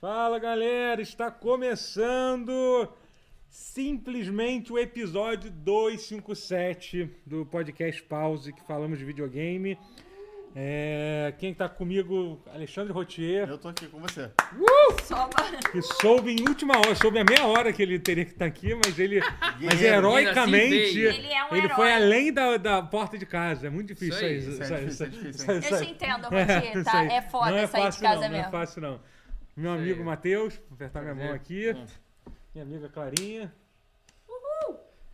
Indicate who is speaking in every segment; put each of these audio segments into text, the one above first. Speaker 1: Fala galera, está começando simplesmente o episódio 257 do podcast Pause, que falamos de videogame. É, quem está comigo, Alexandre Rotier,
Speaker 2: Eu tô aqui com você.
Speaker 3: Só pra...
Speaker 1: que soube em última hora, soube a meia hora que ele teria que estar aqui, mas ele, mas
Speaker 2: Guerreiro,
Speaker 1: heroicamente,
Speaker 4: guerreiro,
Speaker 3: veio.
Speaker 4: assim
Speaker 3: Ele é um
Speaker 1: ele foi
Speaker 3: herói.
Speaker 1: além da, da porta de casa. É muito difícil
Speaker 4: Isso aí,
Speaker 1: isso
Speaker 2: isso é
Speaker 1: aí, isso aí,
Speaker 2: difícil, é difícil,
Speaker 1: isso aí,
Speaker 2: hein?
Speaker 1: isso
Speaker 3: Eu
Speaker 1: aí.
Speaker 3: te entendo,
Speaker 1: É,
Speaker 3: Rotier,
Speaker 1: isso
Speaker 3: tá?
Speaker 1: aí.
Speaker 3: É foda
Speaker 1: não é
Speaker 3: sair
Speaker 1: fácil,
Speaker 3: de casa
Speaker 1: não, Não
Speaker 3: mesmo.
Speaker 1: é fácil, não. Meu
Speaker 4: Isso
Speaker 1: amigo
Speaker 4: aí. Hum.
Speaker 1: Matheus, vou apertar minha mão
Speaker 4: Prazer.
Speaker 1: aqui. Minha amiga Clarinha.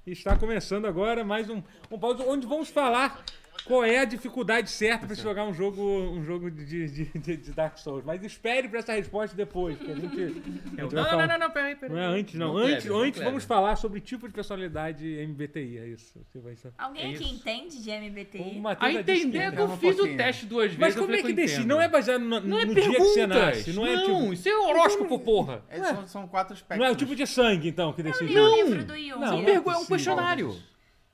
Speaker 1: E Está começando agora mais um, um pause onde vamos falar qual é a dificuldade certa para se jogar um jogo, um jogo de, de, de- de Dark Souls. Mas espere para essa resposta depois, porque a gente, a gente
Speaker 4: Não,
Speaker 1: vai
Speaker 4: É não,
Speaker 1: falar.
Speaker 4: não, não, não, peraí, peraí.
Speaker 1: Não é antes, não.
Speaker 4: Não
Speaker 1: antes
Speaker 4: Kleber, não
Speaker 1: antes vamos
Speaker 4: Kleber.
Speaker 1: falar sobre tipo de personalidade MBTI, é isso. Você vai saber.
Speaker 3: Alguém
Speaker 4: É
Speaker 3: aqui
Speaker 4: isso.
Speaker 3: entende de MBTI?
Speaker 1: O Matheus
Speaker 4: A
Speaker 1: já disse que
Speaker 4: entender é
Speaker 1: entende.
Speaker 4: que eu
Speaker 2: Calma um
Speaker 4: fiz o
Speaker 2: pouquinho.
Speaker 4: teste duas vezes.
Speaker 1: Mas como
Speaker 4: eu
Speaker 1: é
Speaker 4: falei
Speaker 1: que
Speaker 4: eu
Speaker 1: decide?
Speaker 4: entendo.
Speaker 1: Não é baseado no,
Speaker 4: Não é
Speaker 1: no dia que
Speaker 4: perguntas.
Speaker 1: você nasce. Não,
Speaker 4: Não,
Speaker 1: é tipo.
Speaker 4: isso é horóscopo, porra.
Speaker 2: É, são, são quatro aspectos.
Speaker 1: Não é o tipo de sangue, então, que decide.
Speaker 3: Li o
Speaker 4: Não.
Speaker 3: um livro do Jung.
Speaker 1: Não,
Speaker 4: Não,
Speaker 1: é
Speaker 4: pergu- é, um
Speaker 1: possível.
Speaker 4: questionário.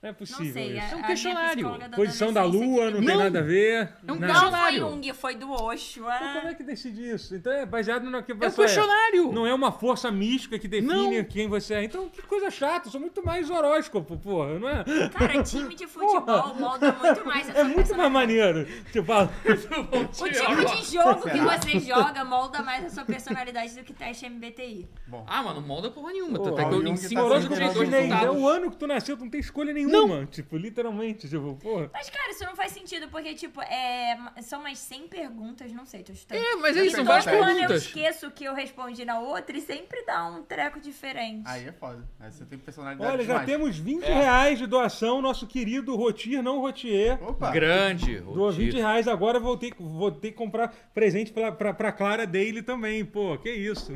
Speaker 1: Não é
Speaker 3: Não
Speaker 1: possível isso.
Speaker 3: sei, a,
Speaker 4: É um
Speaker 3: a minha
Speaker 4: questionário.
Speaker 3: psicóloga da
Speaker 1: Posição da
Speaker 3: adolescência
Speaker 1: lua,
Speaker 3: que
Speaker 1: não,
Speaker 3: me-
Speaker 1: tem
Speaker 4: Não.
Speaker 1: nada a ver.
Speaker 4: É um
Speaker 1: Não.
Speaker 3: é Não foi
Speaker 4: Questionário.
Speaker 3: Jung, foi do Osho. ah.
Speaker 1: Como é que decide isso? Então é baseado no que
Speaker 4: É um
Speaker 1: você
Speaker 4: questionário.
Speaker 1: Não é uma força mística que define
Speaker 4: Não.
Speaker 1: quem você é. Então, que coisa chata. Eu sou muito mais horóscopo, porra. Não é?
Speaker 3: Cara, time de futebol
Speaker 1: Porra.
Speaker 3: molda muito mais a
Speaker 1: É
Speaker 3: sua
Speaker 1: muito mais
Speaker 3: personalidade.
Speaker 1: maneiro. Tipo,
Speaker 4: Tá
Speaker 3: O tipo de jogo que você joga molda mais a sua personalidade do que teste MBTI.
Speaker 2: Bom,
Speaker 4: Ah, mano, não molda porra nenhuma.
Speaker 1: Pô,
Speaker 4: Tanto é que
Speaker 2: o
Speaker 4: eu
Speaker 2: Jung
Speaker 4: em
Speaker 2: tá
Speaker 4: cinco
Speaker 2: sendo
Speaker 4: anos eu tirei dois
Speaker 2: enganado.
Speaker 1: nem, é
Speaker 4: resultados.
Speaker 1: o ano que tu nasceu, tu não tem escolha nenhuma. Tipo, literalmente. Tipo, porra.
Speaker 3: Mas, cara, isso não faz sentido, porque, tipo, é, ma- são umas 100 perguntas, não sei, tô chutando.
Speaker 4: É, mas é isso, são
Speaker 3: Todo
Speaker 4: várias
Speaker 2: Então,
Speaker 3: ano eu
Speaker 4: perguntas.
Speaker 3: esqueço o que eu respondi na outra e sempre dá um treco diferente.
Speaker 2: aí é foda. Aí você tem personalidade
Speaker 1: Olha, já
Speaker 2: demais.
Speaker 1: temos 20 reais de doação, nosso querido Rotier, não Rotier.
Speaker 2: Opa!
Speaker 4: Grande,
Speaker 1: Doou 20
Speaker 4: Rodrigo.
Speaker 1: reais, agora vou ter, que- vou ter que comprar presente pra, pra, pra Clara Daily também, pô, que isso.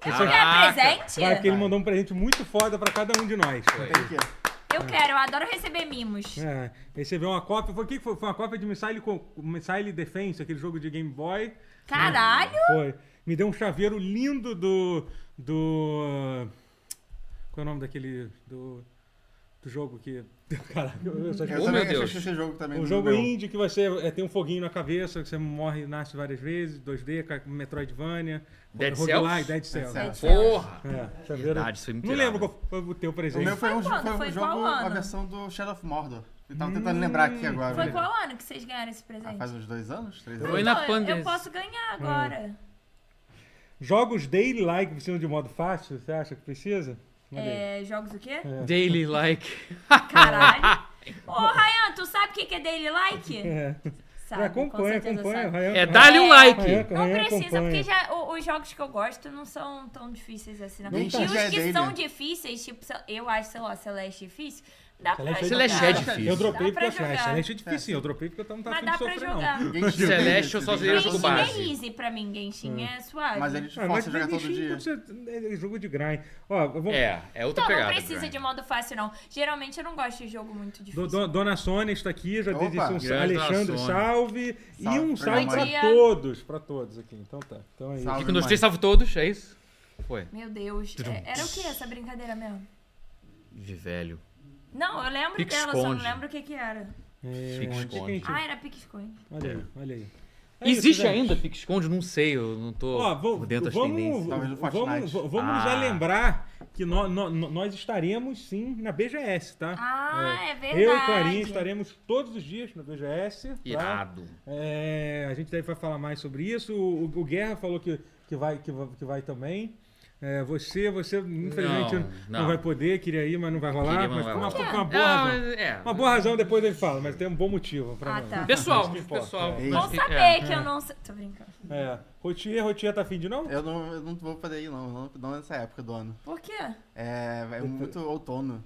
Speaker 3: Quer
Speaker 1: Pessoa-
Speaker 4: Caraca.
Speaker 3: presente?
Speaker 1: Vai que ele mandou um presente muito foda pra cada um de nós.
Speaker 4: Foi.
Speaker 2: Tem que...
Speaker 3: Eu quero, eu adoro receber mimos.
Speaker 1: É, recebeu uma cópia, foi, o que que foi? Foi uma cópia de Missile, Co- Missile Defense, aquele jogo de Game Boy.
Speaker 3: Caralho!
Speaker 1: Foi. Me deu um chaveiro lindo do. do. Qual é o nome daquele. do. do jogo que. Caralho, eu só
Speaker 2: Eu
Speaker 4: Oh,
Speaker 2: também
Speaker 4: meu Deus.
Speaker 2: achei esse jogo também.
Speaker 1: Um
Speaker 2: do
Speaker 1: jogo
Speaker 2: meu.
Speaker 1: indie que você é, tem um foguinho na cabeça, que você morre e nasce várias vezes, 2D, ca- Metroidvania,
Speaker 4: Dead
Speaker 1: roguelike,
Speaker 4: Cells?
Speaker 1: Dead Cells.
Speaker 2: Dead
Speaker 3: Cells.
Speaker 4: Porra.
Speaker 1: É, chaveiro.
Speaker 4: Verdade, isso foi muito
Speaker 1: Não lembro
Speaker 4: irado.
Speaker 1: qual foi o teu
Speaker 2: O
Speaker 1: presente.
Speaker 2: meu foi um,
Speaker 3: Foi quando?
Speaker 2: foi um
Speaker 3: Foi qual
Speaker 2: jogo, a
Speaker 3: ano?
Speaker 2: versão do Shadow of Mordor. Eu tava tentando
Speaker 1: Hum,
Speaker 2: lembrar aqui agora.
Speaker 3: Foi qual ano que vocês ganharam esse
Speaker 2: Ah,
Speaker 3: presente?
Speaker 2: faz uns dois anos? Três
Speaker 4: Foi
Speaker 2: anos?
Speaker 4: na
Speaker 3: Pô, eu
Speaker 4: Funders.
Speaker 3: posso
Speaker 1: Ah,
Speaker 3: ganhar agora.
Speaker 1: Jogos daily like precisam de modo fácil, você acha que precisa? Manda aí.
Speaker 3: É, jogos o quê?
Speaker 4: Daily like.
Speaker 1: É.
Speaker 3: Caralho! Ô, Ryan, tu sabe o que que é daily like?
Speaker 1: É.
Speaker 3: Sabe,
Speaker 1: acompanha,
Speaker 3: com certeza
Speaker 1: acompanha.
Speaker 3: sabe.
Speaker 1: Rayan-
Speaker 4: É dá-lhe um like.
Speaker 1: Rayan-
Speaker 3: Não
Speaker 1: Rayan
Speaker 3: precisa,
Speaker 1: acompanha.
Speaker 3: porque já, o- os jogos que eu gosto não são tão difíceis assim, não.
Speaker 2: Não
Speaker 3: e os
Speaker 2: tá. Já é
Speaker 3: que
Speaker 2: daily.
Speaker 3: são difíceis, tipo, sei- eu acho, sei lá, Celeste é tá difícil, dá pra
Speaker 1: Celeste é
Speaker 3: jogar.
Speaker 4: Celeste é difícil.
Speaker 1: Eu
Speaker 3: Dá
Speaker 1: dropei porque
Speaker 3: pra
Speaker 1: eu achei.
Speaker 3: jogar.
Speaker 1: Celeste é difícil, sim, eu dropei porque eu não tava
Speaker 3: Mas
Speaker 1: afim de
Speaker 3: dá pra
Speaker 1: sofrer, não.
Speaker 3: jogar.
Speaker 2: Genshin
Speaker 4: Celeste,
Speaker 2: Impact,
Speaker 4: eu só
Speaker 2: esse
Speaker 4: zerei
Speaker 2: jogo
Speaker 4: os
Speaker 2: é
Speaker 3: Genshin
Speaker 2: básico.
Speaker 3: é
Speaker 4: base.
Speaker 3: easy pra mim, Genshin é suave.
Speaker 2: Mas ele te
Speaker 1: Ah, mas
Speaker 2: força a jogar todo
Speaker 1: Genshin
Speaker 2: dia.
Speaker 1: pode ser- é jogo de grind. Ó, eu vou-
Speaker 4: É, é outra
Speaker 3: Então, Não,
Speaker 4: pegada.
Speaker 3: não precisa
Speaker 4: Grande.
Speaker 3: de modo fácil, não. Geralmente eu não gosto de jogo muito
Speaker 1: Do-
Speaker 3: difícil.
Speaker 1: do- Dona Sônia está aqui, já
Speaker 2: Opa,
Speaker 1: disse um sa-
Speaker 4: grande
Speaker 1: Alexandre
Speaker 4: Dona Sônia.
Speaker 1: salve, e
Speaker 2: Salve,
Speaker 1: um
Speaker 2: pra
Speaker 1: salve
Speaker 3: minha mãe.
Speaker 1: para todos, para todos aqui. Então tá, então é isso.
Speaker 2: Salve.
Speaker 4: Um, dois, três, salve todos, é isso? Foi.
Speaker 3: Meu Deus, é- era o que essa brincadeira mesmo?
Speaker 4: De velho.
Speaker 3: Não, eu lembro
Speaker 4: Pique
Speaker 3: dela, só não
Speaker 4: esconde.
Speaker 3: lembro o que que era.
Speaker 1: É,
Speaker 4: Fica
Speaker 1: onde que a
Speaker 4: esconde.
Speaker 1: gente-
Speaker 3: Ah, era pique esconde.
Speaker 1: Olha aí, olha aí. É isso,
Speaker 4: Existe
Speaker 1: gente.
Speaker 4: ainda pique esconde? Não sei, eu não tô
Speaker 1: Ó, vou-
Speaker 4: por dentro das
Speaker 1: vamos,
Speaker 4: tendências.
Speaker 2: Talvez no Fortnite.
Speaker 1: vamos, vamos, vamos
Speaker 4: Ah.
Speaker 1: já lembrar que nó- nó- nó- nós estaremos sim na BGS, tá?
Speaker 3: Ah, é, verdade.
Speaker 1: Eu e Clarinha estaremos todos os dias na BGS. Tá?
Speaker 4: Irado.
Speaker 1: É, a gente deve vai falar mais sobre isso. O, o Guerra falou que, que, vai, que, vai- que vai também. É, você, você infelizmente não,
Speaker 4: Não, não.
Speaker 1: vai poder, queria ir, mas não vai rolar.
Speaker 4: Queria, mas
Speaker 1: mas
Speaker 4: não
Speaker 1: foi uma,
Speaker 4: vai rolar.
Speaker 1: foi uma boa
Speaker 4: Ah,
Speaker 1: razão.
Speaker 4: mas é.
Speaker 1: Uma boa razão, depois ele fala, mas tem um bom motivo pra
Speaker 3: Ah,
Speaker 1: não.
Speaker 3: tá.
Speaker 4: Pessoal,
Speaker 1: Isso que importa,
Speaker 4: pessoal.
Speaker 1: é.
Speaker 3: Bom
Speaker 4: nós-
Speaker 3: saber
Speaker 4: é.
Speaker 3: que eu não sei. Tô brincando.
Speaker 1: É. Rotier, Rotier tá afim de não?
Speaker 2: Eu não, eu não vou poder ir, não. Não, não nessa época do ano.
Speaker 3: Por quê?
Speaker 2: É, é muito outono.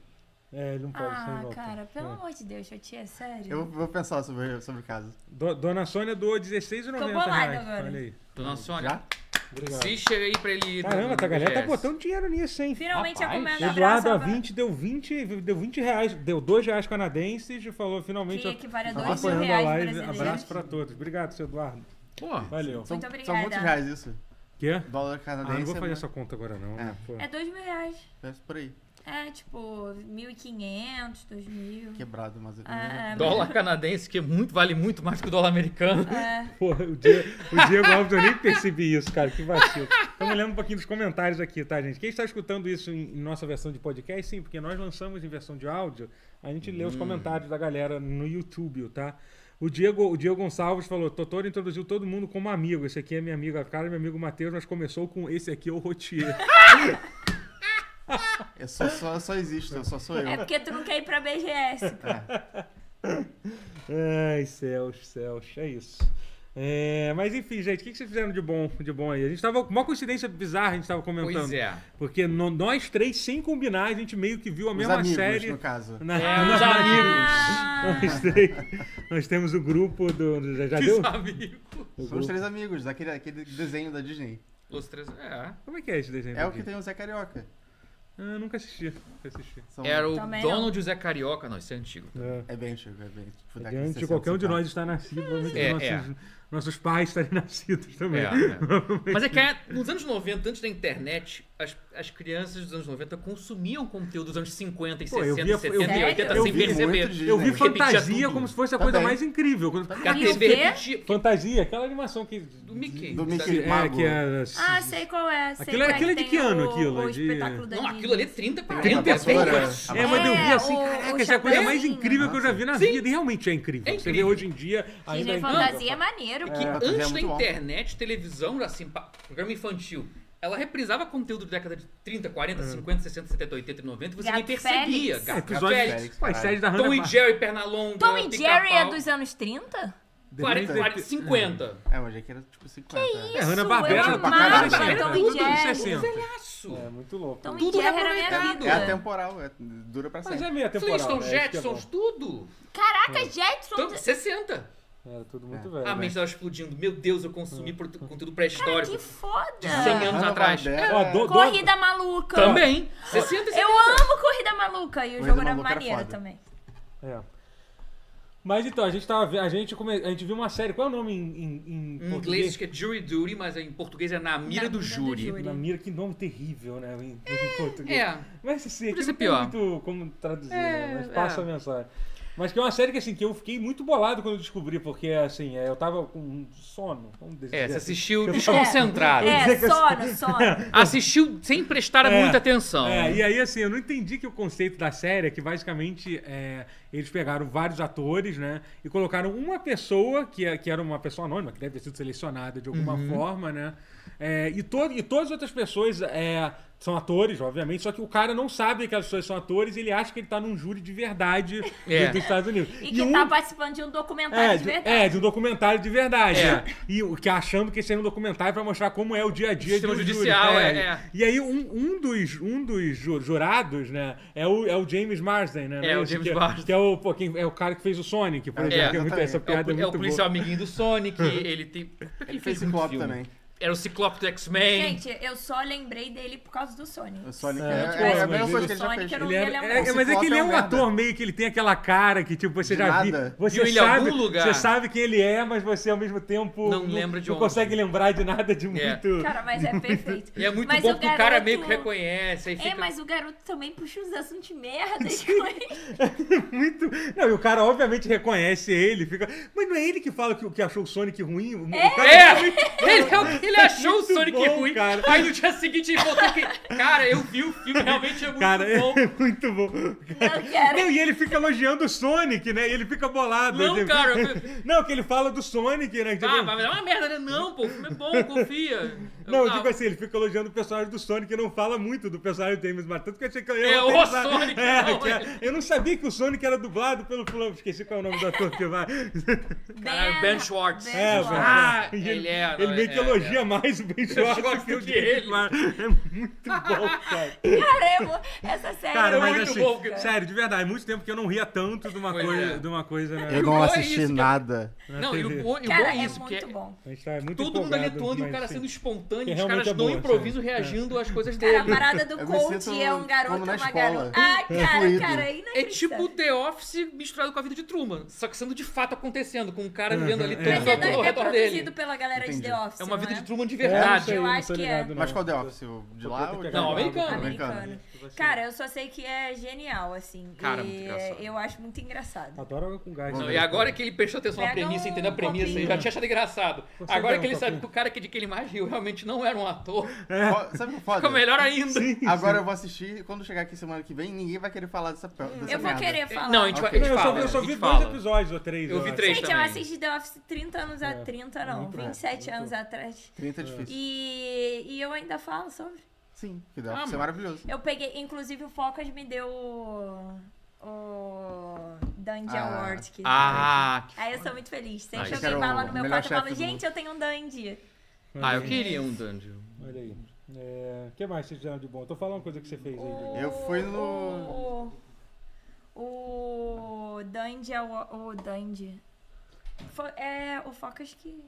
Speaker 1: É, ele não pode sem
Speaker 3: Ah,
Speaker 1: volta.
Speaker 3: cara, pelo
Speaker 1: É.
Speaker 3: amor de Deus, eu tinha sério.
Speaker 2: Eu vou pensar sobre, sobre o caso.
Speaker 1: Do- Dona Sônia doou
Speaker 3: Tô
Speaker 1: 16,90
Speaker 3: bolada
Speaker 1: reais.
Speaker 3: agora.
Speaker 1: Olha aí.
Speaker 4: Dona Sônia,
Speaker 2: Já?
Speaker 1: Obrigado.
Speaker 4: insiste aí pra ele ir. no-
Speaker 1: Caramba,
Speaker 4: no
Speaker 1: tá, a galera tá
Speaker 4: BGS.
Speaker 1: botando dinheiro nisso, hein?
Speaker 3: Finalmente
Speaker 4: Rapaz.
Speaker 3: a comenda
Speaker 1: Eduardo
Speaker 3: abraça.
Speaker 1: A20 deu 20, deu 20 reais, deu 2 reais canadenses e falou finalmente
Speaker 3: Que equivale a
Speaker 1: tô
Speaker 3: dois mil
Speaker 1: apoiando a
Speaker 3: reais
Speaker 1: live.
Speaker 3: brasileiros.
Speaker 1: Abraço pra todos. Obrigado, seu Eduardo.
Speaker 4: Pô,
Speaker 1: Valeu.
Speaker 2: São,
Speaker 3: obrigada.
Speaker 2: são muitos reais isso.
Speaker 1: Quê?
Speaker 2: Dólar
Speaker 1: Ah,
Speaker 2: canadense.
Speaker 1: não vou fazer
Speaker 2: né?
Speaker 1: essa conta agora, não. né?
Speaker 2: É.
Speaker 1: Pô.
Speaker 3: É dois mil reais.
Speaker 2: É por aí.
Speaker 3: É tipo 1.500, 2.000.
Speaker 2: Quebrado, mas. é
Speaker 3: Ah,
Speaker 4: dólar canadense que é muito, vale muito mais que o dólar americano.
Speaker 3: É.
Speaker 1: Pô, o Diego, o Diego Alves, eu nem percebi isso, cara. Que vacilo. Então me lembra um pouquinho dos comentários aqui, tá, gente? Quem está escutando isso em em nossa versão de podcast, sim, porque nós lançamos em versão de áudio, a gente lê os comentários da galera no YouTube, tá? O Diego, o Diego Gonçalves falou: Totoro introduziu todo mundo como amigo. Esse aqui é minha amiga Cara, meu amigo Matheus, mas começou com esse aqui, é o Rotier.
Speaker 2: É, Eu só, só, só existo, eu só sou eu.
Speaker 3: É porque tu não quer ir pra
Speaker 1: É
Speaker 3: BGS.
Speaker 1: Ai, céus, céus, é isso. É, mas enfim, gente, o que que vocês fizeram de bom, de bom aí? A gente tava. Uma coincidência bizarra a gente tava comentando.
Speaker 4: Pois é.
Speaker 1: Porque no- nós três, sem combinar, a gente meio que viu a
Speaker 2: Os
Speaker 1: mesma
Speaker 2: amigos, né?
Speaker 1: série.
Speaker 2: no caso.
Speaker 1: Na-
Speaker 4: É,
Speaker 1: na-
Speaker 4: os amigos.
Speaker 3: Ah,
Speaker 1: nós, três, nós temos o grupo do. do- Já, já deu?
Speaker 4: Os amigos.
Speaker 1: O
Speaker 2: Somos
Speaker 1: grupo.
Speaker 2: três amigos, daquele aquele desenho da Disney.
Speaker 4: Os três. É.
Speaker 1: Como é que é esse desenho?
Speaker 2: É o
Speaker 1: aqui?
Speaker 2: que tem o Zé Carioca.
Speaker 1: Ah, nunca assisti. Nunca assisti.
Speaker 2: São-
Speaker 4: Era o
Speaker 3: Também não.
Speaker 4: Donald José Carioca. Não, isso é antigo.
Speaker 1: É.
Speaker 2: É bem antigo, é bem. Tipo, década
Speaker 1: Antes de
Speaker 2: 60,
Speaker 1: qualquer um de
Speaker 2: 70.
Speaker 1: nós estar nascido, provavelmente
Speaker 4: É,
Speaker 1: nossos, nossos pais estarem nascidos também.
Speaker 4: É, é. Mas é que é, nos anos 90, antes da internet, as, as crianças dos anos 90 consumiam conteúdo dos anos 50 e
Speaker 1: Pô, eu
Speaker 4: 60,
Speaker 1: via- um
Speaker 4: 70 e
Speaker 3: eu-
Speaker 4: 80
Speaker 1: eu
Speaker 4: sem
Speaker 1: vi
Speaker 4: perceber.
Speaker 2: muito de-
Speaker 1: Eu vi
Speaker 2: Repetia
Speaker 1: fantasia
Speaker 4: tudo.
Speaker 1: como se fosse a
Speaker 2: Também.
Speaker 1: coisa mais incrível. Quando-
Speaker 4: A
Speaker 3: E o
Speaker 4: TV
Speaker 3: quê?
Speaker 4: repetia
Speaker 1: Fantasia, é aquela animação que.
Speaker 4: do Mickey.
Speaker 2: Do Mickey.
Speaker 4: sabe?
Speaker 1: É,
Speaker 2: Mago.
Speaker 1: que era.
Speaker 3: ah, sei qual é. sei
Speaker 1: Aquilo é-
Speaker 3: qual
Speaker 1: aquilo é de
Speaker 3: tem
Speaker 1: que ano,
Speaker 3: o-
Speaker 1: aquilo?
Speaker 3: O
Speaker 1: De-
Speaker 3: espetaculo da
Speaker 4: Não,
Speaker 3: Disney.
Speaker 4: aquilo ali é 30,
Speaker 2: Tem
Speaker 4: 40,
Speaker 2: uma
Speaker 4: é bem
Speaker 2: vassoura.
Speaker 4: mais.
Speaker 1: É, mas eu vi
Speaker 3: É,
Speaker 1: assim,
Speaker 3: o-
Speaker 1: caraca,
Speaker 3: o
Speaker 1: essa é a coisa mais
Speaker 3: chapéuzinho.
Speaker 1: incrível que eu já vi na
Speaker 4: Sim.
Speaker 1: vida. E realmente é incrível.
Speaker 4: É
Speaker 1: Você vê
Speaker 4: incrível.
Speaker 1: hoje em dia, ainda é
Speaker 3: Disney
Speaker 1: incrível.
Speaker 3: Fantasia é maneiro,
Speaker 4: Que
Speaker 3: pô.
Speaker 2: É, mas é
Speaker 4: antes da
Speaker 2: muito bom.
Speaker 4: internet, televisão, assim, pa- programa infantil, ela reprisava conteúdo da década de 30,
Speaker 1: É.
Speaker 4: 40, 50, 60, 70, 80 e 90 e você
Speaker 3: Gato
Speaker 4: nem percebia.
Speaker 3: Félix.
Speaker 4: Gato
Speaker 1: Episódio
Speaker 4: Félix.
Speaker 1: Pô, as
Speaker 2: caralho.
Speaker 1: séries da
Speaker 4: Tom
Speaker 1: Hanna
Speaker 4: e Jerry, Pernalonga,
Speaker 3: Tom e Jerry é
Speaker 4: Pica-Pau.
Speaker 3: dos anos 30?
Speaker 4: 40, 40, 50.
Speaker 2: É, mas é que era tipo 50. é.
Speaker 1: É,
Speaker 3: Isso,
Speaker 1: Hanna
Speaker 3: eu
Speaker 1: Barbera
Speaker 3: amava
Speaker 1: pra caralho.
Speaker 4: Tom e
Speaker 1: era
Speaker 4: Jerry.
Speaker 1: tudo dos 60.
Speaker 4: Velhaço.
Speaker 1: É muito louco.
Speaker 3: Tom e
Speaker 4: Tudo
Speaker 3: Jerry era minha
Speaker 4: reaproveitado.
Speaker 3: vida.
Speaker 2: É atemporal, é, dura pra
Speaker 1: Mas
Speaker 2: sempre.
Speaker 1: é meio temporada.
Speaker 4: Flintstones,
Speaker 1: é
Speaker 4: Jetsons, tudo.
Speaker 3: Caraca, Jetson.
Speaker 4: Então, 60.
Speaker 1: Era tudo muito
Speaker 2: É.
Speaker 1: velho.
Speaker 4: A
Speaker 1: né? Hum.
Speaker 4: mente tava explodindo. Meu Deus, eu consumi pro- conteúdo pré-histórico.
Speaker 3: Que foda.
Speaker 4: 100 anos
Speaker 2: Hanna
Speaker 4: atrás.
Speaker 2: Barbera,
Speaker 1: Ó, do-
Speaker 3: Corrida maluca.
Speaker 4: Também. 60 e
Speaker 3: Eu
Speaker 4: 70.
Speaker 3: amo Corrida Maluca e o
Speaker 2: Corrida
Speaker 3: jogo era
Speaker 2: Maluca era
Speaker 3: maneiro
Speaker 2: foda.
Speaker 3: também.
Speaker 1: É. Mas então, a gente tava vendo. A gente, come- a gente viu uma série. Qual é o nome em, em, em
Speaker 4: Em inglês
Speaker 1: português?
Speaker 4: diz que é jury duty, mas em português é
Speaker 3: Na
Speaker 4: na mira do
Speaker 3: mira do
Speaker 4: júri.
Speaker 3: júri.
Speaker 1: Na mira, que nome terrível, né? Em, em português.
Speaker 4: É.
Speaker 1: Mas assim, aqui
Speaker 4: Podia ser
Speaker 1: não tem
Speaker 4: pior.
Speaker 1: muito como traduzir, né?
Speaker 4: É,
Speaker 1: Mas passa
Speaker 4: é.
Speaker 1: a mensagem. Mas que é uma série que assim, que eu fiquei muito bolado quando eu descobri, porque assim, é, eu tava com sono. Vamos dizer
Speaker 4: É, você
Speaker 1: assim.
Speaker 4: assistiu desconcentrado.
Speaker 3: É, sono, sono.
Speaker 4: Assistiu sem prestar
Speaker 1: É.
Speaker 4: muita atenção.
Speaker 1: É, e aí, assim, eu não entendi que o conceito da série é que basicamente é, eles pegaram vários atores, né? E colocaram uma pessoa, que, é- que era uma pessoa anônima, que deve ter sido selecionada de alguma forma, né? É, e, to e todas as outras pessoas é, são atores, obviamente, só que o cara não sabe que aquelas pessoas são atores, ele acha que ele tá num júri de verdade
Speaker 4: É.
Speaker 1: do- dos Estados Unidos.
Speaker 3: E que
Speaker 1: um-
Speaker 3: tá participando de um documentário
Speaker 1: é,
Speaker 3: de
Speaker 1: de,
Speaker 3: verdade.
Speaker 1: é, de um documentário de verdade.
Speaker 4: É.
Speaker 1: né? E o que achando que esse era um documentário pra mostrar como é o dia a dia de
Speaker 4: Sistema
Speaker 1: um júri,
Speaker 4: judicial,
Speaker 1: né?
Speaker 4: é, é.
Speaker 1: E aí um, um dos, um dos ju- jurados, né, é o, é o James Marsden, né?
Speaker 4: É,
Speaker 1: Não
Speaker 4: o
Speaker 1: isso?
Speaker 4: James
Speaker 1: que,
Speaker 4: Marsden.
Speaker 1: Que é o, pô, quem- é o cara que fez o Sonic, por
Speaker 2: É,
Speaker 1: exemplo. que é muito-
Speaker 2: exatamente.
Speaker 1: essa
Speaker 4: É o,
Speaker 1: piada é,
Speaker 4: é o
Speaker 1: muito
Speaker 4: policial
Speaker 1: boa.
Speaker 4: amiguinho do Sonic, ele tem.
Speaker 2: Ele fez Ciclope também.
Speaker 4: Era o Ciclope do X-Men.
Speaker 3: Gente, eu só lembrei dele por causa do Sonic.
Speaker 2: O Sonic
Speaker 1: É,
Speaker 2: é,
Speaker 1: tipo,
Speaker 2: é, é a
Speaker 1: mas
Speaker 2: mesma coisa que
Speaker 1: ele-
Speaker 2: ele já
Speaker 3: Sonic
Speaker 2: fez.
Speaker 3: era um-
Speaker 1: Ele é,
Speaker 3: Ele é
Speaker 1: é-
Speaker 2: um-
Speaker 1: é- mas é que ele é um
Speaker 2: Ciclope é um
Speaker 1: ator
Speaker 2: merda.
Speaker 1: meio que ele tem aquela cara que, tipo, você
Speaker 2: De
Speaker 1: já
Speaker 2: nada.
Speaker 1: viu. Você
Speaker 4: Viu ele em
Speaker 1: sabe,
Speaker 4: algum lugar.
Speaker 1: Você sabe quem ele é, mas você ao mesmo tempo.
Speaker 4: Não lembra de
Speaker 1: Não
Speaker 4: onde.
Speaker 1: consegue lembrar de nada de muito.
Speaker 3: Cara, mas é perfeito.
Speaker 4: E é muito
Speaker 3: Mas
Speaker 4: bom
Speaker 3: o
Speaker 4: porque o cara
Speaker 3: garoto-
Speaker 4: meio que reconhece. Aí fica...
Speaker 3: É, mas o garoto também puxa uns assuntos de merda. tipo, coisas.
Speaker 1: Muito. Não, e o cara obviamente reconhece ele, fica. Mas não é ele que fala que, que achou o Sonic ruim? O cara
Speaker 4: É! Ele, é o- ele achou o
Speaker 1: Muito
Speaker 4: Sonic
Speaker 1: bom,
Speaker 4: ruim.
Speaker 1: cara.
Speaker 4: Aí no dia seguinte ele voltou que. Cara, eu vi o filme, realmente é muito
Speaker 1: Cara, é
Speaker 4: bom.
Speaker 1: muito bom.
Speaker 3: Não quero.
Speaker 1: Não, e ele fica elogiando o Sonic, né? E ele fica bolado.
Speaker 4: Não,
Speaker 1: Ele-
Speaker 4: cara, eu-
Speaker 1: Não, que ele fala do Sonic, né? Tipo-
Speaker 4: Ah, mas é uma merda, né? Não, pô, o filme é bom, confia.
Speaker 1: Não, eu
Speaker 4: Ah,
Speaker 1: digo assim, ele fica elogiando o personagem do Sonic e não fala muito do personagem do James Marsden. Tanto que eu achei que ele
Speaker 4: É,
Speaker 1: ia
Speaker 4: o
Speaker 1: pensar-
Speaker 4: Sonic,
Speaker 1: É,
Speaker 4: não,
Speaker 1: que é-
Speaker 4: ele-
Speaker 1: Eu não sabia que o Sonic era dublado pelo fulano. Esqueci qual é o nome do ator que vai.
Speaker 4: Caralho, Ben Schwartz.
Speaker 3: Ben
Speaker 1: É,
Speaker 3: Schwartz.
Speaker 1: velho.
Speaker 4: Ah,
Speaker 1: E
Speaker 4: ele é, não,
Speaker 1: Ele meio
Speaker 4: é,
Speaker 1: que elogia
Speaker 4: é.
Speaker 1: mais o Ben
Speaker 4: Schwartz
Speaker 1: Schwartz
Speaker 4: do
Speaker 1: que o
Speaker 4: que
Speaker 1: James
Speaker 4: ele.
Speaker 1: Marsden. É muito bom, cara.
Speaker 3: Cara, eu vou... Essa série
Speaker 1: Cara,
Speaker 3: é
Speaker 1: mas
Speaker 4: muito
Speaker 1: assim,
Speaker 4: bom, cara.
Speaker 1: sério, de verdade, muito tempo que eu não ria tanto de uma
Speaker 4: Pois
Speaker 1: coisa,
Speaker 4: é.
Speaker 1: de uma coisa, né?
Speaker 2: Eu
Speaker 4: Não,
Speaker 2: não
Speaker 4: é
Speaker 2: assisti
Speaker 4: isso, cara.
Speaker 2: nada.
Speaker 4: Não, e o bom, e o bom
Speaker 3: Cara,
Speaker 4: é
Speaker 3: é
Speaker 4: isso, porque
Speaker 3: muito bom.
Speaker 1: A gente tá muito
Speaker 4: todo mundo ali
Speaker 1: empolgado,
Speaker 4: atuando e o
Speaker 1: mas,
Speaker 4: cara
Speaker 1: assim,
Speaker 4: sendo espontâneo,
Speaker 1: que
Speaker 4: os caras
Speaker 1: realmente é
Speaker 4: não
Speaker 1: boa,
Speaker 4: improviso
Speaker 1: sim.
Speaker 4: reagindo às coisas
Speaker 3: Cara,
Speaker 4: dele.
Speaker 3: a parada do
Speaker 2: Eu me
Speaker 3: coach
Speaker 2: sinto
Speaker 3: é um garoto
Speaker 2: como na
Speaker 3: uma
Speaker 2: escola.
Speaker 3: garota. Ah, cara,
Speaker 2: Incluído.
Speaker 3: cara, é
Speaker 4: É
Speaker 3: inacreditável.
Speaker 4: tipo The Office misturado com a vida de Truman, só que sendo de fato acontecendo, com um cara vivendo ali
Speaker 1: Uhum,
Speaker 4: todo
Speaker 1: é.
Speaker 4: o
Speaker 3: Mas é,
Speaker 4: mundo
Speaker 3: da-
Speaker 4: ao
Speaker 3: é
Speaker 4: redor
Speaker 3: produzido né?
Speaker 4: dele.
Speaker 3: pela galera de
Speaker 2: Entendi.
Speaker 3: The Office,
Speaker 4: É uma
Speaker 3: não
Speaker 4: vida de Truman de
Speaker 1: É, não
Speaker 4: verdade.
Speaker 1: sei,
Speaker 3: Eu
Speaker 1: não
Speaker 3: acho
Speaker 1: tô
Speaker 3: que é.
Speaker 1: ligado,
Speaker 2: Mas
Speaker 1: não.
Speaker 2: qual The Office? O de lá ou de
Speaker 4: Não,
Speaker 2: lá?
Speaker 4: americano.
Speaker 3: Americano. Cara, eu só sei que é genial, assim.
Speaker 4: Assim. Cara, é
Speaker 3: e
Speaker 4: muito engraçado.
Speaker 3: Eu acho muito engraçado.
Speaker 1: Adoro água com gás.
Speaker 4: Não,
Speaker 1: né?
Speaker 4: e agora que ele prestou atenção na
Speaker 3: Pega
Speaker 4: premissa,
Speaker 3: um
Speaker 4: entendeu a premissa,
Speaker 3: copinho.
Speaker 4: ele já tinha achado engraçado.
Speaker 1: Você
Speaker 4: Agora
Speaker 1: dá
Speaker 4: que
Speaker 1: um
Speaker 4: ele sabe
Speaker 1: copinho.
Speaker 4: que o cara que de quem ele mais riu realmente não era um ator,
Speaker 2: Ó, Sabe o que é foda?
Speaker 4: fica melhor ainda.
Speaker 2: Agora eu vou assistir, quando chegar aqui semana que vem, ninguém vai querer falar dessa, dessa
Speaker 3: Eu vou
Speaker 2: merda.
Speaker 3: querer falar.
Speaker 4: É, Não, a gente vai.
Speaker 2: Ok.
Speaker 4: a gente
Speaker 1: eu, só,
Speaker 4: fala,
Speaker 1: eu só
Speaker 4: a
Speaker 1: vi
Speaker 4: gente
Speaker 1: dois
Speaker 4: fala.
Speaker 1: episódios ou três.
Speaker 4: Eu vi
Speaker 1: acho.
Speaker 4: três.
Speaker 3: Gente, eu
Speaker 4: também.
Speaker 3: assisti The Office 30 anos
Speaker 1: É,
Speaker 3: a 30, não,
Speaker 1: muito bom,
Speaker 3: 27
Speaker 1: muito
Speaker 3: anos
Speaker 1: bom.
Speaker 3: atrás.
Speaker 2: 30 é difícil.
Speaker 3: E, e eu ainda falo sobre.
Speaker 2: Sim, que dá
Speaker 4: Ah,
Speaker 2: pra ser
Speaker 4: mano.
Speaker 2: maravilhoso.
Speaker 3: Eu peguei, inclusive o Focas me deu o, o Dandy
Speaker 2: Ah.
Speaker 3: Award. Que
Speaker 4: Ah, que
Speaker 3: Aí eu sou muito feliz. Sempre
Speaker 4: Nice.
Speaker 3: alguém vai lá no meu
Speaker 2: Melhor
Speaker 3: quarto e fala,
Speaker 2: chefe do mundo.
Speaker 3: gente, eu tenho um Dandy.
Speaker 4: Ah, eu queria um dungeon.
Speaker 1: Olha aí. É, O que mais vocês fizeram de bom? Tô falando uma coisa que você fez aí.
Speaker 3: O-
Speaker 1: Diego.
Speaker 2: Eu fui no-
Speaker 3: O, o Dandy Award. O Dandy. Foi- é, o Focas que...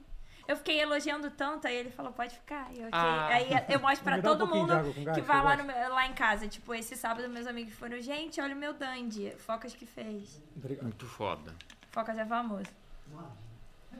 Speaker 3: Eu fiquei elogiando tanto, aí ele falou, pode ficar. E eu, ok.
Speaker 4: Ah.
Speaker 3: Aí eu mostro pra
Speaker 1: Me dá um
Speaker 3: todo
Speaker 1: pouquinho
Speaker 3: mundo
Speaker 1: de água com gás,
Speaker 3: que
Speaker 1: que
Speaker 3: vai
Speaker 1: eu
Speaker 3: lá,
Speaker 1: gosto.
Speaker 3: no meu- lá em casa. Tipo, esse sábado meus amigos foram, gente, olha o meu Dandy. Focas que fez.
Speaker 1: Obrigado.
Speaker 4: Muito foda.
Speaker 3: Focas é famoso.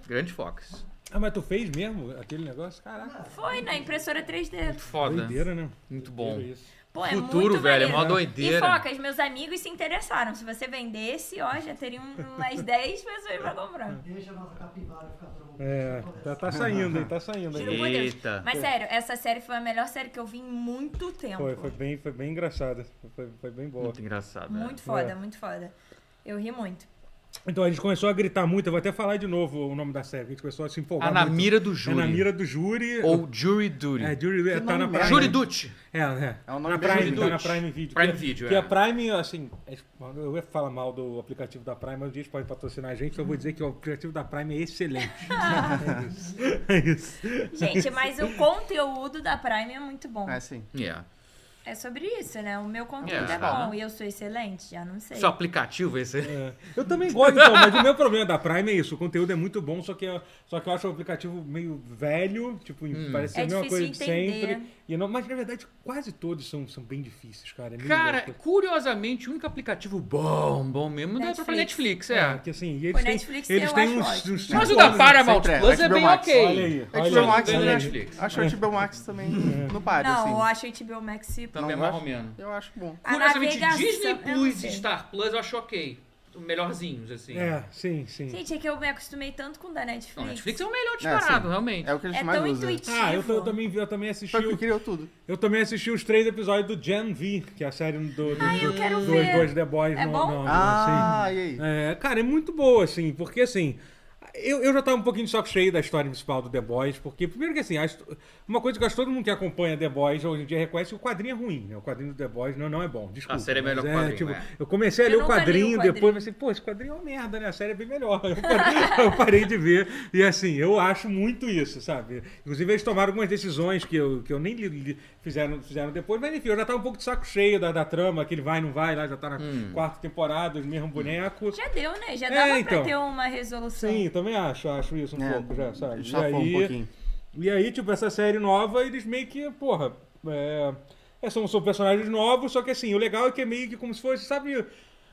Speaker 4: Grande Fox.
Speaker 1: Ah, mas tu fez mesmo aquele negócio? Caraca.
Speaker 3: Foi na impressora 3D.
Speaker 4: Muito foda.
Speaker 1: Doideira, né?
Speaker 4: Muito bom.
Speaker 1: Doideira isso.
Speaker 3: Pô, é
Speaker 4: Futuro,
Speaker 3: muito
Speaker 4: velho, é
Speaker 3: maneiro.
Speaker 4: mó
Speaker 3: E
Speaker 4: doideira.
Speaker 3: focas, meus amigos se interessaram. Se você vendesse, ó, já teriam umas 10 pessoas pra comprar.
Speaker 5: Deixa a nossa capivara ficar pronta.
Speaker 1: É, tá, tá saindo, hein? Tá saindo.
Speaker 3: Juro
Speaker 1: Aí.
Speaker 3: por Deus.
Speaker 4: Eita.
Speaker 3: Mas sério, essa série foi a melhor série que eu vi em muito tempo.
Speaker 1: É. Foi, foi bem, foi bem engraçada. Foi, foi bem boa.
Speaker 4: Muito engraçado. né?
Speaker 3: Muito foda,
Speaker 1: É.
Speaker 3: muito foda. Eu ri muito.
Speaker 1: Então a gente começou a gritar muito. Eu vou até falar de novo o nome da série. A gente começou a se empolgar.
Speaker 4: Ah, na
Speaker 1: muito.
Speaker 4: mira do
Speaker 1: É
Speaker 4: júri.
Speaker 1: na mira do júri.
Speaker 4: Ou Jury Duty.
Speaker 1: É, Jury, é, tá na
Speaker 2: nome
Speaker 1: Prime.
Speaker 4: Jury Duty.
Speaker 1: É, é.
Speaker 2: É um nome
Speaker 1: na
Speaker 2: bem
Speaker 1: Prime, tá
Speaker 4: Duty.
Speaker 1: na Prime Video.
Speaker 4: Prime
Speaker 1: que,
Speaker 4: Video,
Speaker 1: Que
Speaker 4: é.
Speaker 1: a Prime, assim, é- eu ia falar mal do aplicativo da Prime, mas um dia eles podem patrocinar a gente, eu vou dizer que o aplicativo da Prime é excelente. é isso. É isso.
Speaker 3: Gente, mas o conteúdo da Prime é muito bom.
Speaker 2: É sim.
Speaker 4: Yeah.
Speaker 3: É sobre isso, né? O meu conteúdo
Speaker 4: É,
Speaker 3: é,
Speaker 4: tá.
Speaker 3: bom e eu sou excelente, já não sei.
Speaker 4: Seu aplicativo esse.
Speaker 1: É. Eu também gosto, então, mas o meu problema da Prime é isso. O conteúdo é muito bom, só que, eu- só que eu acho o aplicativo meio velho, tipo, parece ser
Speaker 3: É
Speaker 1: a mesma
Speaker 3: difícil
Speaker 1: coisa
Speaker 3: de
Speaker 1: de sempre.
Speaker 3: entender. né?
Speaker 1: E não, mas na verdade, quase todos são, são bem difíceis, cara. É meio
Speaker 4: Cara,
Speaker 1: louco.
Speaker 4: curiosamente, o único aplicativo bom, bom mesmo, é o próprio Netflix, é.
Speaker 1: É, que assim, e eles
Speaker 3: O
Speaker 1: têm,
Speaker 3: Netflix
Speaker 1: eles
Speaker 3: eu
Speaker 1: têm
Speaker 3: acho
Speaker 1: uns,
Speaker 3: ótimo.
Speaker 1: uns
Speaker 4: Mas o
Speaker 1: cinco
Speaker 4: da
Speaker 1: anos,
Speaker 4: Paramount
Speaker 2: sempre é.
Speaker 4: Plus é
Speaker 2: HBO
Speaker 4: bem
Speaker 2: Max.
Speaker 4: ok.
Speaker 1: Olha aí, olha É.
Speaker 2: HBO
Speaker 1: aí.
Speaker 2: Max,
Speaker 4: Tem
Speaker 2: né?
Speaker 4: Netflix.
Speaker 2: Acho que o HBO Max também não para,
Speaker 3: não,
Speaker 2: assim.
Speaker 3: eu acho o HBO Max
Speaker 4: Também é
Speaker 2: Não
Speaker 4: mais
Speaker 2: gosto?
Speaker 4: ou menos.
Speaker 2: Eu acho bom.
Speaker 3: A
Speaker 4: Curiosamente,
Speaker 3: navegação-
Speaker 4: Disney
Speaker 3: eu não
Speaker 4: Plus
Speaker 3: sei.
Speaker 4: e Star Plus eu acho ok. Melhorzinhos, assim.
Speaker 1: É, sim, sim.
Speaker 3: Gente, é que eu me acostumei tanto com o da Netflix.
Speaker 4: Não, Netflix é o melhor disparado,
Speaker 2: É, assim,
Speaker 4: realmente.
Speaker 2: É o que
Speaker 1: um
Speaker 2: a gente
Speaker 3: É
Speaker 2: mais
Speaker 3: tão
Speaker 2: usa.
Speaker 3: intuitivo.
Speaker 1: Ah, eu, eu também vi, eu também assisti.
Speaker 2: Foi o que
Speaker 1: o-
Speaker 2: criou tudo.
Speaker 1: Eu também assisti os três episódios do Gen V, que é a série do, do,
Speaker 3: eu
Speaker 1: do-
Speaker 3: quero
Speaker 1: dos
Speaker 3: ver.
Speaker 1: dois The Boys
Speaker 3: É
Speaker 1: no,
Speaker 3: bom?
Speaker 1: no- no-
Speaker 2: Ah,
Speaker 1: assim.
Speaker 2: e aí?
Speaker 1: É, cara, é muito boa, assim, porque assim. Eu, eu já tava um pouquinho de saco cheio da história principal do The Boys, porque, primeiro que assim, a histó- uma coisa que acho que todo mundo que acompanha The Boys hoje em dia reconhece que o quadrinho é ruim, né? O quadrinho do The Boys não, não é bom, desculpa.
Speaker 4: A série é
Speaker 1: mas
Speaker 4: melhor que o quadrinho, é.
Speaker 1: Eu comecei a
Speaker 3: Eu
Speaker 1: ler o
Speaker 3: nunca li o
Speaker 1: quadrinho,
Speaker 3: quadrinho.
Speaker 1: depois pensei, pô, esse quadrinho é uma merda, né? A série é bem melhor. Eu parei, eu parei de ver. E assim, eu acho muito isso, sabe? Inclusive, eles tomaram algumas decisões que eu, que eu nem li, li- fizeram, fizeram depois, mas enfim, eu já tava um pouco de saco cheio da, da trama, que ele vai, não vai, lá já tá na
Speaker 2: Hum.
Speaker 1: quarta temporada, os mesmos bonecos.
Speaker 3: Já deu, né? Já
Speaker 1: É,
Speaker 3: dava
Speaker 1: então.
Speaker 3: pra ter uma resolução.
Speaker 1: Sim, também acho, acho isso um
Speaker 2: É,
Speaker 1: pouco já, sabe? E
Speaker 2: Chafou um
Speaker 1: aí,
Speaker 2: pouquinho.
Speaker 1: e aí, tipo, essa série nova, eles meio que, porra, é, é, são, são personagens novos, só que assim, o legal é que é meio que como se fosse, sabe,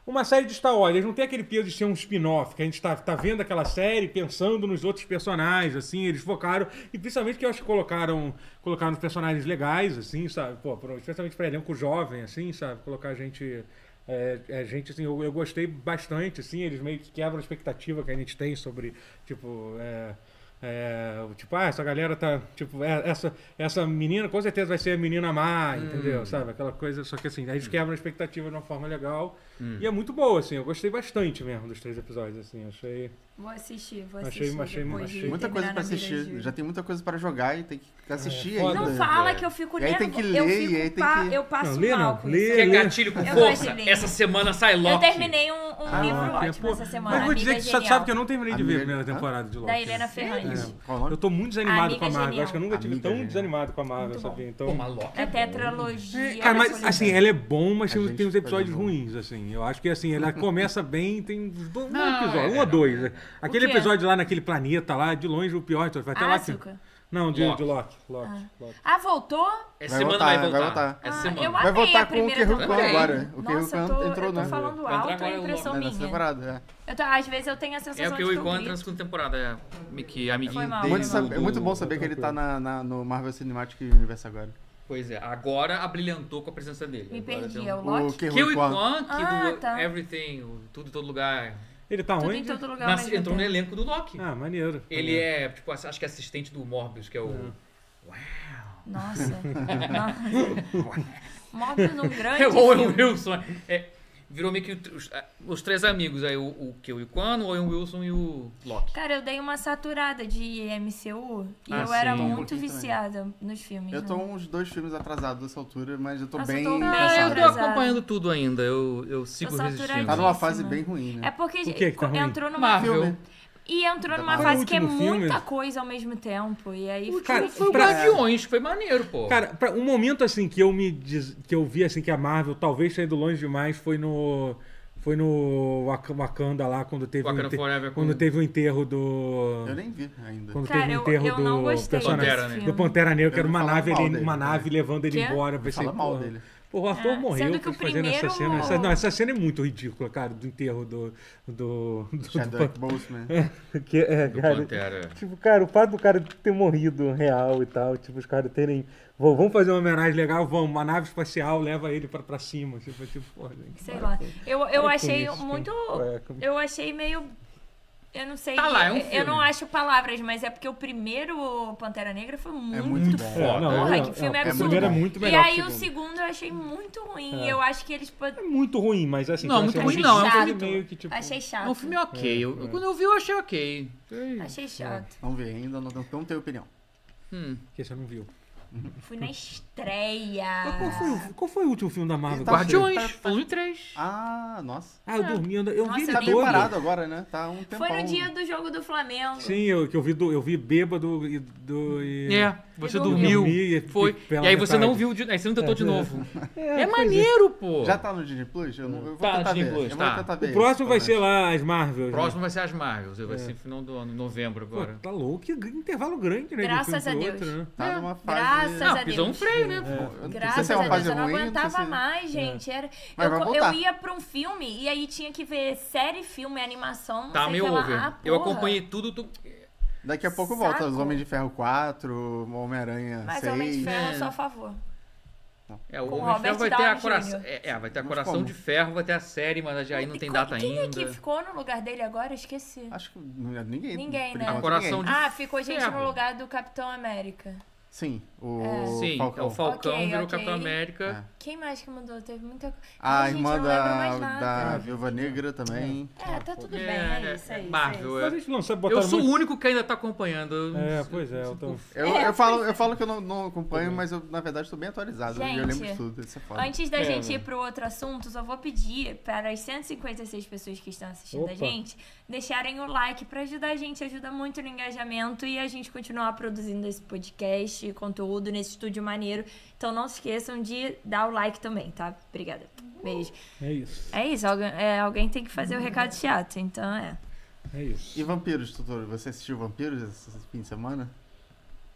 Speaker 1: uma série de Star Wars. Eles não tem aquele peso de ser um spin-off, que a gente tá, tá vendo aquela série, pensando nos outros personagens, assim, eles focaram, e principalmente que eu acho que colocaram, colocaram os personagens legais, assim, sabe, pô, pro- especialmente pra elenco jovem, assim, sabe, colocar gente... É, é, gente, assim, eu, eu gostei bastante, assim, eles meio que quebram a expectativa que a gente tem sobre, tipo, é, é, o tipo, ah, essa galera tá. Tipo, é- essa, essa menina com certeza vai ser a menina má, entendeu? Sabe? Aquela coisa. Só que assim, aí eles quebram a expectativa de uma forma legal.
Speaker 4: Hum.
Speaker 1: E é muito boa, assim. Eu gostei bastante mesmo dos três episódios, assim. Achei.
Speaker 3: Vou assistir, vou
Speaker 1: Achei-
Speaker 3: assistir.
Speaker 1: achei-
Speaker 3: depois
Speaker 1: achei-
Speaker 3: de
Speaker 2: Muita coisa
Speaker 3: terminar
Speaker 2: pra
Speaker 3: na mira
Speaker 2: assistir.
Speaker 3: de-
Speaker 2: Já tem muita coisa pra jogar e tem que assistir
Speaker 1: É, foda.
Speaker 2: ainda.
Speaker 3: Não fala
Speaker 4: é.
Speaker 3: que eu fico
Speaker 2: E aí tem que
Speaker 3: nervo- eu
Speaker 2: ler,
Speaker 3: fico
Speaker 2: e aí tem
Speaker 3: pa-
Speaker 2: que-
Speaker 3: Eu passo
Speaker 1: Não, lê
Speaker 3: mal
Speaker 1: não,
Speaker 3: com
Speaker 1: lê.
Speaker 3: isso.
Speaker 4: Quer gatilho com
Speaker 3: Eu
Speaker 4: força?
Speaker 3: gosto de ler.
Speaker 4: Essa semana sai Loki.
Speaker 3: Eu terminei um, um livro
Speaker 1: Caraca,
Speaker 3: ótimo
Speaker 1: pô,
Speaker 3: essa semana.
Speaker 1: Mas vou dizer que
Speaker 3: Amiga
Speaker 1: tu
Speaker 3: Genial,
Speaker 1: sabe, sabe que eu não terminei de ver a
Speaker 2: Amiga-
Speaker 1: primeira
Speaker 2: Hã?
Speaker 1: temporada de Loki.
Speaker 3: Da Helena Ferrandes.
Speaker 2: Qual o nome?
Speaker 1: Eu tô muito desanimado
Speaker 3: Amiga
Speaker 1: com a Marvel.
Speaker 3: Genial.
Speaker 1: Acho que eu nunca tive
Speaker 2: Amiga
Speaker 1: tão
Speaker 2: Genial.
Speaker 1: desanimado com a Marvel,
Speaker 3: Muito bom.
Speaker 1: sabia?
Speaker 4: Pô,
Speaker 1: Então.
Speaker 4: mas Loki
Speaker 3: É
Speaker 4: é bom.
Speaker 3: tetralogia.
Speaker 1: Cara, mas
Speaker 3: absoluta.
Speaker 1: assim, ela é bom, mas
Speaker 2: A
Speaker 1: tem,
Speaker 2: gente um
Speaker 1: tem uns
Speaker 2: foi
Speaker 1: episódios
Speaker 2: bom.
Speaker 1: ruins, assim. Eu acho que assim, ela começa bem, tem uns do- um
Speaker 4: Não,
Speaker 1: episódio,
Speaker 4: é,
Speaker 1: um ou
Speaker 4: não.
Speaker 1: dois. né? Aquele
Speaker 3: quê?
Speaker 1: episódio lá naquele planeta lá, de longe o pior, então, vai até
Speaker 3: Ah,
Speaker 1: lá que-
Speaker 3: açúcar.
Speaker 1: Não, de
Speaker 4: Loki.
Speaker 1: Loki. De Loki, Loki, Loki.
Speaker 3: Ah, voltou?
Speaker 4: Essa
Speaker 2: Vai
Speaker 4: semana
Speaker 2: voltar,
Speaker 4: vai
Speaker 2: vai
Speaker 4: voltar.
Speaker 2: voltar.
Speaker 4: Essa
Speaker 3: Ah,
Speaker 4: semana.
Speaker 3: eu
Speaker 2: Vai
Speaker 3: amei
Speaker 2: voltar
Speaker 3: a
Speaker 2: com o
Speaker 3: primeira
Speaker 2: Kerry Kwan
Speaker 3: temporada.
Speaker 2: agora. O Kerry
Speaker 3: Nossa, eu
Speaker 2: Kwan
Speaker 3: tô,
Speaker 2: entrou
Speaker 3: eu tô
Speaker 2: na-
Speaker 3: falando
Speaker 4: Vai entrar
Speaker 3: alto,
Speaker 4: agora
Speaker 3: é
Speaker 4: o
Speaker 2: na
Speaker 4: Loki.
Speaker 3: impressão
Speaker 2: nessa
Speaker 3: minha.
Speaker 2: temporada. é.
Speaker 3: Eu tô- às vezes eu tenho a
Speaker 4: É
Speaker 3: sensação
Speaker 4: o
Speaker 3: de
Speaker 4: que o
Speaker 3: eu
Speaker 4: Ivan entra na
Speaker 3: grito.
Speaker 4: segunda temporada. É meio que amiguinho
Speaker 3: um Foi mal.
Speaker 4: dele.
Speaker 2: Muito
Speaker 3: Muito
Speaker 2: sab-
Speaker 4: do-
Speaker 2: é muito bom
Speaker 1: do-
Speaker 2: saber que ele tá
Speaker 1: tranquilo.
Speaker 2: na, na- no Marvel Cinematic Universe agora.
Speaker 4: Pois é, agora abrilhantou com a presença dele.
Speaker 3: Me
Speaker 4: Agora
Speaker 3: perdi,
Speaker 4: tem
Speaker 3: é
Speaker 4: um-
Speaker 3: o Loki?
Speaker 2: Kerry
Speaker 4: Kill e
Speaker 2: Kwan.
Speaker 4: Kwan, que
Speaker 3: Ah,
Speaker 4: do
Speaker 3: tá.
Speaker 4: Everything, o Tudo em Todo Lugar.
Speaker 1: Ele tá
Speaker 3: Tudo
Speaker 1: onde?
Speaker 3: em todo lugar. ao
Speaker 4: Nas-
Speaker 3: mesmo
Speaker 4: entrou no
Speaker 3: tempo.
Speaker 4: elenco do Loki.
Speaker 1: Ah, maneiro. Uhum.
Speaker 4: Ele é, tipo, acho que é assistente do Morbius, que é o
Speaker 3: Nossa. Nossa. Móveis um grande.
Speaker 4: É o Owen
Speaker 3: filme.
Speaker 4: Wilson. é. virou meio que o- os, a- os três amigos aí, o, o que? O Iquano, o Owen Wilson e o Loki.
Speaker 3: Cara, eu dei uma saturada de MCU e
Speaker 4: Ah,
Speaker 3: eu era
Speaker 4: sim. Um
Speaker 3: muito
Speaker 2: pouquinho também.
Speaker 3: viciada nos filmes.
Speaker 2: Eu tô
Speaker 3: né?
Speaker 2: uns dois filmes atrasado dessa altura, mas eu tô
Speaker 3: Nossa, eu
Speaker 2: bem.
Speaker 3: tô bem
Speaker 4: Ah, eu tô
Speaker 2: cansado.
Speaker 3: atrasada.
Speaker 4: acompanhando tudo ainda, eu, eu sigo
Speaker 3: saturadinha.
Speaker 4: resistindo.
Speaker 2: Tá numa
Speaker 3: Atrasadíssima.
Speaker 2: fase bem ruim,
Speaker 3: É
Speaker 2: né?
Speaker 3: porque
Speaker 1: O que que tá ruim?
Speaker 3: entrou numa
Speaker 4: Marvel.
Speaker 2: Filme.
Speaker 3: e entrou numa
Speaker 1: Foi o
Speaker 3: fase que é
Speaker 1: último filme?
Speaker 3: muita coisa ao mesmo tempo e aí
Speaker 1: O
Speaker 3: fica
Speaker 1: último
Speaker 4: Foi o
Speaker 1: Pra-
Speaker 4: Guardiões, foi maneiro, pô.
Speaker 1: Cara, pra- um momento assim que eu me diz- que eu vi assim que a Marvel talvez tenha ido longe demais foi no foi no Wak- Wakanda lá quando teve o
Speaker 4: Wakanda
Speaker 1: inte-
Speaker 4: Forever
Speaker 1: quando
Speaker 4: com-
Speaker 1: teve o enterro do
Speaker 2: Eu nem vi ainda.
Speaker 1: quando
Speaker 3: tipo, Cara,
Speaker 1: teve o
Speaker 3: eu,
Speaker 1: enterro
Speaker 3: eu
Speaker 1: do
Speaker 3: não gostei
Speaker 1: personagem-
Speaker 4: Pantera,
Speaker 3: desse
Speaker 4: né?
Speaker 1: do
Speaker 3: filme.
Speaker 1: Pantera Negra, que
Speaker 2: Eu
Speaker 1: era
Speaker 2: não
Speaker 1: uma
Speaker 2: falo
Speaker 1: nave
Speaker 2: mal
Speaker 1: ele-
Speaker 2: dele,
Speaker 1: uma
Speaker 2: cara.
Speaker 1: nave levando ele
Speaker 3: Quê?
Speaker 1: embora, eu pensei,
Speaker 2: Fala mal
Speaker 1: porra,
Speaker 2: dele.
Speaker 1: Porra, o ator
Speaker 3: É,
Speaker 1: morreu
Speaker 3: sendo que o
Speaker 1: fazendo essa
Speaker 3: primeiro-
Speaker 1: cena. Essa, não, essa cena é muito ridícula, cara, do enterro do. do, do, do
Speaker 2: Chadwick Boseman.
Speaker 1: que, é,
Speaker 4: Do
Speaker 1: cara,
Speaker 4: Pantera.
Speaker 1: Tipo, cara, o fato do cara ter morrido real e tal, tipo, os caras terem. "Vô, Vamos fazer uma homenagem legal, vamos, uma nave espacial leva ele pra, pra cima. Tipo, é tipo, porra, gente,
Speaker 3: Sei
Speaker 1: para
Speaker 3: lá.
Speaker 1: com-
Speaker 3: Eu,
Speaker 1: para
Speaker 3: eu
Speaker 4: É
Speaker 1: com
Speaker 3: achei
Speaker 1: isso,
Speaker 3: muito
Speaker 4: tipo,
Speaker 1: cara. Cueca.
Speaker 3: eu achei meio eu não sei.
Speaker 4: Tá lá, é um
Speaker 3: eu-
Speaker 4: filme.
Speaker 3: Eu não acho palavras, mas é porque o primeiro Pantera Negra foi muito,
Speaker 2: É muito bom.
Speaker 4: foda.
Speaker 1: É, não,
Speaker 3: Porra,
Speaker 1: é,
Speaker 3: que filme
Speaker 1: é,
Speaker 3: absurdo.
Speaker 1: O primeiro é muito
Speaker 3: E
Speaker 1: melhor.
Speaker 3: aí
Speaker 1: que
Speaker 3: o segundo eu achei muito ruim. Eu acho que eles. pod-
Speaker 1: É muito ruim, mas assim.
Speaker 4: Não,
Speaker 1: eu
Speaker 4: muito
Speaker 1: achei
Speaker 4: ruim
Speaker 1: meio-
Speaker 4: não, é um
Speaker 1: achei
Speaker 3: filme-
Speaker 1: meio que, tipo,
Speaker 3: Achei chato.
Speaker 4: É um filme ok. Eu- Quando eu vi, eu achei ok.
Speaker 3: Achei
Speaker 4: É,
Speaker 3: chato.
Speaker 2: Não vi ainda, não, não tenho opinião.
Speaker 4: Hum.
Speaker 1: Que você não viu.
Speaker 3: Fui na estreia.
Speaker 1: Mas qual foi, o- qual foi o último filme da Marvel?
Speaker 2: Tá
Speaker 4: Guardiões,
Speaker 2: cheio, tá-
Speaker 4: 1 e 3.
Speaker 2: Ah, nossa.
Speaker 1: Ah, eu dormi, eu, eu vi
Speaker 3: Nossa,
Speaker 1: ele
Speaker 2: Tá
Speaker 3: eu
Speaker 2: bem
Speaker 1: todo.
Speaker 2: parado agora, né? Tá um tempão.
Speaker 3: Foi no dia do jogo do Flamengo.
Speaker 1: Sim, eu, que eu vi, do, eu vi bêbado e. Do, e...
Speaker 4: É, você
Speaker 3: Eu
Speaker 4: dormiu.
Speaker 1: dormi e-
Speaker 4: foi.
Speaker 1: e
Speaker 4: E
Speaker 1: pela
Speaker 4: aí você
Speaker 1: metade.
Speaker 4: não viu, de, aí você não tentou de novo.
Speaker 1: É,
Speaker 4: É
Speaker 1: pois
Speaker 4: maneiro, pô.
Speaker 2: Já tá no Disney Plus? Eu, não, eu vou
Speaker 4: Tá,
Speaker 2: tentar
Speaker 4: Disney
Speaker 2: ver.
Speaker 4: Plus,
Speaker 2: eu
Speaker 4: tá.
Speaker 2: vou tentar ver.
Speaker 1: O próximo vai
Speaker 2: pelo
Speaker 1: ser lá as Marvel.
Speaker 4: O próximo vai ser as Marvels, vai
Speaker 1: É.
Speaker 4: ser final do ano, novembro
Speaker 1: Pô,
Speaker 4: agora.
Speaker 1: tá louco, que intervalo grande, né? de um
Speaker 3: Graças
Speaker 1: filme
Speaker 3: a
Speaker 1: pro
Speaker 3: Deus.
Speaker 1: outro, né?
Speaker 2: Tá numa fase...
Speaker 3: Graças a
Speaker 4: Não,
Speaker 3: Deus.
Speaker 4: pisou um freio, né?
Speaker 2: Eu não sei
Speaker 3: Graças
Speaker 2: se é
Speaker 3: a
Speaker 2: uma
Speaker 3: Deus,
Speaker 2: fase
Speaker 3: eu não
Speaker 2: ruim,
Speaker 3: aguentava
Speaker 2: sei se-
Speaker 4: É.
Speaker 3: mais, gente. Era,
Speaker 2: Mas
Speaker 3: eu,
Speaker 2: vai
Speaker 3: co-
Speaker 2: voltar.
Speaker 3: eu ia pra um filme e aí tinha que ver série, filme, animação.
Speaker 4: Tá
Speaker 3: sei
Speaker 4: meio
Speaker 3: que lá.
Speaker 4: over.
Speaker 3: Ah,
Speaker 4: eu
Speaker 3: porra.
Speaker 4: acompanhei tudo. tu-
Speaker 2: Daqui a pouco
Speaker 3: Saco.
Speaker 2: volta os Homens de Ferro 4, Homem-Aranha
Speaker 3: Mas
Speaker 2: 6.
Speaker 3: Homem de Ferro,
Speaker 4: É.
Speaker 3: eu sou a favor.
Speaker 4: É, o
Speaker 3: Com
Speaker 4: Homem de Ferro
Speaker 3: Robert
Speaker 4: vai ter a
Speaker 3: Downey
Speaker 4: coração.
Speaker 3: Jr.
Speaker 4: É, é, vai ter a
Speaker 2: Mas
Speaker 4: coração
Speaker 2: como?
Speaker 4: de ferro, vai ter a série, mas aí não
Speaker 3: E
Speaker 4: tem
Speaker 3: co-
Speaker 4: data
Speaker 3: quem
Speaker 4: ainda.
Speaker 3: Quem é que ficou no lugar dele agora? Esqueci.
Speaker 2: Acho que é ninguém.
Speaker 3: Ninguém,
Speaker 2: por
Speaker 3: né?
Speaker 2: enquanto,
Speaker 4: A coração de-
Speaker 3: Ah, ficou gente
Speaker 4: Ferro.
Speaker 3: no lugar do Capitão América.
Speaker 2: Sim, o
Speaker 4: Sim,
Speaker 2: Falcão.
Speaker 4: é o Falcão
Speaker 3: Ok,
Speaker 4: virou
Speaker 3: ok.
Speaker 4: Capitão América.
Speaker 1: É.
Speaker 3: Quem mais que mudou? Teve muita coisa.
Speaker 2: A
Speaker 3: gente,
Speaker 2: irmã
Speaker 3: eu não lembro
Speaker 2: da,
Speaker 3: mais nada.
Speaker 2: da Viúva Negra também.
Speaker 3: É, tá tudo
Speaker 4: É,
Speaker 3: bem,
Speaker 4: é,
Speaker 3: é isso aí. isso aí.
Speaker 4: Marvel,
Speaker 1: Mas
Speaker 4: é.
Speaker 1: eles não sabem botar
Speaker 4: Eu sou o
Speaker 1: muito...
Speaker 4: único que ainda tá acompanhando. eu não
Speaker 1: É,
Speaker 4: sei-
Speaker 1: pois é, eu tô...
Speaker 2: Eu, eu, falo,
Speaker 3: é.
Speaker 2: eu falo que eu não, não
Speaker 4: Uhum.
Speaker 2: acompanho, mas eu, na verdade, estou bem atualizado. e eu lembro de
Speaker 3: Gente,
Speaker 2: tudo, isso é foda.
Speaker 3: Antes da
Speaker 1: É,
Speaker 3: gente
Speaker 1: né?
Speaker 3: ir pro outro assunto, só vou pedir para as 156 pessoas que estão assistindo
Speaker 1: Opa.
Speaker 3: a gente deixarem o like para ajudar a gente, ajuda muito no engajamento e a gente continuar produzindo esse podcast e conteúdo nesse estúdio maneiro. Então não se esqueçam de dar o like também, tá? Obrigada. Beijo.
Speaker 1: É isso,
Speaker 3: É isso, alguém, é, alguém tem que fazer o recado chato, então é.
Speaker 1: é isso.
Speaker 2: E Vampiros, doutor, você assistiu Vampiros esse fim de semana?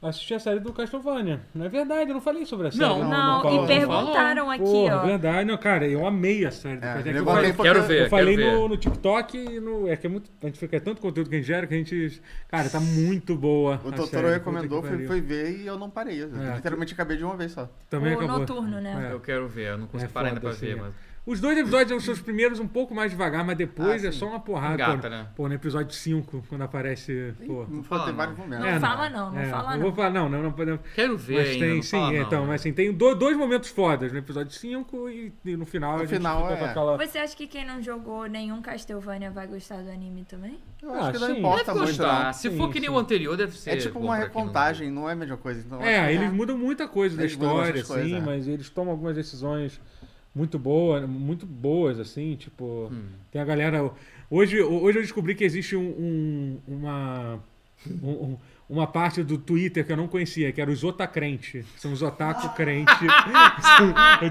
Speaker 1: Assisti a série do Castlevania. Não é verdade, eu não falei sobre a série.
Speaker 4: Não,
Speaker 3: Não,
Speaker 1: falou.
Speaker 3: e
Speaker 4: pergunta
Speaker 3: perguntaram aqui,
Speaker 1: Porra,
Speaker 3: ó.
Speaker 1: é verdade. Não, cara, eu amei a série do
Speaker 2: É,
Speaker 1: Castlevania. Eu
Speaker 2: levou
Speaker 1: falei,
Speaker 2: bem pra-
Speaker 4: Quero
Speaker 2: Eu
Speaker 4: ver,
Speaker 1: eu falei
Speaker 4: quero ver.
Speaker 1: no, no TikTok e no... É que é muito... A gente fica é tanto conteúdo que a gente gera que a gente... Cara, tá muito boa
Speaker 2: O
Speaker 1: a
Speaker 2: Totoro
Speaker 1: série,
Speaker 2: recomendou,
Speaker 1: puta que pariu.
Speaker 2: foi, foi ver e eu não parei. Eu
Speaker 1: É.
Speaker 2: literalmente acabei de uma vez só.
Speaker 1: Também
Speaker 3: O
Speaker 1: acabou.
Speaker 3: noturno, né?
Speaker 1: É.
Speaker 4: Eu quero ver, eu não consigo
Speaker 1: É
Speaker 4: parar ainda pra
Speaker 1: foda,
Speaker 4: ver,
Speaker 1: assim,
Speaker 4: mas.
Speaker 1: Os dois episódios são os primeiros um pouco mais devagar, mas depois
Speaker 2: Ah,
Speaker 1: é
Speaker 2: sim.
Speaker 1: só uma porrada.
Speaker 4: Engata,
Speaker 1: pô,
Speaker 4: né?
Speaker 1: pô, no episódio 5, quando aparece. Pô.
Speaker 2: Não
Speaker 4: fala,
Speaker 2: pode ter
Speaker 4: Ah, não.
Speaker 2: vários momentos.
Speaker 3: Não
Speaker 1: É,
Speaker 3: fala não, não
Speaker 1: É,
Speaker 3: fala
Speaker 1: Vou
Speaker 3: não.
Speaker 1: falar, não, não, não podemos.
Speaker 4: Quero ver
Speaker 1: Mas
Speaker 4: ainda.
Speaker 1: tem,
Speaker 4: não
Speaker 1: sim,
Speaker 4: fala, não. né?
Speaker 1: então, mas assim, tem do- dois momentos fodas no episódio 5 e, e no final.
Speaker 2: No
Speaker 1: a gente
Speaker 2: final,
Speaker 1: fica com
Speaker 2: é.
Speaker 1: aquela-
Speaker 3: Você acha que quem não jogou nenhum Castlevania vai gostar do anime também?
Speaker 2: Eu acho
Speaker 1: Ah,
Speaker 2: que não
Speaker 1: sim.
Speaker 2: importa
Speaker 4: Deve
Speaker 2: muito,
Speaker 4: gostar.
Speaker 2: não.
Speaker 4: Se
Speaker 1: Sim,
Speaker 4: for que nem
Speaker 1: sim.
Speaker 4: o anterior, deve ser.
Speaker 2: É tipo
Speaker 4: bom
Speaker 2: uma
Speaker 4: pra quem não-
Speaker 2: recontagem, não é a mesma coisa. Então, acho
Speaker 1: É,
Speaker 2: que-
Speaker 1: eles mudam muita coisa da
Speaker 2: Eles mudam
Speaker 1: história, assim,
Speaker 2: bastante coisa, é.
Speaker 1: mas eles tomam algumas decisões muito boas, muito boas, assim, tipo.
Speaker 2: Hum.
Speaker 1: Tem a galera. Hoje, hoje eu descobri que existe um, um- uma. um- um- uma parte do Twitter que eu não conhecia, que era os otacrente. São os otaku crente. São- eu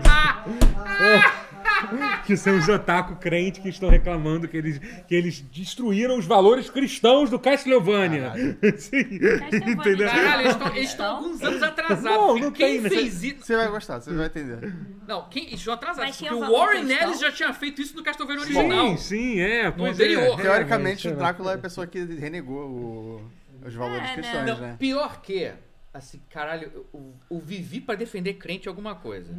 Speaker 1: des- que são os otaku crente que estão reclamando que eles, que eles destruíram os valores cristãos do Castlevania. Sim.
Speaker 3: Castlevania.
Speaker 1: Entendeu?
Speaker 4: Caralho, eles tão- eles estão alguns anos atrasados.
Speaker 1: Não,
Speaker 4: porque
Speaker 1: não
Speaker 4: quem
Speaker 1: tem, né?
Speaker 4: fez isso.
Speaker 2: Você vai gostar, você vai entender.
Speaker 4: Não, quem. Eles estão atrasados.
Speaker 3: Mas tinha
Speaker 4: Porque o
Speaker 3: valor
Speaker 4: Warren
Speaker 3: cristão?
Speaker 4: Ellis já tinha feito isso no Castlevania
Speaker 1: Sim,
Speaker 4: original.
Speaker 1: sim, é. Pois
Speaker 4: anterior.
Speaker 1: é.
Speaker 2: Teoricamente,
Speaker 1: É,
Speaker 2: o
Speaker 1: é,
Speaker 2: Drácula é a pessoa que renegou o- os valores
Speaker 3: É,
Speaker 2: cristãos,
Speaker 4: Não,
Speaker 2: né?
Speaker 4: pior que. Assim, caralho, eu, eu vivi pra defender crente em alguma coisa.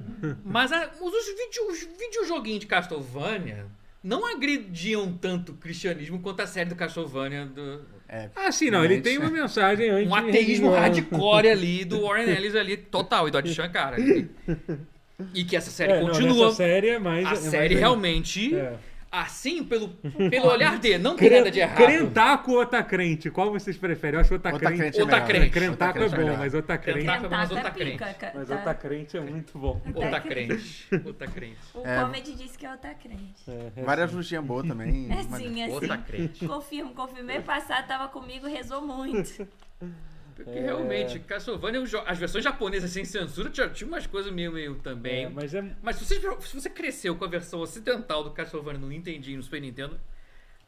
Speaker 4: Mas a- os, os vídeo- os videojoguinhos de Castlevania não agrediam tanto o cristianismo quanto a série do Castlevania do.
Speaker 2: É,
Speaker 1: Ah, sim, não. Ele
Speaker 2: Realmente,
Speaker 1: tem uma mensagem antes.
Speaker 4: Um ateísmo hardcore ali do Warren Ellis ali, total, e do Adi Shankar. ali. E que essa série
Speaker 1: É, não,
Speaker 4: continua.
Speaker 1: nessa série é mais.
Speaker 4: a
Speaker 1: é
Speaker 4: série
Speaker 1: mais-
Speaker 4: realmente,
Speaker 1: É.
Speaker 4: assim, pelo, pelo olhar dele, não tem nada de errado.
Speaker 1: Crentaco ou Otacrente? Qual vocês preferem? Eu acho Otacrente.
Speaker 2: Otacrente é
Speaker 4: Otacrente.
Speaker 2: melhor.
Speaker 1: Crentaco é
Speaker 2: Otacrente
Speaker 1: bom,
Speaker 2: melhor.
Speaker 1: mas Otacrente.
Speaker 4: Crentaco. Tá, mas
Speaker 3: Tentaco
Speaker 4: outra
Speaker 3: é
Speaker 4: crente.
Speaker 3: pica. ca-
Speaker 1: Mas
Speaker 3: tá-
Speaker 1: Otacrente é muito bom.
Speaker 4: Outra crente. Outra crente.
Speaker 3: O
Speaker 2: É.
Speaker 3: Comedy disse que é outra crente.
Speaker 1: É,
Speaker 2: Várias luzinhas boas também.
Speaker 3: É
Speaker 2: mas- assim,
Speaker 3: sim, é
Speaker 4: Outra
Speaker 3: sim.
Speaker 4: crente.
Speaker 3: Confirmo, confirmei. Passado tava comigo, rezou muito.
Speaker 4: Porque
Speaker 1: É.
Speaker 4: realmente, Castlevania, os jo- as versões japonesas sem censura tinha, tinha umas coisas meio, meio também.
Speaker 1: É,
Speaker 4: mas
Speaker 1: mas é.
Speaker 4: se, você, se você cresceu com a versão ocidental do Castlevania no Nintendinho, no Super Nintendo,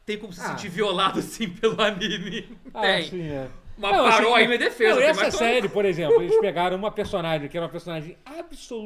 Speaker 4: tem como se
Speaker 1: Ah.
Speaker 4: sentir violado assim pelo anime.
Speaker 1: Ah,
Speaker 4: tem.
Speaker 1: sim, é.
Speaker 4: Uma
Speaker 1: Não, assim,
Speaker 4: paródia em minha defesa.
Speaker 1: não,
Speaker 4: tem
Speaker 1: essa
Speaker 4: mais um. como-
Speaker 1: série, por exemplo, eles pegaram uma personagem que era uma personagem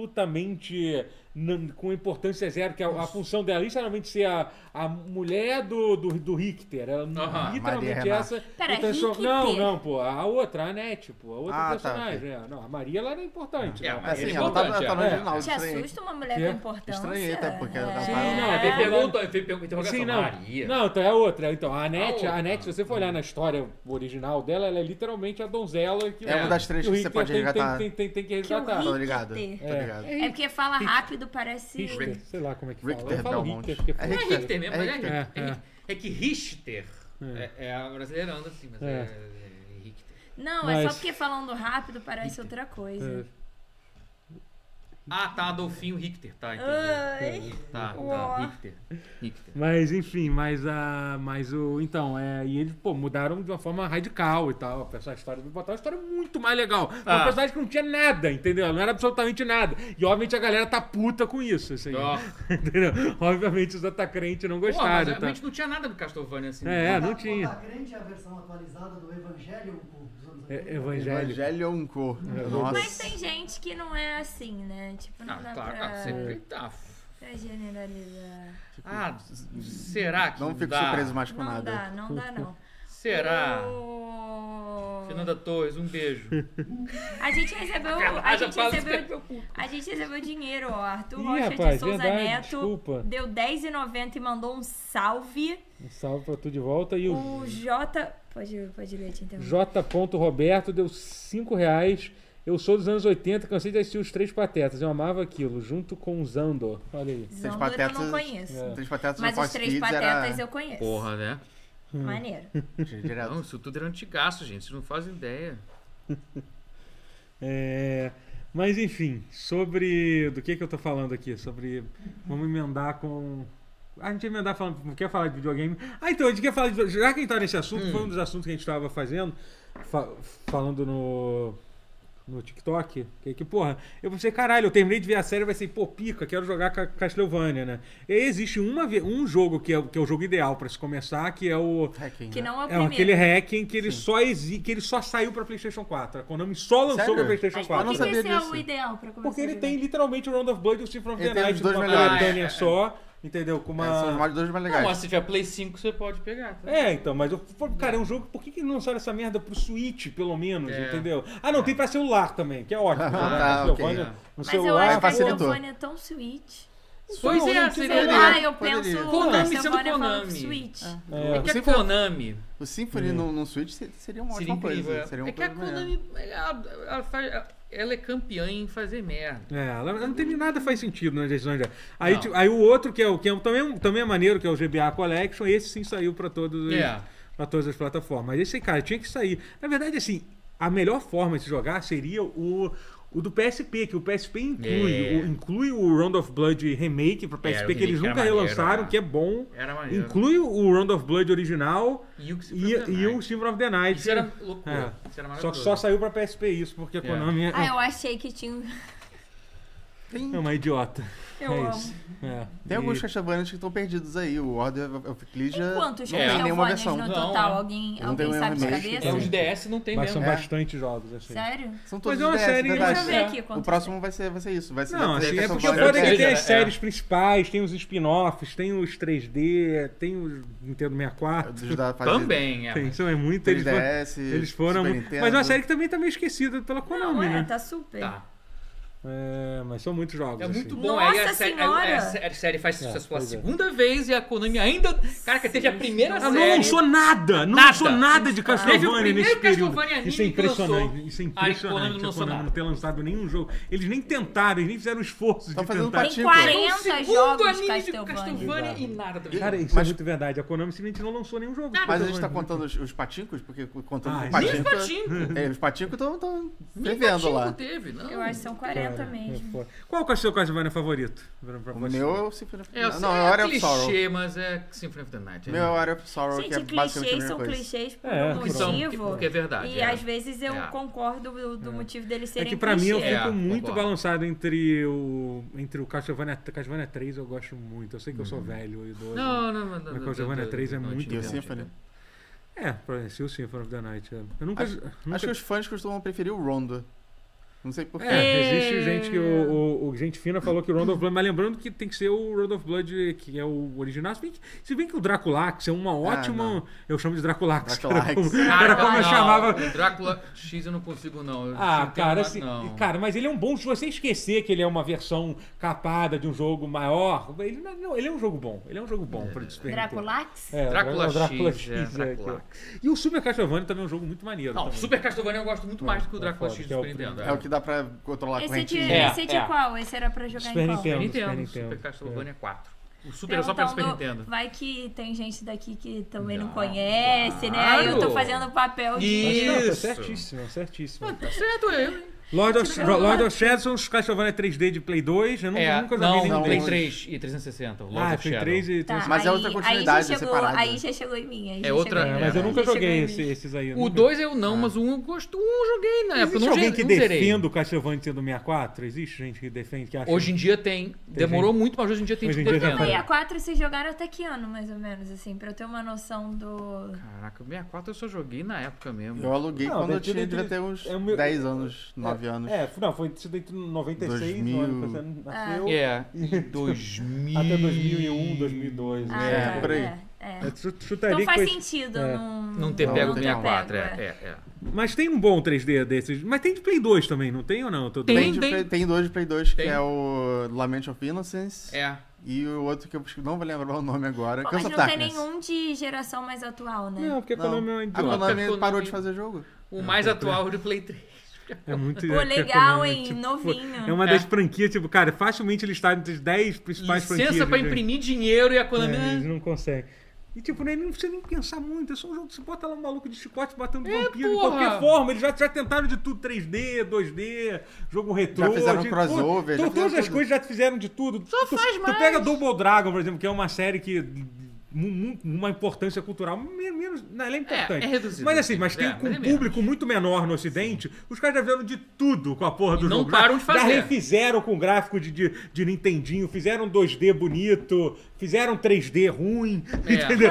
Speaker 1: absolutamente nan- com importância zero, que a, a função dela é literalmente ser a, a mulher do, do, do Richter. Ela
Speaker 4: Aham.
Speaker 2: Maria
Speaker 1: literalmente é
Speaker 2: Renata.
Speaker 1: essa.
Speaker 3: Pera,
Speaker 1: e transform-
Speaker 3: Richter.
Speaker 1: não, não, pô. A outra, a Anete, pô. A outra
Speaker 2: Ah, tá,
Speaker 1: personagem. é. Não, a Maria ela era importante. né?
Speaker 4: É,
Speaker 1: não.
Speaker 4: mas-
Speaker 2: É sim,
Speaker 4: É
Speaker 2: ela tá, ela
Speaker 4: importante,
Speaker 2: tá no
Speaker 1: é.
Speaker 2: original.
Speaker 3: Te
Speaker 2: estranhei.
Speaker 3: assusta uma mulher
Speaker 1: Que? é
Speaker 3: com importância?
Speaker 2: Estranhei até, porque ela tá tava-
Speaker 3: É.
Speaker 1: Sim, não,
Speaker 4: Ah,
Speaker 1: é
Speaker 4: vem
Speaker 1: verdade.
Speaker 4: pergunta, vem pergunta, interrogação.
Speaker 1: Sim, Assim, não.
Speaker 4: Maria.
Speaker 1: Não, então é outra. Então, a Anete,
Speaker 4: outra. Hum.
Speaker 1: a Anete, se você for olhar na história original dela, ela é literalmente a donzela que
Speaker 2: É uma das três
Speaker 1: o
Speaker 2: que você
Speaker 1: Richter
Speaker 2: pode
Speaker 1: tem-
Speaker 2: resgatar.
Speaker 1: Tem, tem, tem, tem que
Speaker 3: Que o
Speaker 1: resgatar.
Speaker 2: Tô
Speaker 3: Richter.
Speaker 2: Tá ligado. Tô
Speaker 1: É.
Speaker 2: ligado.
Speaker 3: É porque fala rápido, parece.
Speaker 1: Richter, sei lá como é que fala.
Speaker 2: Richter
Speaker 1: Eu falo
Speaker 2: Belmont.
Speaker 1: Richter, porque
Speaker 2: É
Speaker 1: foi-
Speaker 4: Não é Richter mesmo,
Speaker 2: É
Speaker 4: mas é,
Speaker 1: Richter.
Speaker 4: é,
Speaker 1: É,
Speaker 4: Richter. é que Richter é, é a brasileirando assim, mas é,
Speaker 1: É.
Speaker 4: é Richter.
Speaker 3: Não, é
Speaker 1: Mas-
Speaker 3: só porque falando rápido parece outra
Speaker 1: É,
Speaker 3: coisa.
Speaker 4: Ah, tá, Adolfinho Richter,
Speaker 1: É.
Speaker 4: tá,
Speaker 3: Ai.
Speaker 4: entendi. Tá, tá,
Speaker 3: Uó.
Speaker 4: Richter. Richter.
Speaker 1: Mas enfim, mas a. Mas o. Então, é. E eles, pô, mudaram de uma forma radical e tal. A pessoa- a história do botaram uma história muito mais legal.
Speaker 4: Ah.
Speaker 1: Uma personagem que não tinha nada, entendeu? Não era absolutamente nada. E obviamente a galera tá puta com isso. Assim,
Speaker 4: Ó.
Speaker 1: entendeu? Obviamente os atacrentes não
Speaker 4: Pô, mas é
Speaker 1: gostaram. tá?
Speaker 4: realmente não tinha nada do Castlevania assim.
Speaker 1: É,
Speaker 4: né?
Speaker 1: não
Speaker 5: Tá-
Speaker 1: tinha.
Speaker 5: tá crente é a versão atualizada do Evangelho pô, dos anos 80.
Speaker 1: É, evangélico.
Speaker 2: Evangelion Co.
Speaker 3: Mas
Speaker 2: um Nossa.
Speaker 3: tem gente que não é assim, né? Tipo, não
Speaker 4: Ah,
Speaker 3: dá
Speaker 4: claro,
Speaker 3: pra,
Speaker 4: ah,
Speaker 1: É.
Speaker 4: sempre tá.
Speaker 3: pra generalizar.
Speaker 4: Ah, será que
Speaker 2: Não fico
Speaker 4: dá?
Speaker 2: surpreso mais com
Speaker 3: Não
Speaker 2: nada.
Speaker 3: dá, não dá, não.
Speaker 4: Será?
Speaker 3: O-
Speaker 4: Fernanda Torres, um beijo.
Speaker 3: Oh.
Speaker 4: Ah,
Speaker 3: A gente recebeu. A
Speaker 4: Haja
Speaker 3: gente
Speaker 4: paz no
Speaker 3: recebeu.
Speaker 4: teu cu.
Speaker 3: A gente recebeu dinheiro, ó. Arthur
Speaker 1: Ih,
Speaker 3: Rocha de
Speaker 1: rapaz,
Speaker 3: Souza
Speaker 1: verdade,
Speaker 3: Neto
Speaker 1: desculpa.
Speaker 3: deu R$10,90 e mandou um salve.
Speaker 1: Um salve pra tu de volta. E o
Speaker 3: O J. Pode, pode ler, te interrompo.
Speaker 1: J. Roberto deu 5 reais. Eu sou dos anos 80, cansei de assistir os Três Patetas. Eu amava aquilo, junto com o Zandor. Olha aí.
Speaker 3: Zandor eu
Speaker 2: Patetas-
Speaker 3: não conheço.
Speaker 1: É.
Speaker 2: Três patetas
Speaker 3: Mas
Speaker 2: no
Speaker 3: os
Speaker 2: Fox
Speaker 3: três
Speaker 2: Kids
Speaker 3: patetas
Speaker 2: era...
Speaker 3: eu conheço.
Speaker 4: Porra, né?
Speaker 1: Hum.
Speaker 3: Maneiro.
Speaker 2: Direto.
Speaker 4: Não, isso tudo era antigaço, gente. Vocês não fazem ideia.
Speaker 1: É, mas enfim, sobre. Do que, que eu tô falando aqui? Sobre. Vamos emendar com. A gente ia emendar falando. Quer falar de videogame? Ah, então, a gente quer falar de. Já que a gente tá nesse assunto, foi um dos assuntos que a gente tava fazendo. fa- falando no. No TikTok, que, que porra, eu pensei, caralho, eu terminei de ver a série, vai ser, pô, pica, quero jogar Ca- Castlevania, né? E aí existe uma, ve- um jogo que é, o- que é o jogo ideal pra se começar, que é o.
Speaker 2: Hacking,
Speaker 3: Que
Speaker 2: né?
Speaker 3: não é o
Speaker 1: É
Speaker 3: primeiro.
Speaker 1: aquele hacking que ele só exi... que ele só saiu pra PlayStation 4. A Konami só lançou
Speaker 2: Sério?
Speaker 1: pra PlayStation
Speaker 3: Mas
Speaker 1: 4.
Speaker 3: por
Speaker 2: não
Speaker 3: que que
Speaker 2: sabia
Speaker 3: esse é
Speaker 2: disso.
Speaker 3: o ideal pra começar
Speaker 1: Porque
Speaker 3: a
Speaker 1: ele
Speaker 3: jogar?
Speaker 1: tem literalmente o Round of Blood e o Symphony of
Speaker 2: Ele
Speaker 1: the
Speaker 2: tem os
Speaker 1: Night
Speaker 2: dois
Speaker 1: numa
Speaker 2: melhores.
Speaker 1: coletânea
Speaker 4: Ah, é,
Speaker 1: só, entendeu? Com
Speaker 2: É, São os
Speaker 1: uma.
Speaker 2: mais dois mais
Speaker 4: Não, mas
Speaker 2: legais.
Speaker 4: se tiver Play 5, você pode pegar. Tá?
Speaker 1: É, então, mas eu. pô, Cara, é um jogo. Por que, que não lançaram essa merda pro Switch, pelo menos,
Speaker 4: É.
Speaker 1: entendeu? Ah, não, tem pra celular também, que é ótimo.
Speaker 2: Ah,
Speaker 1: jogar
Speaker 2: tá,
Speaker 1: Castlevania
Speaker 4: ok,
Speaker 1: No
Speaker 3: Mas eu acho
Speaker 1: celular,
Speaker 3: que a
Speaker 1: pô,
Speaker 2: facilitou.
Speaker 3: Castlevania é tão Switch.
Speaker 4: Pois
Speaker 1: Então,
Speaker 4: é,
Speaker 1: não,
Speaker 4: seria
Speaker 1: poderia.
Speaker 4: legal.
Speaker 3: Ah, eu
Speaker 2: poderia.
Speaker 3: penso.
Speaker 4: Konami sendo
Speaker 3: Castlevania falando
Speaker 4: Konami.
Speaker 3: Switch.
Speaker 1: é.
Speaker 4: É que a Konami
Speaker 2: O Symphony no, no Switch se- seria uma
Speaker 4: seria
Speaker 2: ótima
Speaker 4: incrível.
Speaker 2: coisa.
Speaker 4: é.
Speaker 1: um
Speaker 2: Seria uma
Speaker 4: é que a
Speaker 2: coisa maneira.
Speaker 4: Konami, ela, ela faz- ela é campeã em fazer merda.
Speaker 1: É, ela ela não tem nada faz sentido nas decisões dela. Aí,
Speaker 4: Não.
Speaker 1: tipo, aí o outro, que é o que é, um- também, é um- também é maneiro, que é o GBA Collection, esse sim saiu pra todos os-
Speaker 4: É.
Speaker 1: pra todas as plataformas. Mas esse, cara, tinha que sair. Na verdade, assim, a melhor forma de se jogar seria o. O do PSP, que o PSP inclui,
Speaker 4: É.
Speaker 1: o, inclui o Round of Blood remake pro PSP,
Speaker 4: remake
Speaker 1: que eles
Speaker 4: era
Speaker 1: nunca
Speaker 4: maneiro,
Speaker 1: relançaram,
Speaker 4: cara.
Speaker 1: que é bom.
Speaker 4: Era maneiro.
Speaker 1: Inclui o Round of Blood original
Speaker 4: E o que se é
Speaker 1: e, e o Symphony of the Night.
Speaker 4: Isso era loucura.
Speaker 1: É.
Speaker 4: Isso era
Speaker 1: Só que
Speaker 4: maravilhoso.
Speaker 1: só saiu pra PSP isso, porque a
Speaker 4: É.
Speaker 1: Konami é,
Speaker 3: Ah, eu achei que tinha. um-
Speaker 2: Tem,
Speaker 1: é uma idiota.
Speaker 3: Eu
Speaker 1: é
Speaker 3: amo.
Speaker 1: isso. É.
Speaker 2: tem
Speaker 1: E-
Speaker 2: alguns Castlevanias que estão perdidos aí. O Order of Ecclesia não
Speaker 3: Quantos
Speaker 2: tem nenhuma
Speaker 3: Castlevanias
Speaker 2: versão.
Speaker 3: no
Speaker 4: Não,
Speaker 3: total?
Speaker 4: é.
Speaker 3: Alguém,
Speaker 2: Não tem
Speaker 3: alguém sabe de
Speaker 2: nenhuma remake,
Speaker 3: cabeça?
Speaker 4: É, os DS não tem
Speaker 1: Mas são
Speaker 4: mesmo.
Speaker 2: É.
Speaker 1: bastante jogos, assim.
Speaker 3: Sério?
Speaker 2: São todos
Speaker 1: Mas é uma
Speaker 2: DS,
Speaker 1: série, né?
Speaker 2: verdade.
Speaker 1: Deixa eu ver
Speaker 3: aqui quantos
Speaker 2: o próximo vai ser, vai ser isso. Vai ser,
Speaker 1: Não,
Speaker 2: vai ter
Speaker 1: assim, é porque o
Speaker 2: Castlevania
Speaker 1: foda é que
Speaker 4: Castlevania,
Speaker 1: tem
Speaker 4: né?
Speaker 1: as
Speaker 4: É.
Speaker 1: séries principais, tem os spin-offs, tem os 3D, tem os Nintendo 64.
Speaker 2: dos da fase
Speaker 4: Também, é.
Speaker 1: Tem, isso é muito. Eles foram,
Speaker 2: 3DS,
Speaker 1: eles foram
Speaker 2: Super
Speaker 1: muito- é
Speaker 2: Nintendo.
Speaker 1: Mas é uma série que também tá meio esquecida pela
Speaker 3: Não,
Speaker 1: Konami,
Speaker 3: é,
Speaker 1: né?
Speaker 3: tá super.
Speaker 4: Tá.
Speaker 1: É, mas são muitos jogos.
Speaker 4: É
Speaker 1: assim.
Speaker 4: muito bom.
Speaker 3: Nossa
Speaker 4: aí a, série,
Speaker 3: Senhora!
Speaker 4: aí a sé- a série faz
Speaker 1: É,
Speaker 4: sucesso pela
Speaker 1: pois é.
Speaker 4: segunda vez e a Konami ainda. Caraca, teve a primeira
Speaker 1: Ela
Speaker 4: série.
Speaker 1: não lançou nada, não
Speaker 4: Nada.
Speaker 1: lançou nada de
Speaker 4: Teve o
Speaker 1: Castlevania
Speaker 4: primeiro
Speaker 1: nesse período.
Speaker 4: Castlevania anime
Speaker 1: Isso é
Speaker 4: que lançou.
Speaker 1: impressionante. Isso é
Speaker 4: Aí, Konami
Speaker 1: impressionante.
Speaker 4: não
Speaker 1: A
Speaker 4: lançou
Speaker 1: Konami não
Speaker 4: nada.
Speaker 1: ter lançado nenhum jogo. Eles nem tentaram, eles nem fizeram o esforço
Speaker 2: Tá
Speaker 1: de
Speaker 2: fazendo
Speaker 1: tentar.
Speaker 2: parte-
Speaker 3: Tem
Speaker 2: Tipo,
Speaker 3: 40
Speaker 4: segundo
Speaker 3: jogos
Speaker 4: anime
Speaker 3: de
Speaker 4: de
Speaker 3: Castlevania.
Speaker 4: e nada também.
Speaker 1: Cara, isso é
Speaker 2: Mas-
Speaker 1: muito verdade. A Konami simplesmente não lançou nenhum jogo. de
Speaker 2: Mas a gente
Speaker 1: Castlevania.
Speaker 2: tá contando os, os patincos, porque contando
Speaker 1: Ah,
Speaker 2: com
Speaker 1: nem os
Speaker 2: patinco.
Speaker 4: patinco.
Speaker 2: É, os patinco estão
Speaker 4: Nem
Speaker 2: vivendo
Speaker 4: patinco
Speaker 2: lá.
Speaker 4: teve, não.
Speaker 3: Eu acho que são 40
Speaker 1: Cara,
Speaker 3: mesmo.
Speaker 1: é foda. Qual que é o seu Castlevania favorito? Pra- pra
Speaker 2: O
Speaker 1: você?
Speaker 2: meu é o Symphony of the
Speaker 4: É, eu
Speaker 2: Night.
Speaker 4: sei,
Speaker 2: Não,
Speaker 4: é
Speaker 2: é o Area of
Speaker 4: clichê,
Speaker 2: Sorrow.
Speaker 4: mas é Symphony of the Night.
Speaker 2: O
Speaker 4: é.
Speaker 2: Meu é o Area of Sorrow, que é
Speaker 3: Gente,
Speaker 2: basicamente a
Speaker 3: clichês
Speaker 2: mesma
Speaker 3: são
Speaker 2: coisa.
Speaker 3: clichês por
Speaker 1: É,
Speaker 3: um
Speaker 1: porque são-
Speaker 3: motivo.
Speaker 4: porque é verdade,
Speaker 3: E
Speaker 4: é.
Speaker 3: às vezes eu
Speaker 4: É.
Speaker 3: concordo do, do motivo deles
Speaker 1: É
Speaker 3: serem
Speaker 1: que pra mim eu
Speaker 3: clichês.
Speaker 1: fico
Speaker 4: É,
Speaker 1: muito
Speaker 4: concordo.
Speaker 1: balançado entre o entre o Castlevania, Castlevania 3 eu gosto muito. Eu sei que eu
Speaker 2: Uhum.
Speaker 1: sou velho e idoso.
Speaker 4: Não, não, não. não,
Speaker 1: Mas
Speaker 4: não,
Speaker 1: Castlevania
Speaker 4: não,
Speaker 1: 3 é
Speaker 4: não, não,
Speaker 1: muito
Speaker 4: não,
Speaker 2: bom.
Speaker 4: não,
Speaker 2: E o Symphony?
Speaker 1: É, parece o Symphony of the Night. é. Eu nunca,
Speaker 2: Acho-
Speaker 1: nunca-
Speaker 2: Acho que os fãs costumam preferir o Rondo. Não sei porquê.
Speaker 1: É, existe gente que o, o- o gente fina falou que o Round of Blood, mas lembrando que tem que ser o Round of Blood que é o original. Se bem que, se bem que o Draculax é uma ótima.
Speaker 2: Ah, não.
Speaker 1: eu chamo de Draculax. Era
Speaker 2: Draculax.
Speaker 1: como,
Speaker 4: Caraca,
Speaker 1: era como eu
Speaker 4: não,
Speaker 1: chamava.
Speaker 4: o Drácula X eu não consigo, não. Eu
Speaker 1: Ah,
Speaker 4: tenho
Speaker 1: cara,
Speaker 4: uma-
Speaker 1: assim,
Speaker 4: não.
Speaker 1: cara, mas ele é um bom. Se você esquecer que ele é uma versão capada de um jogo maior, ele, não- não, ele é um jogo bom. Ele é um jogo bom pra Super Nintendo.
Speaker 3: Draculax?
Speaker 1: É,
Speaker 4: Drácula
Speaker 1: é o Drácula
Speaker 4: X,
Speaker 1: X.
Speaker 4: é,
Speaker 1: é,
Speaker 4: Drácula.
Speaker 1: que- E o Super Castlevania também é um jogo muito maneiro.
Speaker 4: Não,
Speaker 1: também.
Speaker 4: Super Castlevania eu gosto muito mais do que o
Speaker 1: É
Speaker 4: Drácula
Speaker 1: foda,
Speaker 4: X
Speaker 1: que
Speaker 4: do
Speaker 1: é o
Speaker 4: Super Nintendo.
Speaker 2: É o que dá pra controlar a
Speaker 3: Esse é de,
Speaker 2: correntinha.
Speaker 1: É,
Speaker 3: esse é de
Speaker 1: é.
Speaker 3: qual? Esse era pra jogar
Speaker 1: Super
Speaker 3: em qual?
Speaker 1: Nintendo.
Speaker 4: Super
Speaker 1: Super
Speaker 4: Nintendo,
Speaker 1: Nintendo.
Speaker 4: Super Castlevania 4. O Super é só pra Super
Speaker 3: Perguntando,
Speaker 4: Nintendo.
Speaker 3: Vai que tem gente daqui que também não,
Speaker 4: Não,
Speaker 3: conhece, né?
Speaker 4: claro.
Speaker 3: Aí eu tô fazendo o papel de.
Speaker 1: Mas
Speaker 4: E-
Speaker 1: não, tá
Speaker 4: Isso.
Speaker 1: certíssimo, certíssimo.
Speaker 4: Ah, Tá certo, eu, hein?
Speaker 1: Lord of, Lord of Shadows, um Castlevania 3D de Play 2. Eu nu-
Speaker 4: É,
Speaker 1: nunca
Speaker 4: não,
Speaker 1: joguei nenhum
Speaker 4: não,
Speaker 2: não,
Speaker 4: Play
Speaker 1: deles.
Speaker 2: não.
Speaker 4: 3 e 360, o Lord
Speaker 1: Ah,
Speaker 4: of
Speaker 1: foi
Speaker 4: Shadow.
Speaker 1: 3 e 3
Speaker 3: Tá,
Speaker 2: Mas é
Speaker 3: aí-
Speaker 2: outra
Speaker 3: aí
Speaker 2: continuidade,
Speaker 3: já chegou,
Speaker 2: separada.
Speaker 3: Aí já chegou em mim. Aí já
Speaker 4: É outra-
Speaker 3: chegou em
Speaker 1: É,
Speaker 3: mim.
Speaker 1: mas eu
Speaker 4: É.
Speaker 1: nunca
Speaker 3: Aí já
Speaker 1: joguei
Speaker 3: chegou em
Speaker 1: esse-
Speaker 3: mim.
Speaker 1: esses aí. eu
Speaker 4: O
Speaker 1: nunca- Ah.
Speaker 4: 2 eu não, mas um eu gosto, um eu joguei na época. eu
Speaker 1: Existe
Speaker 4: não
Speaker 1: alguém
Speaker 4: ge-
Speaker 1: que
Speaker 4: não zerei.
Speaker 1: defenda o Castlevania do 64? Existe gente que defende, que acha...
Speaker 4: Hoje em dia tem. Demorou muito, mas hoje em dia tem
Speaker 1: Hoje em
Speaker 4: gente
Speaker 1: dia já
Speaker 4: defendendo.
Speaker 1: foi.
Speaker 3: 64 vocês jogaram até que ano, mais ou menos, assim, pra eu ter uma noção do.
Speaker 4: Caraca, o 64 eu só joguei na época mesmo.
Speaker 2: Eu aluguei
Speaker 1: Não,
Speaker 2: quando eu
Speaker 1: deve ter-
Speaker 2: tinha, devia
Speaker 1: deve-
Speaker 2: ter uns
Speaker 1: é o meu-
Speaker 2: 10 anos, 9 anos.
Speaker 1: É, não, foi isso dentro de 96, no ano que você nasceu.
Speaker 4: É, em 2000.
Speaker 1: Até 2001, 2002.
Speaker 3: Ah,
Speaker 1: né?
Speaker 2: É,
Speaker 3: tá,
Speaker 2: por aí.
Speaker 3: é.
Speaker 1: Eu chu- chutaria
Speaker 3: Então
Speaker 1: que
Speaker 3: faz
Speaker 1: foi-
Speaker 3: sentido.
Speaker 1: É.
Speaker 3: Não,
Speaker 4: Não ter
Speaker 2: Não,
Speaker 4: pego o
Speaker 2: tem
Speaker 4: 64, é,
Speaker 3: pego,
Speaker 4: é, é.
Speaker 1: Mas tem um bom 3D desses. Mas tem de Play 2 também, não tem ou não? Eu tô
Speaker 4: Tem.
Speaker 1: doido.
Speaker 2: de Play- tem dois de Play 2, que
Speaker 4: Tem.
Speaker 2: é o Lament of Innocence
Speaker 4: É.
Speaker 2: e o outro que eu não vou lembrar o nome agora.
Speaker 3: Pô,
Speaker 2: Curse
Speaker 3: mas
Speaker 2: of
Speaker 3: não tem
Speaker 2: Darkness.
Speaker 3: nenhum de geração mais atual, né?
Speaker 1: Não, porque a
Speaker 2: né? Não. Ah,
Speaker 1: Konami é um
Speaker 2: A
Speaker 1: idiota.
Speaker 2: Konami
Speaker 4: Konami-
Speaker 2: parou de fazer jogo.
Speaker 4: O mais atual do Play 3.
Speaker 1: É muito
Speaker 3: Pô,
Speaker 1: é, porque a
Speaker 3: legal,
Speaker 1: Konami,
Speaker 3: hein? Novinho.
Speaker 1: É uma
Speaker 4: É.
Speaker 1: das franquias, tipo, cara, facilmente eles está entre as 10 principais franquias.
Speaker 4: Licença pra
Speaker 1: né?
Speaker 4: imprimir dinheiro e a
Speaker 1: É,
Speaker 4: Konami.
Speaker 1: eles não conseguem. E tipo, né, não precisa nem pensar muito, é só um jogo. Você bota lá um maluco de chicote batendo vampiro
Speaker 4: É, porra!
Speaker 1: de qualquer forma. Eles já, já tentaram de tudo: 3D, 2D, jogo retrô.
Speaker 2: Já fizeram
Speaker 1: de-
Speaker 2: crossover,
Speaker 1: pô,
Speaker 2: já
Speaker 1: tu- Todas
Speaker 2: fizeram
Speaker 1: as
Speaker 2: tudo.
Speaker 1: coisas já fizeram de tudo. Só tu,
Speaker 4: faz
Speaker 1: tu
Speaker 4: mais.
Speaker 1: pega Double Dragon, por exemplo, que é uma série que. mu- mu- Uma importância cultural men- menos. Não, ela é importante.
Speaker 4: é reduzido.
Speaker 1: Mas assim, mas tem
Speaker 4: É,
Speaker 1: com
Speaker 4: mas
Speaker 1: um
Speaker 4: é menos.
Speaker 1: público muito menor no Ocidente, os caras já vieram de tudo com a porra do
Speaker 4: E não
Speaker 1: jogo.
Speaker 4: param de
Speaker 1: Já- já
Speaker 4: fazer.
Speaker 1: refi- fizeram com gráfico de, de, de Nintendinho, fizeram 2D bonito, fizeram 3D ruim,
Speaker 4: É.
Speaker 1: entendeu?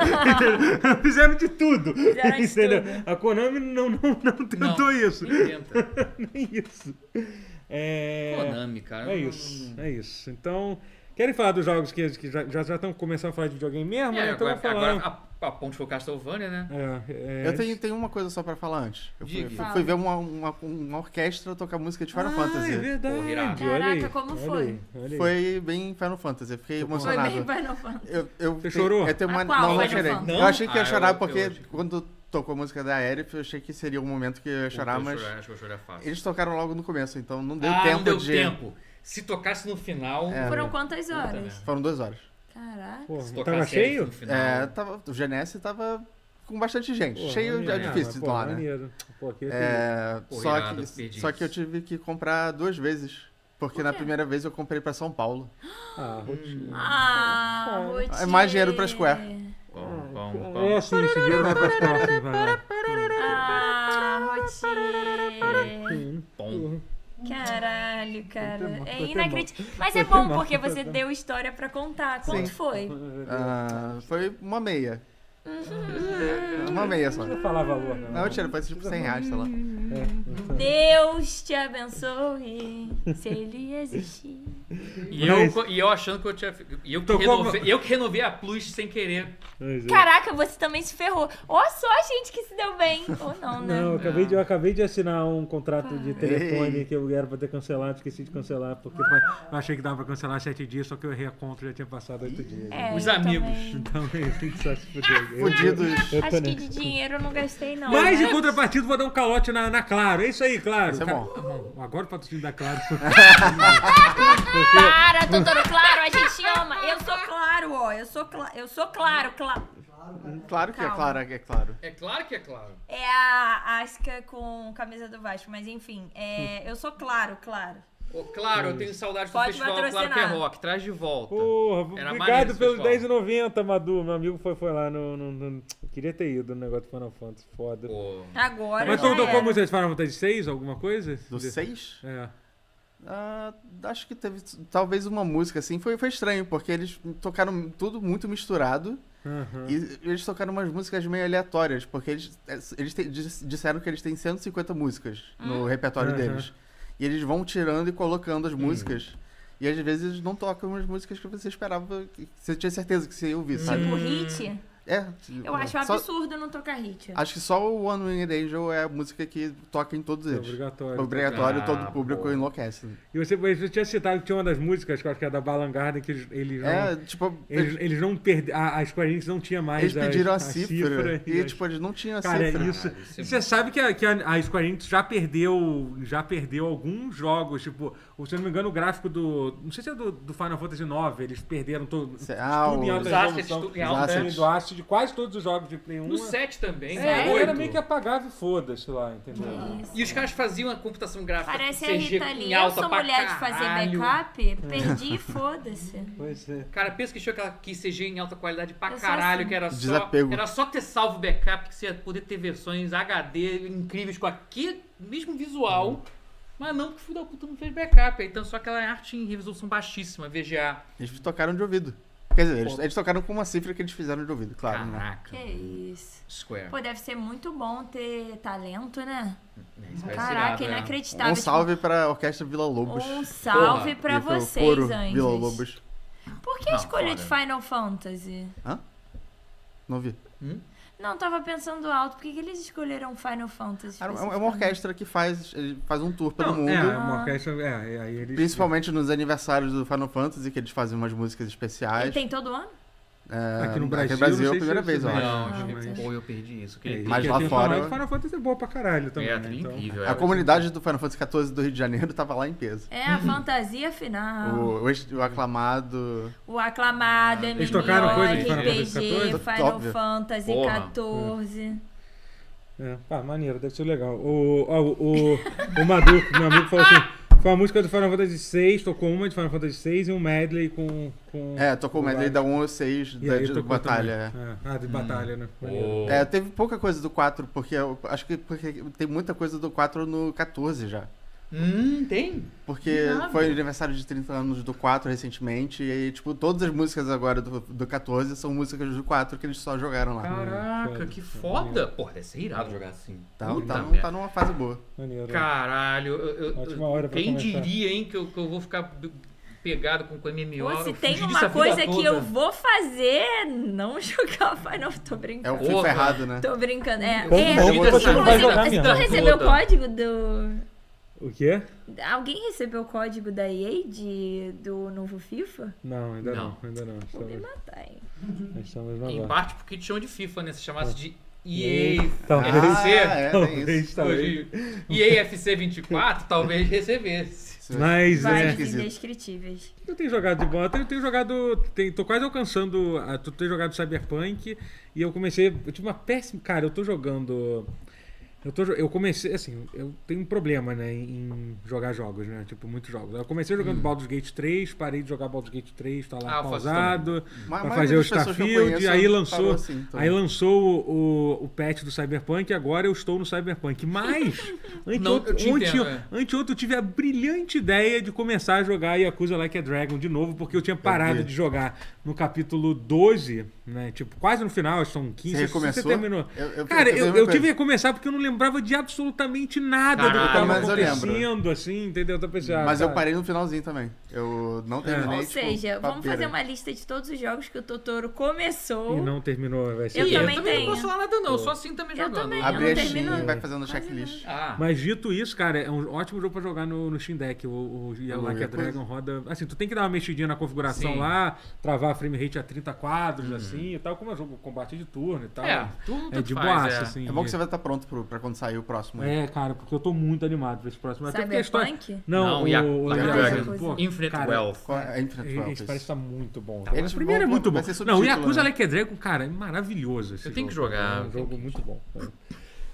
Speaker 1: fizeram de tudo.
Speaker 3: Fizeram de
Speaker 1: entendeu?
Speaker 3: tudo.
Speaker 1: A Konami não, não, não
Speaker 4: Não,
Speaker 1: tentou isso.
Speaker 4: inventa.
Speaker 1: Nem isso. É,
Speaker 4: Konami, cara.
Speaker 1: é isso, é isso. Então, querem falar dos jogos que, que já, já já estão começando a falar de videogame mesmo?
Speaker 4: É,
Speaker 1: né? então
Speaker 4: agora,
Speaker 1: vou falar.
Speaker 4: agora a, a ponte foi Castlevania, né?
Speaker 1: É, é,
Speaker 2: Eu tenho, tenho uma coisa só pra falar antes. Eu fui,
Speaker 4: Diga.
Speaker 2: fui- fui ver uma, uma, uma orquestra tocar música de Final
Speaker 1: ah,
Speaker 2: Fantasy.
Speaker 1: É verdade.
Speaker 4: Porra, irado.
Speaker 1: olha aí,
Speaker 3: Caraca, como
Speaker 1: olha
Speaker 3: foi?
Speaker 1: aí, olha aí.
Speaker 2: Foi bem Final Fantasy, eu fiquei
Speaker 3: Foi
Speaker 2: emocionado.
Speaker 3: bem Final Fantasy.
Speaker 2: Eu, eu
Speaker 1: Você
Speaker 2: tenho-
Speaker 1: chorou?
Speaker 2: Eu tenho
Speaker 3: Ah,
Speaker 2: uma,
Speaker 3: qual
Speaker 2: não, não
Speaker 3: Final
Speaker 2: chorei.
Speaker 3: Fantasy?
Speaker 2: Eu achei que
Speaker 4: Ah,
Speaker 2: ia chorar
Speaker 4: eu- eu
Speaker 2: porque
Speaker 4: achei.
Speaker 2: quando tocou a música da Aerith, eu achei que seria um momento que eu ia chorar,
Speaker 4: Puta,
Speaker 2: mas
Speaker 4: chorar, acho que eu chorar é fácil.
Speaker 2: eles tocaram logo no começo, então não deu
Speaker 4: ah,
Speaker 2: tempo
Speaker 4: não deu
Speaker 2: de.
Speaker 4: tempo. Se tocasse no final.
Speaker 2: É,
Speaker 3: Foram
Speaker 2: né?
Speaker 3: quantas horas?
Speaker 4: merda.
Speaker 2: Foram duas horas.
Speaker 3: Caraca.
Speaker 1: Porra,
Speaker 4: se
Speaker 1: tava
Speaker 4: tocasse
Speaker 1: cheio?
Speaker 4: no final. né?
Speaker 2: É, tava, o Genesse tava com bastante gente.
Speaker 1: Porra,
Speaker 2: cheio
Speaker 1: maneiro.
Speaker 2: é difícil de
Speaker 1: Ah, mas, pô,
Speaker 2: tomar, né?
Speaker 1: maneiro. Pô, aqui-
Speaker 2: É,
Speaker 4: Pô,
Speaker 2: só,
Speaker 4: irado,
Speaker 2: que,
Speaker 4: perdi
Speaker 2: só que eu
Speaker 4: isso.
Speaker 2: tive que comprar duas vezes. Porque na primeira vez eu comprei pra São Paulo.
Speaker 1: Ah, rotina.
Speaker 3: Ah, Rotier.
Speaker 2: É mais dinheiro pra Square.
Speaker 4: Pom, pom, pom.
Speaker 1: É assim, esse dinheiro vai pra Square. assim, vai lá.
Speaker 3: Ah, Rotier.
Speaker 4: Pom.
Speaker 3: Caralho, cara.
Speaker 1: Pokémon,
Speaker 3: É
Speaker 1: Pokémon.
Speaker 3: inacreditável. Mas é
Speaker 1: Pokémon,
Speaker 3: bom porque você
Speaker 1: Pokémon.
Speaker 3: deu história pra contar. Quanto
Speaker 2: Sim.
Speaker 3: foi?
Speaker 1: É
Speaker 2: Ah, foi uma meia. Uma meia só.
Speaker 1: Não falar valor, não.
Speaker 2: Não, tira, foi tipo 100 reais, sei lá.
Speaker 1: Uhum.
Speaker 3: Deus te abençoe, se ele existir.
Speaker 4: E eu, co- e eu achando que eu tinha. E eu que,
Speaker 1: Tocou
Speaker 4: renovei, eu que renovei a Plus sem querer.
Speaker 1: Pois é.
Speaker 3: Caraca, você também se ferrou. Ou só a gente que se deu bem. Ou não, né?
Speaker 1: Não, eu acabei, de, eu acabei de assinar um contrato de telefone que eu era pra ter cancelado, esqueci de cancelar, porque eu achei que dava pra cancelar sete dias, só que eu errei a conta e já tinha passado oito dias.
Speaker 3: É,
Speaker 4: Os
Speaker 3: eu
Speaker 4: amigos.
Speaker 3: também.
Speaker 1: Então, eu tenho que só se fuder. Eu-
Speaker 2: Fudidos.
Speaker 1: eu tô
Speaker 3: Acho
Speaker 1: nessa.
Speaker 3: que de dinheiro eu não gastei, não.
Speaker 1: Mas em contrapartida, vou dar um calote na, na Claro. É isso aí, Claro.
Speaker 2: Isso é
Speaker 1: Cara-
Speaker 2: bom.
Speaker 1: Tá Agora o patrocínio da Claro.
Speaker 3: Ah, Para, doutor Claro, a gente ama. Eu sou claro, ó. Eu sou, cla- eu sou claro, claro.
Speaker 2: Claro que é
Speaker 3: Calma.
Speaker 2: claro, é claro.
Speaker 4: É claro que é claro.
Speaker 3: É a Asca com camisa do Vasco, mas enfim, é, eu sou claro, claro.
Speaker 4: Ô, claro, eu tenho saudade do
Speaker 3: Pode
Speaker 4: festival Claro
Speaker 3: patrocinar.
Speaker 4: que é Rock. Traz de volta.
Speaker 1: Porra,
Speaker 4: Era
Speaker 1: obrigado
Speaker 4: maneiro,
Speaker 1: pelos
Speaker 4: pessoal.
Speaker 1: 10,90, Madu. Meu amigo foi, foi lá no, no- no- eu Queria ter ido no negócio do Final Fantasy, foda.
Speaker 4: Pô.
Speaker 3: Agora.
Speaker 1: Mas
Speaker 3: já
Speaker 1: tu tocou
Speaker 3: era.
Speaker 1: música de Final Fantasy 6, alguma coisa?
Speaker 2: É. Do
Speaker 1: De-
Speaker 2: 6?
Speaker 1: É.
Speaker 2: Ah, acho que teve talvez uma música assim. Foi, foi estranho, porque eles tocaram tudo muito misturado.
Speaker 1: Aham.
Speaker 2: E eles tocaram umas músicas meio aleatórias, porque eles, é, eles te- dis- disseram que eles têm 150 músicas
Speaker 3: Uhum.
Speaker 2: no repertório
Speaker 1: Aham.
Speaker 2: deles. E eles vão tirando e colocando
Speaker 1: Uhum.
Speaker 2: as músicas. E às vezes eles não tocam as músicas que você esperava, que você tinha certeza que você ia ouvir, sabe?
Speaker 3: Tipo hit?
Speaker 2: É.
Speaker 3: Eu acho um
Speaker 2: Só-
Speaker 3: absurdo não tocar hit.
Speaker 2: Acho que só o One Winged Angel é a música que toca em todos
Speaker 1: É
Speaker 2: eles.
Speaker 1: obrigatório.
Speaker 2: Obrigatório,
Speaker 4: Ah,
Speaker 2: todo o público
Speaker 4: pô.
Speaker 2: enlouquece.
Speaker 1: E você, você tinha citado que tinha uma das músicas, que eu acho que é da Balangarda, que eles, eles não.
Speaker 2: É, tipo,
Speaker 1: Eles,
Speaker 2: eles,
Speaker 1: eles não perderam. A, a Square Enix não tinha mais.
Speaker 2: eles
Speaker 1: as-
Speaker 2: pediram a, cifra, e,
Speaker 1: as-
Speaker 2: tipo, eles não tinham a
Speaker 1: Cara,
Speaker 2: cifra.
Speaker 1: isso.
Speaker 4: Caralho, isso é
Speaker 1: e você
Speaker 4: muito-
Speaker 1: sabe que, a, que a, a Square Enix já perdeu, já perdeu alguns jogos. Tipo, o- se eu não me engano, o gráfico do. Não sei se é do, do Final Fantasy IX, eles perderam todo.
Speaker 2: Cê- ah,
Speaker 1: tudo em
Speaker 2: o-
Speaker 1: alta
Speaker 4: Os assets,
Speaker 1: resolução,
Speaker 4: tudo em
Speaker 1: os
Speaker 4: alta,
Speaker 1: assets
Speaker 2: né?
Speaker 1: do Acid, de quase todos os jogos de Play 1.
Speaker 4: No 7 também,
Speaker 1: é,
Speaker 4: no
Speaker 1: era
Speaker 4: oito.
Speaker 1: meio que apagava e foda-se lá, entendeu?
Speaker 2: Uhum.
Speaker 4: E os caras faziam a computação gráfica.
Speaker 3: Parece a
Speaker 4: CG
Speaker 3: Rita
Speaker 4: em
Speaker 3: ali. Eu
Speaker 4: alta
Speaker 3: sou
Speaker 4: pra
Speaker 3: mulher de fazer
Speaker 4: caralho.
Speaker 3: backup, perdi e foda-se.
Speaker 1: Pois é.
Speaker 4: Cara, pensa que tinha aquela que CG em alta qualidade pra
Speaker 3: Eu sou
Speaker 4: caralho,
Speaker 3: assim.
Speaker 4: que era só,
Speaker 2: Desapego.
Speaker 4: era só ter salvo backup, que você ia poder ter versões HD incríveis com aquele mesmo visual. Mas não, porque o filho da puta não fez backup. Então só aquela arte em resolução baixíssima, VGA.
Speaker 2: Eles tocaram de ouvido. Quer dizer, eles, eles tocaram com uma cifra que eles fizeram de ouvido, claro. né?
Speaker 4: Caraca.
Speaker 3: Que isso.
Speaker 4: Square.
Speaker 3: Pô, deve ser muito bom ter talento, né?
Speaker 4: É, isso parece irado,
Speaker 3: Caraca,
Speaker 4: é.
Speaker 3: inacreditável.
Speaker 2: Um
Speaker 3: Tipo,
Speaker 2: salve pra Orquestra Vila Lobos.
Speaker 3: Um salve
Speaker 4: Porra,
Speaker 3: pra
Speaker 2: E pro
Speaker 3: vocês
Speaker 2: coro
Speaker 3: antes.
Speaker 2: Vila Lobos.
Speaker 3: Por que a
Speaker 4: Não,
Speaker 3: escolha de
Speaker 4: fora.
Speaker 3: Final Fantasy?
Speaker 2: Não vi.
Speaker 3: Não, tava pensando alto. Por que, que eles escolheram Final Fantasy?
Speaker 2: É uma é uma orquestra que faz, ele faz um tour pelo
Speaker 1: Não,
Speaker 2: mundo.
Speaker 1: É, uma orquestra. É, é, aí eles.
Speaker 2: Principalmente nos aniversários do Final Fantasy, que eles fazem umas músicas
Speaker 3: E
Speaker 2: especiais.
Speaker 3: tem todo ano?
Speaker 2: É,
Speaker 1: Aqui no Brasil.
Speaker 2: é
Speaker 1: não
Speaker 2: a
Speaker 1: sei se
Speaker 2: primeira
Speaker 1: você
Speaker 2: vez, eu
Speaker 1: lembra,
Speaker 2: acho.
Speaker 4: Não,
Speaker 3: Ah,
Speaker 4: gente,
Speaker 3: mas-
Speaker 4: pô, eu perdi isso.
Speaker 1: É,
Speaker 4: Queria...
Speaker 1: e
Speaker 2: Mas
Speaker 1: que
Speaker 2: lá
Speaker 1: eu tenho
Speaker 2: fora-
Speaker 1: falado que Final Fantasy é boa pra caralho também.
Speaker 4: é,
Speaker 1: né? Então-
Speaker 4: incrível.
Speaker 2: A
Speaker 4: era-
Speaker 2: comunidade do Final Fantasy XIV do Rio de Janeiro tava lá em peso.
Speaker 3: É a fantasia final.
Speaker 2: O, o ex- o aclamado.
Speaker 3: O, aclamado, MMO,
Speaker 1: Ah, Eles tocaram coisa de Final
Speaker 3: RPG,
Speaker 1: Fantasy 14?
Speaker 3: Final
Speaker 2: Óbvio.
Speaker 3: Fantasy
Speaker 4: Porra.
Speaker 3: 14.
Speaker 1: É, ah, maneiro, deve ser legal. O, ó, o, o, o Madu, meu amigo, falou assim: foi uma música do Final Fantasy VI, tocou uma de Final Fantasy VI e um medley com. com
Speaker 2: É, tocou o medley da 1 ou 6
Speaker 1: e
Speaker 2: da
Speaker 1: aí
Speaker 2: de
Speaker 1: tocou
Speaker 2: Batalha. Hum.
Speaker 1: também. É, Ah, de batalha, né? Maneiro.
Speaker 4: Pô.
Speaker 2: É, teve pouca coisa do 4, porque eu acho que porque tem muita coisa do 4 no 14 já.
Speaker 4: Hum, tem?
Speaker 2: Porque
Speaker 4: Irado.
Speaker 2: foi o aniversário de 30 anos do 4 recentemente, e aí, tipo, todas as músicas agora do, do 14 são músicas do 4 que eles só jogaram lá.
Speaker 4: Caraca,
Speaker 1: foda,
Speaker 4: que
Speaker 1: foda.
Speaker 4: foda. Pô, deve ser irado jogar assim.
Speaker 2: Tá,
Speaker 4: Puta
Speaker 2: tá,
Speaker 4: merda.
Speaker 2: tá numa fase boa.
Speaker 1: Maneiro.
Speaker 4: Caralho, eu- eu-
Speaker 1: Ótima
Speaker 4: eu-
Speaker 1: hora pra
Speaker 4: quem
Speaker 1: começar.
Speaker 4: diria, hein, que eu, que eu vou ficar b- pegado com, com MMO?
Speaker 3: Pô, se
Speaker 4: eu
Speaker 3: tem
Speaker 4: fugi disso
Speaker 3: uma
Speaker 4: a vida
Speaker 3: coisa que
Speaker 4: toda.
Speaker 3: eu vou fazer, é não jogar Final Tô
Speaker 2: É o
Speaker 3: brincando.
Speaker 2: FIFA
Speaker 4: Porra.
Speaker 2: errado, né?
Speaker 3: Tô brincando. É,
Speaker 1: Como
Speaker 3: é,
Speaker 1: não?
Speaker 4: Vida
Speaker 1: Você não vai jogar
Speaker 3: inclusive, tu
Speaker 1: mesmo.
Speaker 3: recebeu o
Speaker 4: Toda.
Speaker 3: código do.
Speaker 1: O quê?
Speaker 3: Alguém recebeu o código da EA de, do novo FIFA?
Speaker 1: Não, ainda não,
Speaker 4: Não.
Speaker 1: ainda não.
Speaker 3: Vou me
Speaker 1: Estamos,
Speaker 3: matar, hein?
Speaker 1: estamos
Speaker 4: Em
Speaker 1: no
Speaker 4: parte porque te chamam de FIFA, né? Se
Speaker 1: Ah.
Speaker 4: chamasse de EA
Speaker 1: Talvez.
Speaker 4: FC,
Speaker 2: Ah, é, tem
Speaker 1: Talvez,
Speaker 2: isso.
Speaker 1: talvez.
Speaker 4: hoje EA FC 24, talvez recebesse.
Speaker 2: Isso é-
Speaker 1: Mas é.
Speaker 3: Vários
Speaker 2: esquisito.
Speaker 3: indescritíveis.
Speaker 1: Eu tenho jogado de bola, eu tenho, tenho jogado. Tenho, tô quase alcançando. a- tô, tenho jogado Cyberpunk e eu comecei. Eu tive uma péssima. Cara, eu tô jogando. Eu, tô, jo- eu comecei, assim, eu tenho um problema, né, em jogar jogos, né? Tipo, muitos jogos. Eu comecei jogando Baldur's Gate 3, parei de jogar Baldur's Gate 3, tá lá
Speaker 4: Hum. Ah, eu faço
Speaker 1: pausado,
Speaker 2: Ma-
Speaker 1: pra
Speaker 2: maioria
Speaker 1: fazer o
Speaker 2: das pessoas que eu
Speaker 1: Starfield,
Speaker 2: conheço
Speaker 1: aí
Speaker 2: parou
Speaker 1: lançou,
Speaker 2: assim, então.
Speaker 1: aí lançou o, o, o patch do Cyberpunk e agora eu estou no Cyberpunk. Mas,
Speaker 4: Não, eu
Speaker 1: anteontem,
Speaker 4: te
Speaker 1: ontem,
Speaker 4: entendo, é.
Speaker 1: anteontem eu tive a brilhante ideia de começar a jogar Yakuza Like a Dragon de novo, porque eu tinha parado
Speaker 2: vi.
Speaker 1: de jogar no capítulo 12, né? Tipo, quase no final, são 15,
Speaker 2: Você
Speaker 1: acho que
Speaker 2: recomeçou?
Speaker 1: terminou.
Speaker 2: Eu- eu-
Speaker 1: Cara,
Speaker 2: eu fiz a
Speaker 1: eu,
Speaker 2: mesma
Speaker 1: eu
Speaker 2: coisa.
Speaker 1: tive que começar porque eu não lem- lembrava de absolutamente nada do que
Speaker 4: Caraca,
Speaker 1: tava
Speaker 2: mas eu
Speaker 1: acontecendo, assim, entendeu? Então, eu pensei, ah,
Speaker 2: Mas eu
Speaker 1: cara,
Speaker 2: parei no finalzinho também. Eu
Speaker 1: É.
Speaker 2: não terminei.
Speaker 3: Ou
Speaker 2: tipo,
Speaker 3: seja, vamos
Speaker 2: papeira.
Speaker 3: fazer uma lista de todos os jogos que o Totoro começou.
Speaker 1: E não terminou, vai ser. é.
Speaker 3: Eu
Speaker 4: Ih,
Speaker 1: bom.
Speaker 3: também
Speaker 4: não
Speaker 3: tenho.
Speaker 4: posso falar nada, não. Eu sou assim também
Speaker 3: Eu
Speaker 4: jogando.
Speaker 3: também.
Speaker 2: Abri
Speaker 3: não
Speaker 2: a Steam
Speaker 3: termino.
Speaker 2: e vai fazendo checklist.
Speaker 4: Ah,
Speaker 1: Mas dito isso, cara, é um ótimo jogo pra jogar no, no Steam Deck. O, o, e o
Speaker 2: Eu
Speaker 1: Like a
Speaker 2: ia coisa.
Speaker 1: Dragon roda. Assim, tu tem que dar uma mexidinha na configuração
Speaker 4: Sim. Uhum.
Speaker 1: lá, travar a frame rate a 30 quadros, assim e tal, como é jogo combate de turno e tal.
Speaker 4: é, tudo
Speaker 1: É de
Speaker 4: faz,
Speaker 1: boaça,
Speaker 4: é.
Speaker 1: assim.
Speaker 2: É bom que você vai estar pronto pro, pra quando sair o próximo.
Speaker 1: É, cara, porque eu tô muito animado pra esse próximo. Até porque a história.
Speaker 3: Cyberpunk?
Speaker 1: Não,
Speaker 4: Não,
Speaker 1: o,
Speaker 4: e a
Speaker 1: o
Speaker 4: Like
Speaker 2: a
Speaker 1: Yakuza,
Speaker 3: Dragon.
Speaker 1: pô,
Speaker 4: Infinite
Speaker 1: cara,
Speaker 4: Wealth.
Speaker 2: Qual é? É Infinite
Speaker 1: Esse
Speaker 2: Wealth.
Speaker 1: esse parece
Speaker 2: isso.
Speaker 1: estar muito
Speaker 4: Tá
Speaker 1: bom.
Speaker 2: Eles
Speaker 1: o primeiro é
Speaker 2: vão-
Speaker 1: muito
Speaker 2: vai
Speaker 1: bom.
Speaker 2: ser
Speaker 1: Não, o
Speaker 2: subtítulo,
Speaker 1: Yakuza
Speaker 2: né?
Speaker 1: Like a Dragon, cara, é maravilhoso. Esse
Speaker 4: Eu tenho que
Speaker 1: jogo.
Speaker 4: jogar,
Speaker 1: É um
Speaker 4: eu
Speaker 1: jogo
Speaker 4: tenho que-
Speaker 1: muito bom. cara.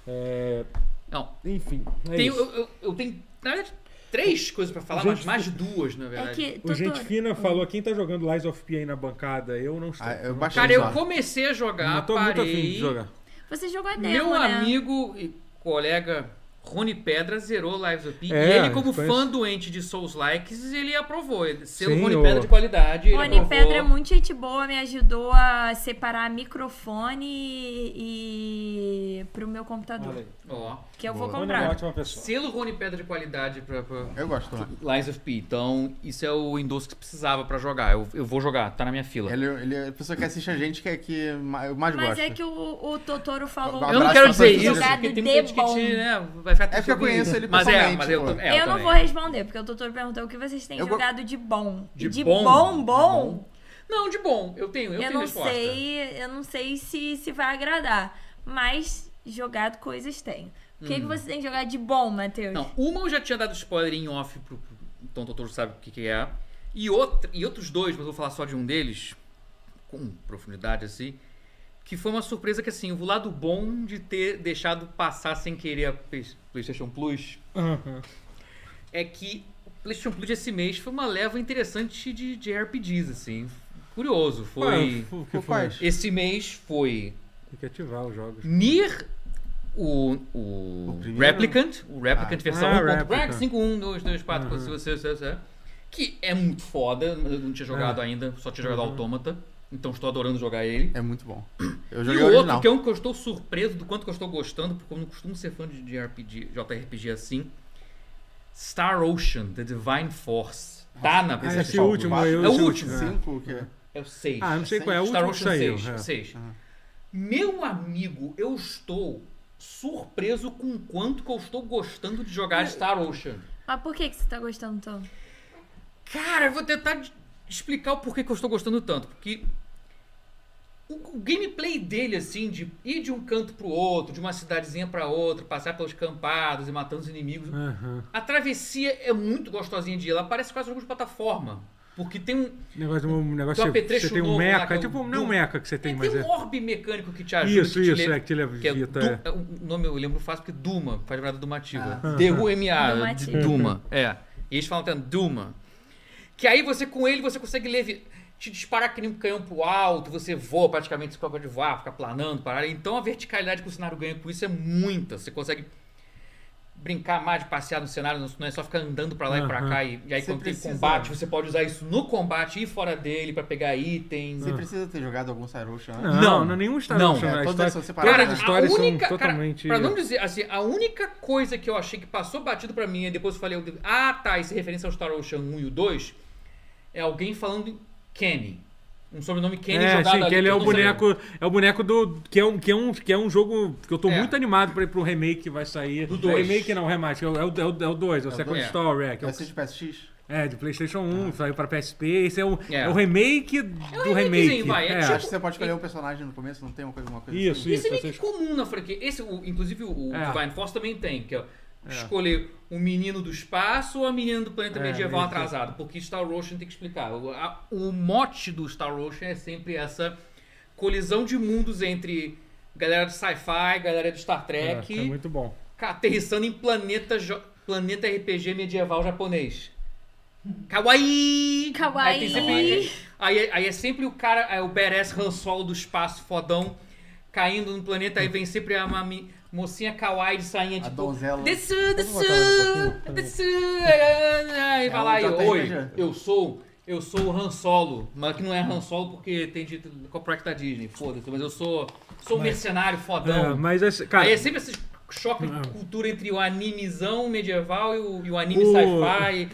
Speaker 1: É,
Speaker 4: Não,
Speaker 1: enfim. É
Speaker 4: tenho,
Speaker 1: isso.
Speaker 4: eu, eu- eu tenho, na verdade, três coisas pra falar, mas
Speaker 1: Gente,
Speaker 4: mais duas, na
Speaker 3: É
Speaker 4: verdade.
Speaker 3: que,
Speaker 1: O Gente
Speaker 3: Totoro,
Speaker 1: Fina falou, quem tá jogando Lies of P aí na bancada? Eu não estou.
Speaker 2: Ah, eu
Speaker 1: não-
Speaker 2: baixei
Speaker 4: Cara, eu
Speaker 2: já.
Speaker 4: comecei a jogar,
Speaker 1: não tô muito afim
Speaker 4: Ah, parei.
Speaker 1: de jogar.
Speaker 3: você jogou a demo,
Speaker 4: Meu
Speaker 3: né?
Speaker 4: amigo e colega Rony Pedra zerou Lives of P.
Speaker 1: É,
Speaker 4: e ele, como
Speaker 1: conheço.
Speaker 4: fã doente de Souls Likes, ele aprovou. Ele, sendo
Speaker 1: Sim,
Speaker 4: Rony
Speaker 1: o-
Speaker 4: Pedra de qualidade, ele
Speaker 3: Rony
Speaker 4: aprovou.
Speaker 3: Pedra é muito gente boa, me ajudou a separar microfone e, e pro meu computador,
Speaker 1: Olha aí.
Speaker 4: Ó,
Speaker 3: que eu vou
Speaker 1: Rony é uma
Speaker 3: comprar.
Speaker 1: ótima pessoa.
Speaker 4: selo Rony Pedra de qualidade pra... pra-
Speaker 2: Eu gosto. né?
Speaker 4: Lies of P, então isso é o endosso que precisava pra jogar. Eu, eu vou jogar, tá na minha fila.
Speaker 2: Ele, ele é a pessoa que assiste a gente que é que ma- eu mais
Speaker 3: Mas
Speaker 2: gosto.
Speaker 3: é que o, o Totoro falou.
Speaker 2: Eu
Speaker 4: Eu não
Speaker 2: Abraço
Speaker 4: quero
Speaker 2: pra
Speaker 4: dizer
Speaker 2: todos
Speaker 4: isso,
Speaker 2: os
Speaker 4: porque tem
Speaker 3: jogadores.
Speaker 4: muita gente que te, né, vai ficar
Speaker 2: É porque eu
Speaker 4: sobre
Speaker 2: conheço
Speaker 4: isso.
Speaker 2: ele
Speaker 4: mas é,
Speaker 2: pessoalmente,
Speaker 4: mas eu,
Speaker 2: pô.
Speaker 4: tam- é,
Speaker 3: eu não
Speaker 4: também.
Speaker 3: vou responder, porque o Totoro perguntou o que vocês têm
Speaker 2: Eu go-
Speaker 3: jogado de bom.
Speaker 4: De
Speaker 3: bom,
Speaker 4: bom?
Speaker 3: bom?
Speaker 4: De Não, de bom, eu tenho, eu,
Speaker 3: Eu,
Speaker 4: tenho
Speaker 3: não
Speaker 4: resposta.
Speaker 3: sei, eu não sei se, se vai agradar, mas jogado coisas tenho. O que, que você tem jogado de bom, Matheus?
Speaker 4: Uhum. Não, uma eu já tinha dado spoiler em off, pro, pro- então o doutor sabe o que, que é. E, outra, e outros dois, mas eu vou falar só de um deles, com profundidade assim, que foi uma surpresa que assim, o lado bom de ter deixado passar sem querer a Play- PlayStation Plus
Speaker 1: Aham. Ah,
Speaker 4: é que o PlayStation Plus esse mês foi uma leva interessante de, de RPGs, assim. Curioso, foi.
Speaker 1: Ah, o que
Speaker 2: Pô,
Speaker 1: foi?
Speaker 2: quais?
Speaker 4: Esse mês foi
Speaker 1: Tem que ativar os jogos.
Speaker 4: Nir, o, o,
Speaker 2: O primeiro?
Speaker 4: Replicant, o Replicant versão
Speaker 1: Ah,
Speaker 4: 1.0,
Speaker 1: Replicant.
Speaker 4: 5, 1, 2, 3, 4,
Speaker 1: Aham.
Speaker 4: se você, se você- que é muito foda, eu não tinha jogado ainda, só tinha jogado
Speaker 1: É. Aham.
Speaker 4: Automata, então estou adorando jogar ele.
Speaker 2: É muito bom. Eu
Speaker 4: E
Speaker 2: joguei o
Speaker 4: o outro,
Speaker 2: original.
Speaker 4: que é um que eu estou surpreso do quanto que eu estou gostando, porque eu não costumo ser fã de, de RPG, JRPG assim, Star Ocean, The Divine Force, tá na
Speaker 1: esse
Speaker 4: PlayStation.
Speaker 1: é o último,
Speaker 2: quatro?
Speaker 1: eu-
Speaker 4: É o esse último.
Speaker 1: último, né?
Speaker 2: Cinco, o quê?
Speaker 4: É o 6.
Speaker 1: Ah, não sei qual é. O
Speaker 4: Star
Speaker 1: último que
Speaker 4: Ocean
Speaker 1: saiu.
Speaker 4: 6.
Speaker 1: é.
Speaker 4: Ah.
Speaker 2: Aham.
Speaker 4: Meu amigo, eu estou surpreso com o quanto que eu estou gostando de jogar Star Ocean.
Speaker 3: Mas por que, que você tá gostando tanto?
Speaker 4: Cara, eu vou tentar de- explicar o porquê que eu estou gostando tanto. Porque o, o gameplay dele, assim, de ir de um canto pro outro, de uma cidadezinha pra outra, passar pelos campados e matando os inimigos.
Speaker 1: É. Aham.
Speaker 4: A travessia é muito gostosinha de ir. Ela parece quase um jogo de plataforma. Porque tem um,
Speaker 1: Negócio de um negócio.
Speaker 4: Do
Speaker 1: Você,
Speaker 4: apetrecho
Speaker 1: você tem um
Speaker 4: novo lá,
Speaker 1: meca.
Speaker 4: que é o
Speaker 1: tipo,
Speaker 4: do-
Speaker 1: não um meca que você tem,
Speaker 4: É,
Speaker 1: mas
Speaker 4: tem
Speaker 1: é.
Speaker 4: um orbe mecânico que te ajuda.
Speaker 1: Isso,
Speaker 4: que te
Speaker 1: isso,
Speaker 4: le-
Speaker 1: é, que te leva-
Speaker 4: que é
Speaker 1: evita,
Speaker 4: Du-
Speaker 1: é. Ah.
Speaker 4: é, O nome eu lembro fácil, porque Duma, faz lembrar do Dumativa. D-U-M-A, de
Speaker 3: Dumativa.
Speaker 4: Duma. É. E eles falam tanto Duma. Que aí você, com ele, você consegue levar. Te disparar que nem um canhão pro alto, você voa praticamente, você pode voar, fica planando, parar. Então a verticalidade que o cenário ganha com isso é muita. Você consegue brincar mais, passear no cenário, não- não é só ficar andando pra lá e pra
Speaker 1: Aham.
Speaker 4: cá. E, e aí
Speaker 2: Você
Speaker 4: quando
Speaker 2: precisa-
Speaker 4: tem combate, você pode usar isso no combate e fora dele pra pegar itens.
Speaker 2: Você precisa ter jogado algum Cyrusha, né?
Speaker 1: Não, não,
Speaker 4: Não.
Speaker 1: nenhum Star
Speaker 4: Não.
Speaker 1: Ocean.
Speaker 2: É,
Speaker 1: a
Speaker 2: todas
Speaker 1: história-
Speaker 2: são separadas.
Speaker 1: todas
Speaker 4: Cara,
Speaker 1: as
Speaker 2: As
Speaker 1: histórias
Speaker 4: a única,
Speaker 1: são
Speaker 4: cara,
Speaker 1: totalmente.
Speaker 4: pra não dizer, assim, a única coisa que eu achei que passou batido pra mim, e depois eu falei, eu- ah tá, isso é referência ao Star Ocean 1 e o 2, é alguém falando em Kenny. Um sobrenome Kenny
Speaker 1: é,
Speaker 4: jogado
Speaker 1: sim,
Speaker 4: ali.
Speaker 1: que ele
Speaker 4: eu
Speaker 1: é o
Speaker 4: não sabia.
Speaker 1: boneco, é o boneco do que é um que é um que é um jogo que eu tô
Speaker 4: É.
Speaker 1: muito animado para ir pro remake que vai sair.
Speaker 4: Do dois.
Speaker 1: Remake não, remake, é o 2, é o, é o, dois, é o
Speaker 2: É o
Speaker 1: Second
Speaker 4: dois?
Speaker 1: Story, é, que é, o-
Speaker 2: Vai ser de PSX?
Speaker 3: Tipo,
Speaker 1: é, de PlayStation 1, saiu para PSP, esse é o,
Speaker 4: Ah. É.
Speaker 1: é o remake do remake.
Speaker 4: remakezinho, vai, é
Speaker 1: É.
Speaker 4: tipo-
Speaker 2: Acho que você pode escolher um personagem no começo, não tem uma coisa, uma coisa assim?
Speaker 1: Isso,
Speaker 4: Isso é meio
Speaker 1: você
Speaker 4: que
Speaker 1: esco-
Speaker 4: comum na franquia. Esse, o- inclusive o
Speaker 1: É.
Speaker 4: Divine Force também tem, que é, escolher um menino do espaço ou a menina do planeta
Speaker 1: É,
Speaker 4: medieval
Speaker 1: meio que-
Speaker 4: atrasado, porque Star Ocean tem que explicar. O, a- o mote do Star Ocean é sempre essa colisão de mundos entre galera de sci-fi, galera de Star
Speaker 1: É,
Speaker 4: Trek,
Speaker 1: é muito bom.
Speaker 4: ca- aterrissando em planeta, jo- planeta RPG medieval japonês.
Speaker 2: Hum.
Speaker 4: Kawaii!
Speaker 3: Kawaii!
Speaker 4: Aí, tem sempre- aí- aí é sempre o cara, é o badass Han Solo do espaço fodão, caindo no planeta, aí vem sempre a mami- mocinha kawaii de sainha,
Speaker 2: A
Speaker 4: tipo...
Speaker 2: donzela.
Speaker 4: Dessu,
Speaker 2: Vamos
Speaker 4: dessu,
Speaker 2: botar ela um pouquinho?
Speaker 4: dessu. Aí vai lá e
Speaker 2: É um
Speaker 4: oi,
Speaker 2: JRPG.
Speaker 4: eu sou, eu sou o Han Solo, mas que não é Han Solo porque tem dito corporate da Disney, foda-se, mas eu sou, sou um mercenário
Speaker 1: É,
Speaker 4: fodão.
Speaker 1: mas esse- cara,
Speaker 4: Aí é sempre esses choque de
Speaker 1: Não.
Speaker 4: cultura entre o animezão medieval e o, e o anime
Speaker 1: O-
Speaker 4: sci-fi.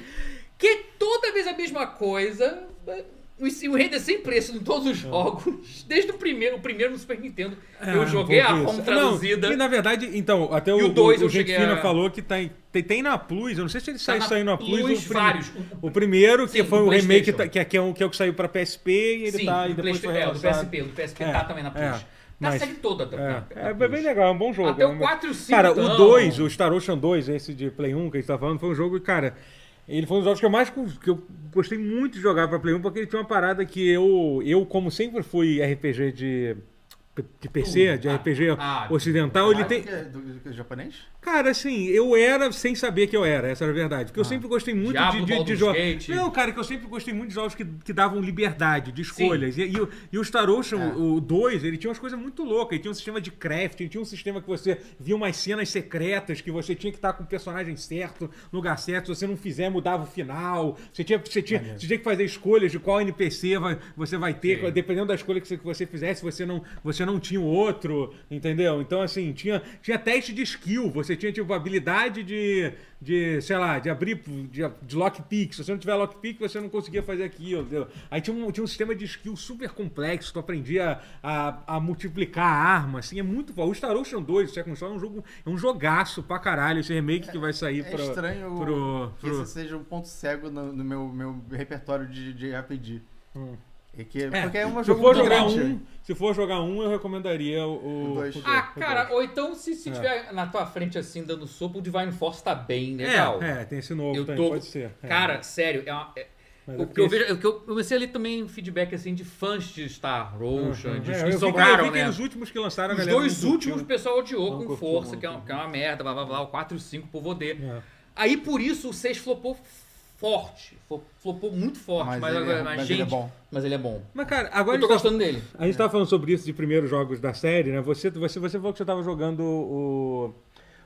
Speaker 4: Que é toda vez a mesma coisa. O, o render sem preço em todos os
Speaker 1: É.
Speaker 4: jogos. Desde o primeiro, o primeiro no Super Nintendo. eu
Speaker 1: Ah,
Speaker 4: joguei a
Speaker 1: vou ver
Speaker 4: ROM
Speaker 1: isso. É,
Speaker 4: traduzida.
Speaker 1: Não, e na verdade, então, até
Speaker 4: E
Speaker 1: o,
Speaker 4: o dois
Speaker 1: o,
Speaker 4: eu
Speaker 1: o gente
Speaker 4: cheguei
Speaker 1: fina
Speaker 4: a-
Speaker 1: falou que tem, tem, tem na Plus, eu não sei se ele
Speaker 4: Tá
Speaker 1: sai
Speaker 4: na
Speaker 1: saindo na Plus,
Speaker 4: Plus,
Speaker 1: o prim-
Speaker 4: vários. O-
Speaker 1: O primeiro, que
Speaker 4: Sim,
Speaker 1: foi
Speaker 4: do
Speaker 1: o remake,
Speaker 4: PlayStation.
Speaker 1: que, é- que, é, o- que é o que saiu pra PSP, e ele
Speaker 4: Sim,
Speaker 1: tá, e
Speaker 4: do,
Speaker 1: depois
Speaker 4: PlayStation-
Speaker 1: foi
Speaker 4: é, do
Speaker 1: relançado.
Speaker 4: PSP. Do PSP
Speaker 1: É,
Speaker 4: tá também na Plus.
Speaker 1: é,
Speaker 4: tá a
Speaker 1: mas-
Speaker 4: série toda. tá- tá- tá na
Speaker 1: É, é
Speaker 4: Plus.
Speaker 1: bem legal, é um bom jogo.
Speaker 4: Até
Speaker 1: é
Speaker 4: o
Speaker 1: um-
Speaker 4: 4 e o 5
Speaker 1: Cara,
Speaker 4: então.
Speaker 1: o 2, o Star Ocean 2, esse de Play 1 que a gente tá falando, foi um jogo que, cara, ele foi um dos jogos que eu mais cu- que eu gostei muito de jogar pra Play 1, porque ele tinha uma parada que eu, eu como sempre fui RPG de, de PC, de
Speaker 4: Ah,
Speaker 1: RPG
Speaker 4: ah,
Speaker 1: ocidental, ele
Speaker 4: ah,
Speaker 1: tem.
Speaker 2: Que é do, do- do japonês?
Speaker 1: Cara, assim, eu era sem saber que eu era, essa era a verdade. Porque eu sempre gostei muito de,
Speaker 4: Diablo,
Speaker 1: de, de
Speaker 4: Baldur's
Speaker 1: jogos.
Speaker 4: Gate.
Speaker 1: Não, cara, é que eu sempre gostei muito de jogos que, que davam liberdade, de escolhas. E, e, o- e o Star Ocean,
Speaker 2: É.
Speaker 1: o 2, ele tinha umas coisas muito loucas. Ele tinha um sistema de craft, ele tinha um sistema que você via umas cenas secretas, que você tinha que estar com o personagem certo, no lugar certo. Se você não fizer, mudava o final. Você tinha, você tinha, você tinha que fazer escolhas de qual NPC vai- você vai ter,
Speaker 4: Sim.
Speaker 1: dependendo da escolha que você, que você fizesse, você não, você não tinha o outro, entendeu? Então, assim, tinha, tinha teste de skill, você tinha, tipo, habilidade de, de sei lá, de abrir, de, de lockpick. Se você não tiver lockpick, você não conseguia fazer aquilo, entendeu? Aí tinha um, tinha um sistema de skill super complexo, tu aprendia a, a multiplicar a arma, assim, é muito bom. O Star Ocean 2, o Second Son, é um jogo, é um jogaço pra caralho, esse remake que vai sair
Speaker 2: É
Speaker 1: pro...
Speaker 2: estranho
Speaker 1: pro-
Speaker 2: que
Speaker 1: pro-
Speaker 2: esse seja um ponto cego no, no meu, meu repertório de, de RPG.
Speaker 1: Hum.
Speaker 2: É que,
Speaker 1: É,
Speaker 2: porque é um
Speaker 1: se
Speaker 2: jogo
Speaker 1: for
Speaker 2: muito
Speaker 1: jogar
Speaker 2: grande.
Speaker 1: um, se for jogar um, eu recomendaria o,
Speaker 2: O dois.
Speaker 1: o dois,
Speaker 4: Ah,
Speaker 1: o dois.
Speaker 4: cara, ou então se, se
Speaker 1: É.
Speaker 4: tiver na tua frente assim, dando sopa, o Divine Force tá bem legal.
Speaker 1: É, é, tem esse novo
Speaker 4: Eu
Speaker 1: também,
Speaker 4: tô-
Speaker 1: pode ser. É.
Speaker 4: Cara, sério, é uma- é-
Speaker 1: Mas
Speaker 4: o
Speaker 1: é
Speaker 4: que
Speaker 1: porque
Speaker 4: eu vejo, o que eu comecei ali também feedback assim de fãs de Star Ocean, de,
Speaker 1: É,
Speaker 4: que
Speaker 1: eu vi, cara, eu
Speaker 4: sobraram,
Speaker 1: vi que
Speaker 4: né?
Speaker 1: os últimos que lançaram, a
Speaker 4: Os
Speaker 1: galera é
Speaker 4: dois
Speaker 1: não curtiu.
Speaker 4: últimos o pessoal odiou
Speaker 1: Não
Speaker 4: com
Speaker 1: curtiu,
Speaker 4: força,
Speaker 1: não
Speaker 4: que é, uma,
Speaker 1: curtiu.
Speaker 4: que é uma merda, blá blá blá, o 4 e o 5 por poder.
Speaker 1: É.
Speaker 4: Aí por isso o 6 flopou forte, fo- flopou muito forte, mas,
Speaker 2: Mas ele é-
Speaker 4: agora,
Speaker 2: mas
Speaker 4: gente,
Speaker 2: ele é bom.
Speaker 4: Mas ele é bom.
Speaker 1: Mas, cara, agora
Speaker 4: Eu tô
Speaker 1: a gente tá-
Speaker 4: gostando dele.
Speaker 1: A gente tava falando sobre isso de primeiros jogos da série, né? Você, você, você falou que você tava jogando o,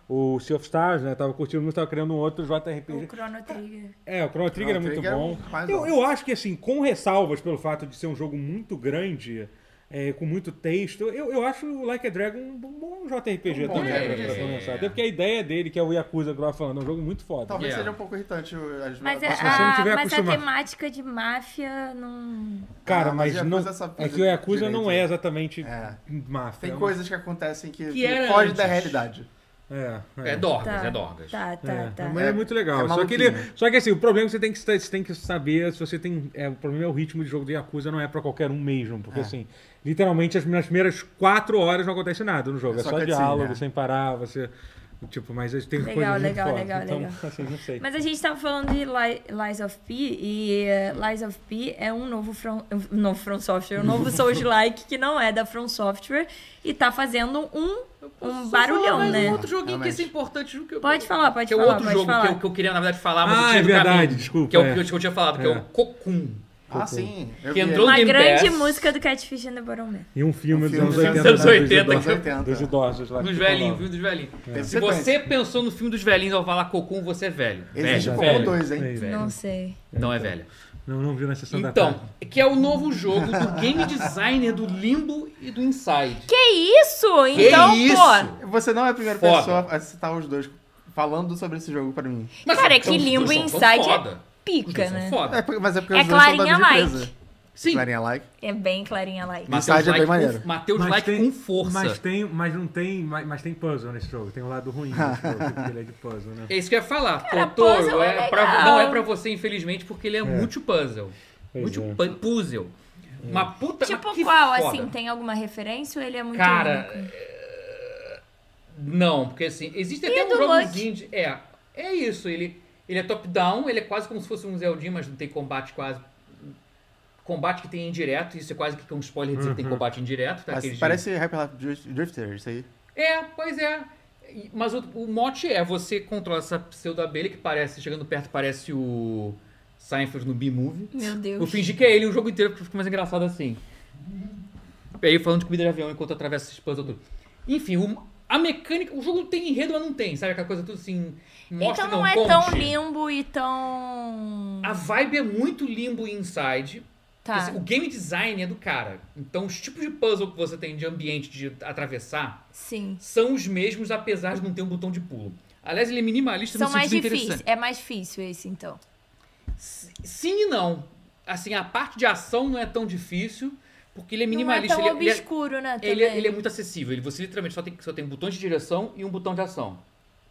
Speaker 1: o Sea of Stars, né? Tava curtindo muito, tava criando um outro JRPG.
Speaker 3: O Chrono Trigger.
Speaker 1: É, o Chrono Trigger
Speaker 2: Chrono
Speaker 1: é muito
Speaker 2: Trigger é
Speaker 1: bom.
Speaker 2: um- mais
Speaker 1: eu,
Speaker 2: alto.
Speaker 1: eu acho que, assim, com ressalvas pelo fato de ser um jogo muito grande, é, com muito texto, eu, eu acho o Like a Dragon um bom JRPG
Speaker 2: Um bom
Speaker 1: também, né, pra
Speaker 4: JRPG.
Speaker 1: começar. Até porque a ideia dele, que é o Yakuza, que eu tava falando, é um jogo muito foda.
Speaker 2: Talvez
Speaker 4: Yeah.
Speaker 2: seja um pouco irritante. o- As
Speaker 3: Mas,
Speaker 4: é
Speaker 3: é
Speaker 2: as-
Speaker 1: se você não
Speaker 3: a,
Speaker 1: tiver
Speaker 3: mas a
Speaker 1: acostumado-
Speaker 3: temática de máfia não.
Speaker 1: Cara,
Speaker 2: Ah,
Speaker 1: mas,
Speaker 2: mas
Speaker 1: não.
Speaker 2: Yakuza só
Speaker 1: É
Speaker 2: fez
Speaker 1: que o Yakuza não é
Speaker 2: direito.
Speaker 1: exatamente
Speaker 2: É.
Speaker 1: máfia.
Speaker 2: Tem
Speaker 1: é um-
Speaker 2: coisas que acontecem que,
Speaker 4: Que
Speaker 2: que
Speaker 4: era
Speaker 2: fogem
Speaker 4: antes.
Speaker 2: da realidade.
Speaker 1: É, é.
Speaker 4: É Dorgas,
Speaker 3: Tá,
Speaker 4: é Dorgas.
Speaker 3: tá, tá,
Speaker 1: É,
Speaker 3: tá.
Speaker 1: Mas é, muito legal.
Speaker 2: É
Speaker 1: só, que ele-
Speaker 2: maluquinho.
Speaker 1: só que assim, o problema é que você tem que, você tem que saber se você tem. é, o problema é o ritmo de jogo do Yakuza, não é pra qualquer um mesmo. Porque
Speaker 2: É.
Speaker 1: assim, literalmente as, nas primeiras quatro horas não acontece nada no jogo. É,
Speaker 2: É só
Speaker 1: só
Speaker 2: cutscene,
Speaker 1: diálogo,
Speaker 2: né?
Speaker 1: sem parar, você. Tipo, mas tem
Speaker 3: Legal,
Speaker 1: coisas muito
Speaker 3: legal,
Speaker 1: fodas.
Speaker 3: legal,
Speaker 1: então,
Speaker 3: legal.
Speaker 1: assim, não sei.
Speaker 3: Mas a gente tava falando de Li- Lies of P e eh, Lies of P é um novo From, um novo from Software, um novo Souls-like que não é da From Software e tá fazendo um.
Speaker 4: Eu posso
Speaker 3: Um
Speaker 4: só
Speaker 3: barulhão,
Speaker 4: falar mais
Speaker 3: né?
Speaker 4: Um outro joguinho que
Speaker 2: Realmente.
Speaker 4: esse é importante. Que eu,
Speaker 3: Pode falar, pode
Speaker 4: que é o
Speaker 3: falar,
Speaker 4: outro
Speaker 3: pode
Speaker 4: jogo
Speaker 3: falar.
Speaker 4: Que, eu, que eu queria, na verdade, falar, mas
Speaker 1: Ah,
Speaker 4: eu
Speaker 1: é
Speaker 4: tinha
Speaker 1: verdade,
Speaker 4: caminho,
Speaker 1: desculpa,
Speaker 4: Que é
Speaker 1: é.
Speaker 4: o que eu tinha- eu tinha falado, que é
Speaker 1: É.
Speaker 4: o Cocoon.
Speaker 2: Ah, sim. eu
Speaker 4: Que
Speaker 2: vi.
Speaker 4: entrou
Speaker 3: Uma
Speaker 4: Game
Speaker 3: grande
Speaker 4: Pass.
Speaker 3: música do Catfish and the Barometer.
Speaker 1: E um filme
Speaker 2: Um
Speaker 1: dos
Speaker 2: filme
Speaker 1: anos
Speaker 2: dos
Speaker 1: 80.
Speaker 4: anos
Speaker 1: né,
Speaker 4: 80,
Speaker 1: dos,
Speaker 4: que eu-
Speaker 1: idosos, dos idosos lá. que
Speaker 4: Dos
Speaker 1: você
Speaker 4: velhinhos,
Speaker 1: falava.
Speaker 4: viu? um Dos velhinhos.
Speaker 2: Teve
Speaker 4: Se
Speaker 2: sequência.
Speaker 4: você pensou no filme dos velhinhos ao falar Cocoon, você é velho.
Speaker 2: Existe
Speaker 4: velho,
Speaker 2: Cocum
Speaker 4: velho,
Speaker 2: dois, hein?
Speaker 1: É,
Speaker 4: velho.
Speaker 3: Não sei.
Speaker 4: Não é velho.
Speaker 1: Não, não viu na sessão da tarde.
Speaker 4: Então, que é o novo jogo do game designer do Limbo e do Inside.
Speaker 3: Que isso?
Speaker 4: Que
Speaker 3: Então,
Speaker 4: isso?
Speaker 3: pô.
Speaker 2: Você não é a primeira
Speaker 4: Foda.
Speaker 2: pessoa a citar os dois falando sobre esse jogo pra mim.
Speaker 4: Mas
Speaker 3: Cara, é
Speaker 4: então,
Speaker 3: que
Speaker 4: os
Speaker 3: Limbo
Speaker 4: dois
Speaker 3: e
Speaker 4: são tão
Speaker 3: Inside é
Speaker 4: foda. Os dois
Speaker 3: pica,
Speaker 4: são
Speaker 3: né?
Speaker 4: foda.
Speaker 2: É, porque- mas é porque
Speaker 3: É
Speaker 2: os dois são da
Speaker 3: Clarinha
Speaker 2: mesma
Speaker 3: Light.
Speaker 2: empresa.
Speaker 4: Sim,
Speaker 2: Clarinha Like.
Speaker 3: É bem clarinha like.
Speaker 4: Mateus
Speaker 2: Inside é
Speaker 4: Like
Speaker 2: bem
Speaker 4: com-
Speaker 2: maneiro.
Speaker 4: Mateus
Speaker 1: Mas
Speaker 4: Like
Speaker 1: tem-
Speaker 4: com força.
Speaker 1: Mas, tem, mas não tem, mas, mas tem puzzle nesse jogo. Tem um lado ruim nesse jogo, porque ele é de puzzle, né?
Speaker 4: É isso que eu ia falar.
Speaker 3: Cara,
Speaker 4: Totoro
Speaker 3: puzzle é
Speaker 4: é pra-
Speaker 3: legal.
Speaker 4: não é pra você, infelizmente, porque ele é, multi-puzzle.
Speaker 1: Pois é.
Speaker 4: Multi-puzzle. Uma puta.
Speaker 3: Tipo
Speaker 4: mas que
Speaker 3: qual,
Speaker 4: foda.
Speaker 3: assim, tem alguma referência ou ele é muito
Speaker 4: Cara.
Speaker 3: único?
Speaker 4: é, Não, porque assim, existe até
Speaker 3: do
Speaker 4: um
Speaker 3: Luck?
Speaker 4: jogozinho de. É, é isso. Ele, ele é top-down, ele é quase como se fosse um Zeldin, mas não tem combate quase. Combate que tem indireto, isso é quase que um spoiler dizer que tem combate indireto. Tá?
Speaker 2: Uhum. Mas
Speaker 4: Aqueles de-
Speaker 2: Parece Hyperlapse Drift- Drifter, isso aí.
Speaker 4: é, pois é. E- Mas o, o mote é, você controla essa pseudo-abelha que parece, chegando perto, parece o Seinfeld no B-Movie.
Speaker 3: Meu
Speaker 4: Eu
Speaker 3: Deus.
Speaker 4: fingi que é ele o jogo inteiro, porque fica mais engraçado assim. E aí falando de comida de avião enquanto atravessa esses puzzles tudo. Enfim, o- a mecânica... O jogo tem enredo, mas não tem, sabe? Aquela coisa tudo assim... Mostra,
Speaker 3: Então não, é
Speaker 4: conte.
Speaker 3: tão limbo e tão.
Speaker 4: A vibe é muito limbo e inside.
Speaker 3: Tá.
Speaker 4: Porque, assim, o game design é do cara. Então, os tipos de puzzle que você tem de ambiente de atravessar
Speaker 3: Sim.
Speaker 4: são os mesmos, apesar de não ter um botão de pulo. Aliás, ele é minimalista
Speaker 3: São
Speaker 4: no
Speaker 3: mais
Speaker 4: sentido
Speaker 3: difíceis.
Speaker 4: interessante. É
Speaker 3: É mais difícil esse, então.
Speaker 4: Sim e não. Assim, a parte de ação não é tão difícil, porque ele é minimalista.
Speaker 3: Não é tão
Speaker 4: ele, ele é-
Speaker 3: obscuro, né?
Speaker 4: ele é,
Speaker 3: também.
Speaker 4: ele é muito acessível. Ele, você literalmente só tem, só tem botões de direção e um botão de ação.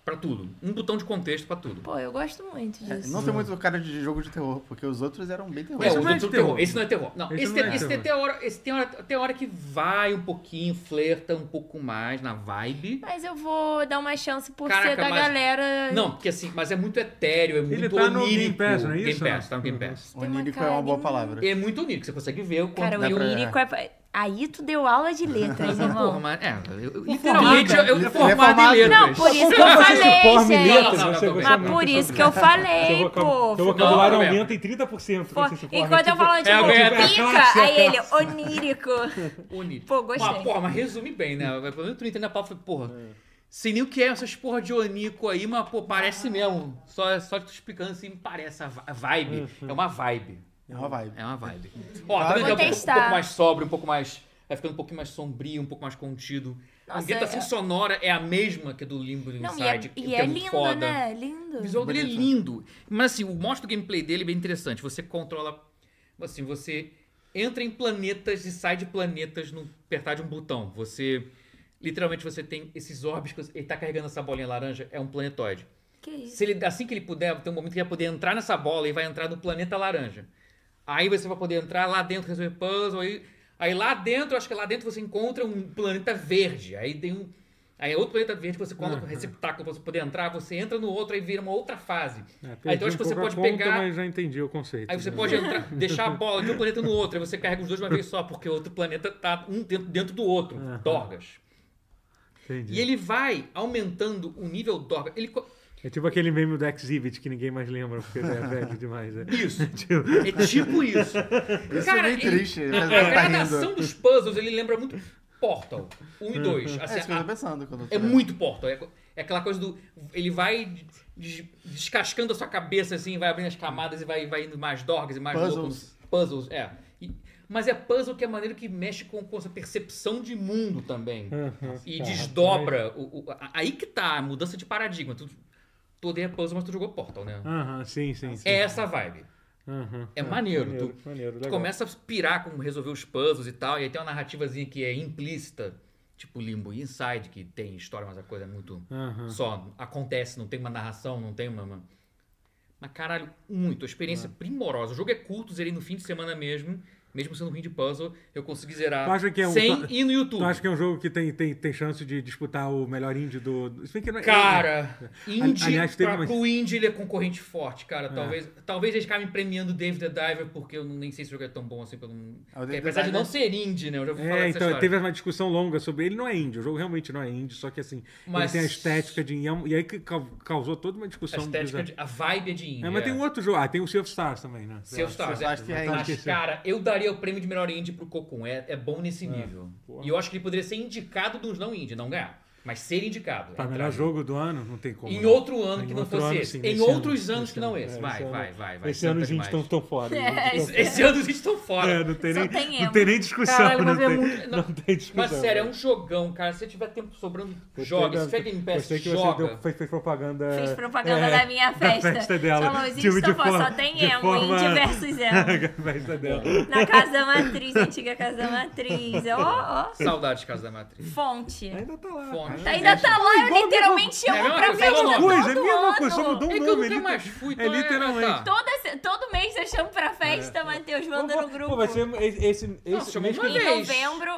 Speaker 4: Pra tudo. Um botão de contexto pra tudo.
Speaker 3: Pô, eu gosto muito disso.
Speaker 2: É, Não tem muito cara de jogo de terror, porque os outros eram bem terror.
Speaker 4: É,
Speaker 1: Esse
Speaker 4: o
Speaker 1: não é
Speaker 4: do-
Speaker 1: de
Speaker 4: do
Speaker 1: terror.
Speaker 4: terror. Esse não é terror. Não,
Speaker 1: Esse
Speaker 4: esse,
Speaker 1: não é
Speaker 4: tem-
Speaker 1: de
Speaker 4: esse tem
Speaker 1: terror.
Speaker 4: até hora, esse tem hora, tem hora que vai um pouquinho, flerta um pouco mais na vibe.
Speaker 3: Mas eu vou dar uma chance por
Speaker 4: Caraca,
Speaker 3: ser da
Speaker 4: mas-
Speaker 3: galera.
Speaker 4: Não, porque assim, mas é muito etéreo, é muito
Speaker 1: Ele tá no Game
Speaker 4: onírico.
Speaker 1: Pass, não é isso?
Speaker 4: Game Pass, tá no Game Pass.
Speaker 3: tem uma
Speaker 2: Onírico é
Speaker 3: cara
Speaker 2: uma
Speaker 3: de
Speaker 2: boa
Speaker 3: um-
Speaker 2: palavra.
Speaker 4: É muito onírico, você consegue ver o quanto
Speaker 3: Cara, o
Speaker 2: Dá pra-
Speaker 3: lírico é. Aí tu deu aula de letras,
Speaker 4: Mas, porra,
Speaker 3: irmão.
Speaker 4: mas, é, eu- eu- literalmente
Speaker 1: formado.
Speaker 4: eu,
Speaker 1: Ele é
Speaker 4: eu formado em
Speaker 2: formado.
Speaker 4: letras.
Speaker 3: Não, por isso que eu
Speaker 1: Como você se
Speaker 3: falei,
Speaker 1: forma em letras,
Speaker 4: Não, não,
Speaker 3: gente.
Speaker 4: não,
Speaker 1: você
Speaker 4: não,
Speaker 1: gosta
Speaker 3: Mas
Speaker 1: muito
Speaker 3: por
Speaker 1: sobre
Speaker 3: isso que eu falei,
Speaker 1: Seu voca- seu
Speaker 3: pô.
Speaker 1: vocabulário
Speaker 4: Não,
Speaker 1: aumenta em 30%
Speaker 3: Pô,
Speaker 1: quando você se forma.
Speaker 3: Enquanto eu
Speaker 1: tipo,
Speaker 3: falo, tipo,
Speaker 4: é, é
Speaker 1: classe,
Speaker 3: pica,
Speaker 1: é
Speaker 3: aí ele, onírico.
Speaker 4: um Onírico.
Speaker 3: Pô, gostei.
Speaker 4: Mas, porra, mas resume bem, né? Pelo menos tu não entende a palavra, falei, porra. Sei nem o que é essas porra de onírico aí, mas, pô, parece mesmo. Só, só tu explicando assim, parece a vi- a vibe. É uma vibe.
Speaker 2: É uma vibe.
Speaker 4: É uma vibe. Ó, tá vendo que
Speaker 3: Vou
Speaker 4: é um pouco, um
Speaker 3: testar.
Speaker 4: pouco mais sóbrio, um pouco mais. Vai ficando um pouquinho mais sombrio, um pouco mais contido. a
Speaker 3: Nossa,
Speaker 4: ambientação
Speaker 3: é-
Speaker 4: sonora é a mesma que a do Limbo do
Speaker 3: Não, e é,
Speaker 4: Inside.
Speaker 3: e
Speaker 4: que
Speaker 3: é
Speaker 4: muito
Speaker 3: lindo,
Speaker 4: foda.
Speaker 3: né?
Speaker 4: O
Speaker 3: Lindo.
Speaker 4: visual dele é
Speaker 2: Bonito.
Speaker 4: lindo. Mas assim, o mostro do gameplay dele é bem interessante. Você controla. Assim, você entra em planetas e sai de planetas no apertar de um botão. Você. Literalmente você tem esses orbes que você- ele tá carregando essa bolinha laranja, é um planetoide.
Speaker 3: Que isso?
Speaker 4: Se ele, assim que ele puder, tem um momento que ele vai poder entrar nessa bola e vai entrar no planeta laranja. Aí você vai poder entrar lá dentro, resolver puzzle. Aí, aí lá dentro, acho que lá dentro você encontra um planeta verde. Aí tem um. Aí é outro planeta verde que você coloca um receptáculo pra você poder entrar, você entra no outro, aí vira uma outra
Speaker 1: É,
Speaker 4: fase. aí
Speaker 1: perdi
Speaker 4: então acho que
Speaker 1: um
Speaker 4: você
Speaker 1: pouco a
Speaker 4: pode
Speaker 1: conta,
Speaker 4: pegar.
Speaker 1: Mas já entendi o conceito.
Speaker 4: Aí você
Speaker 1: né?
Speaker 4: pode entrar, deixar a bola de um planeta no outro, aí você carrega os dois de uma vez só, porque o outro planeta tá um dentro, dentro do outro.
Speaker 1: Aham.
Speaker 4: Dorgas.
Speaker 1: Entendi.
Speaker 4: E ele vai aumentando o nível Dorgas. Ele, co-
Speaker 1: É tipo aquele meme do Exhibit que ninguém mais lembra, porque é velho demais. É.
Speaker 4: Isso.
Speaker 1: Tipo, né?
Speaker 4: É tipo isso.
Speaker 2: Isso é
Speaker 4: Cara,
Speaker 2: meio
Speaker 4: ele-
Speaker 2: triste, mas
Speaker 4: A
Speaker 2: tá
Speaker 4: gradação
Speaker 2: rindo.
Speaker 4: dos puzzles, ele lembra muito Portal 1 e 2.
Speaker 2: É isso que eu tô pensando quando eu tô
Speaker 4: é
Speaker 2: lendo.
Speaker 4: muito Portal. É, co- é aquela coisa do... Ele vai des- descascando a sua cabeça, assim, vai abrindo as camadas e vai, vai indo mais dorgas e mais
Speaker 2: Puzzles.
Speaker 4: loucos. Puzzles, é. E- mas é puzzle que é maneiro que mexe com, com essa percepção de mundo também.
Speaker 1: Uhum.
Speaker 4: E
Speaker 1: Tá,
Speaker 4: desdobra. o- o- a- aí que tá a mudança de paradigma. Tu, tu odeia puzzle, mas tu jogou Portal, né?
Speaker 1: Aham, sim, sim. Hum, sim.
Speaker 4: É essa vibe.
Speaker 1: Aham.
Speaker 4: É maneiro.
Speaker 1: Maneiro,
Speaker 4: tu,
Speaker 1: maneiro,
Speaker 4: Tu
Speaker 1: legal.
Speaker 4: começa a pirar como resolver os puzzles e tal, e aí tem uma narrativazinha que é implícita, tipo Limbo e Inside, que tem história, mas a coisa é muito.
Speaker 1: Aham.
Speaker 4: Só acontece, não tem uma narração, não tem uma. uma- Mas caralho, muito. A experiência é
Speaker 1: Ah.
Speaker 4: primorosa. O jogo é curto, zerei no fim de semana mesmo. Mesmo sendo ruim de puzzle, eu consegui zerar
Speaker 1: Tu acha que é um-
Speaker 4: sem
Speaker 1: tu-
Speaker 4: ir no YouTube.
Speaker 1: Tu acha que é um jogo que tem, tem, tem chance de disputar o melhor indie do. Se bem que não é-
Speaker 4: Cara, indie,
Speaker 1: aliás, teve
Speaker 4: pra,
Speaker 1: uma- É.
Speaker 4: pro indie ele é concorrente forte, cara. Talvez, talvez eles acabem premiando David the Diver, porque eu nem sei se o jogo é tão bom assim. Pelo...
Speaker 2: Ah, o Dave the
Speaker 4: Apesar de
Speaker 2: Diver-
Speaker 4: não ser indie, né? Eu já ouvi falar
Speaker 1: É,
Speaker 4: dessa
Speaker 1: então
Speaker 4: história.
Speaker 1: teve uma discussão longa sobre ele não é indie, o jogo realmente não é indie, só que assim,
Speaker 4: Mas-
Speaker 1: ele tem a estética de e aí que cau- causou toda uma
Speaker 4: A
Speaker 1: discussão
Speaker 4: estética,
Speaker 1: bizarra.
Speaker 4: de, a vibe é de indie.
Speaker 1: É, mas tem um outro jogo, ah, tem o Sea of Stars também, né?
Speaker 4: Seu Stars,
Speaker 2: Você
Speaker 4: é.
Speaker 2: acha que é
Speaker 1: indie?
Speaker 4: Mas, cara, eu daria o prêmio de melhor indie pro Cocum. É, é bom nesse nível.
Speaker 1: porra.
Speaker 4: e eu acho que ele poderia ser indicado dos não indie, não ganhar. Mas ser indicado.
Speaker 1: Pra
Speaker 4: Entrar.
Speaker 1: melhor jogo do ano, não tem como.
Speaker 4: é Em
Speaker 1: né?
Speaker 4: outro ano
Speaker 1: Em
Speaker 4: que não
Speaker 1: outro
Speaker 4: fosse
Speaker 1: ano,
Speaker 4: esse.
Speaker 1: sim,
Speaker 4: em
Speaker 1: nesse
Speaker 4: outros
Speaker 1: ano,
Speaker 4: anos
Speaker 1: esse
Speaker 4: que não
Speaker 1: ano.
Speaker 4: esse.
Speaker 1: É,
Speaker 4: Vai,
Speaker 1: esse
Speaker 4: vai,
Speaker 1: ano-
Speaker 4: vai, vai.
Speaker 1: Esse ano os
Speaker 4: tá
Speaker 1: indies
Speaker 4: demais.
Speaker 1: estão fora.
Speaker 3: É,
Speaker 1: os
Speaker 4: Esse,
Speaker 1: indies tão
Speaker 4: esse ano os indies estão fora.
Speaker 1: fora. É, não tem
Speaker 3: Só
Speaker 1: nem,
Speaker 3: tem
Speaker 1: não
Speaker 3: emo.
Speaker 1: tem nem discussão.
Speaker 4: Caralho,
Speaker 1: não,
Speaker 4: mas é
Speaker 1: tem,
Speaker 4: muito-
Speaker 1: não tem discussão.
Speaker 4: Mas sério, é um jogão, cara. Se você tiver tempo sobrando,
Speaker 1: Gostei
Speaker 4: joga.
Speaker 1: da-
Speaker 4: Se tiver Game Pass,
Speaker 1: Gostei que
Speaker 4: joga.
Speaker 1: você deu, fez, fez propaganda.
Speaker 3: Fez propaganda
Speaker 1: é,
Speaker 3: da minha festa.
Speaker 1: festa dela.
Speaker 3: Falou, os
Speaker 1: De-
Speaker 3: índios
Speaker 1: de
Speaker 3: estão falando, só
Speaker 1: forma-
Speaker 3: tem
Speaker 1: de
Speaker 3: emo,
Speaker 1: forma-
Speaker 3: índio versus emo.
Speaker 1: da festa dela.
Speaker 3: Na casa da matriz, antiga casa da matriz. Ó, ó.
Speaker 4: Saudade de Casa da Matriz.
Speaker 3: fonte.
Speaker 1: Ainda tá lá.
Speaker 4: Fonte.
Speaker 3: Tá, ainda tá lá, eu
Speaker 1: igual,
Speaker 3: literalmente chamo
Speaker 4: igual. É a
Speaker 3: pra
Speaker 4: mesma
Speaker 3: festa
Speaker 4: coisa,
Speaker 3: todo
Speaker 4: é a
Speaker 1: Coisa, é a mesma
Speaker 3: ano.
Speaker 1: coisa, só mudou
Speaker 4: É
Speaker 1: o
Speaker 4: que eu
Speaker 1: nome.
Speaker 4: nunca
Speaker 1: é liter-
Speaker 4: mais fui, então
Speaker 1: é
Speaker 4: é-
Speaker 1: literalmente.
Speaker 4: tá.
Speaker 3: Toda se- todo mês eu chamo pra festa, Matheus, manda no grupo.
Speaker 1: Pô, É. Então vai ser esse, esse,
Speaker 4: Não,
Speaker 1: esse
Speaker 4: chamou
Speaker 1: mês
Speaker 4: uma
Speaker 1: que-
Speaker 3: Em
Speaker 4: vez.
Speaker 3: novembro,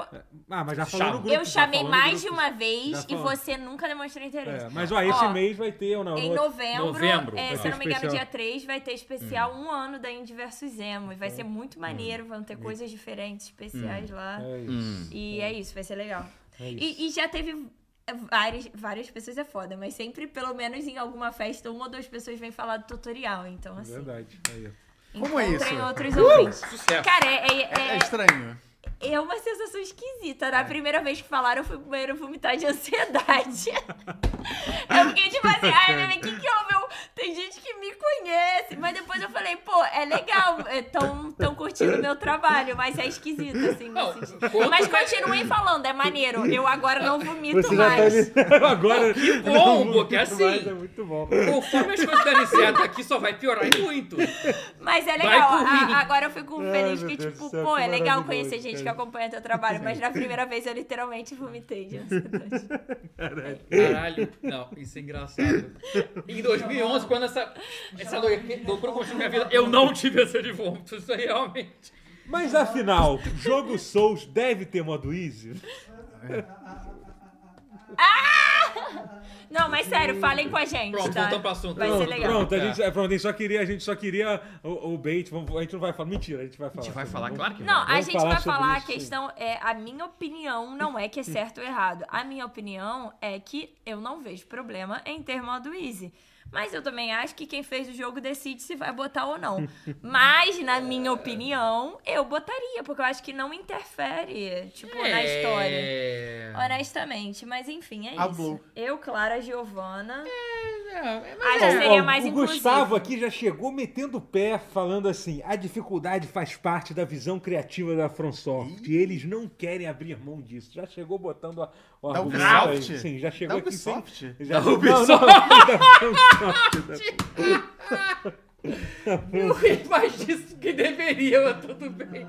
Speaker 1: Ah, mas já falou no
Speaker 4: Chama.
Speaker 1: grupo.
Speaker 3: eu
Speaker 1: já
Speaker 3: chamei
Speaker 1: falou no
Speaker 3: mais de
Speaker 1: grupo.
Speaker 3: uma vez
Speaker 1: Já
Speaker 3: e
Speaker 1: falou.
Speaker 3: você nunca demonstrou interesse.
Speaker 1: É, mas ó, esse
Speaker 3: Ó,
Speaker 1: mês vai ter ou não?
Speaker 3: Em
Speaker 1: no outro-
Speaker 3: novembro,
Speaker 4: Novembro,
Speaker 3: é,
Speaker 4: vai
Speaker 3: se
Speaker 1: ter
Speaker 3: eu não me engano,
Speaker 1: especial. Hum.
Speaker 3: dia 3, vai ter especial um ano da Indy versus Emo. E vai
Speaker 1: Então,
Speaker 3: ser muito maneiro, vão ter coisas diferentes, especiais lá.
Speaker 1: É
Speaker 4: Hum.
Speaker 1: isso.
Speaker 3: E é isso, vai ser legal.
Speaker 1: É isso.
Speaker 3: E, e já teve é, várias, várias pessoas é foda, mas sempre, pelo menos em alguma festa, uma ou duas pessoas vêm falar do tutorial. Então, assim,
Speaker 1: Verdade. Aí, ó.
Speaker 2: Como é
Speaker 3: encontrem
Speaker 2: isso?
Speaker 1: Uh!
Speaker 3: outros ouvintes.
Speaker 4: Sucesso.
Speaker 3: Cara, é, é- é-
Speaker 2: É estranho.
Speaker 3: é uma sensação esquisita.
Speaker 1: É.
Speaker 3: Na primeira vez que falaram, eu fui pro banheiro vomitar de ansiedade. eu fiquei tipo assim, ai, meu, o que que houve? Eu- Tem gente que que me conhece. Mas depois eu falei, pô, é legal, é, tão, tão curtindo o meu trabalho, mas é esquisito, assim.
Speaker 4: Não,
Speaker 3: nesse sentido.
Speaker 4: quanto
Speaker 3: Mas
Speaker 4: mais-
Speaker 3: continuem falando, é maneiro. Eu agora não vomito
Speaker 1: Você já tá
Speaker 3: mais.
Speaker 1: ali. Agora.
Speaker 4: que é bom,
Speaker 1: Não, muito
Speaker 4: porque assim-
Speaker 1: mais, É muito bom.
Speaker 4: Conforme as coisas derem certo aqui, só vai piorar e muito.
Speaker 3: Mas é
Speaker 4: Vai
Speaker 3: legal.
Speaker 4: por
Speaker 3: a-
Speaker 4: mim.
Speaker 3: agora eu fico
Speaker 1: Ai,
Speaker 3: feliz
Speaker 1: meu
Speaker 3: que,
Speaker 1: Deus
Speaker 3: tipo,
Speaker 1: do céu,
Speaker 3: pô,
Speaker 1: que
Speaker 3: é legal
Speaker 1: maravilhoso,
Speaker 3: conhecer gente que
Speaker 1: cara.
Speaker 3: acompanha teu trabalho, mas na primeira vez eu literalmente vomitei de ansiedade.
Speaker 4: Caralho, não, isso é engraçado. Em 2011, quando essa, essa do- loucura construiu minha vida, eu não tive essa de vômito, isso aí realmente.
Speaker 1: Mas afinal, jogo Souls deve ter modo easy?
Speaker 3: Não, mas sério, falem com a gente,
Speaker 4: Pronto,
Speaker 3: tá?
Speaker 4: voltamos pro assunto.
Speaker 3: Vai ser
Speaker 1: Pronto,
Speaker 3: legal.
Speaker 1: Pronto, a
Speaker 4: É.
Speaker 1: gente, é, pronto, a gente só queria, a gente só queria o, o bait. vamos- a gente não vai falar. Mentira, a gente vai falar.
Speaker 4: A gente vai
Speaker 1: sobre-
Speaker 4: falar, claro que
Speaker 3: Não,
Speaker 4: vai.
Speaker 3: a
Speaker 1: Vamos
Speaker 3: gente
Speaker 1: falar
Speaker 3: vai
Speaker 1: sobre
Speaker 3: falar, a
Speaker 1: isso.
Speaker 3: questão é, a minha opinião não é que é certo ou errado. A minha opinião é que eu não vejo problema em ter modo easy. Mas eu também acho que quem fez o jogo decide se vai botar ou não. Mas, na minha opinião, eu botaria, porque eu acho que não interfere, tipo, na história.
Speaker 4: É...
Speaker 3: Honestamente, mas enfim, é
Speaker 2: A
Speaker 3: isso.
Speaker 2: Blue.
Speaker 3: Eu, Clara, Giovana.
Speaker 4: É,
Speaker 3: Acho
Speaker 1: Ó,
Speaker 3: que seria
Speaker 1: ó,
Speaker 3: mais
Speaker 1: o
Speaker 3: inclusivo.
Speaker 1: Gustavo aqui já chegou metendo o pé, falando assim: a dificuldade faz parte da visão criativa da FromSoft. E eles não querem abrir mão disso. Já chegou botando a, o
Speaker 2: Da
Speaker 1: argumento
Speaker 2: Ubisoft?
Speaker 1: aí. Sim, já chegou
Speaker 2: Da
Speaker 1: aqui. sem-
Speaker 2: Ubisoft?
Speaker 1: já-
Speaker 4: Da
Speaker 1: Não, não,
Speaker 4: Ubisoft.
Speaker 1: da-
Speaker 4: Eu ri mais disso que deveria, mas tudo bem.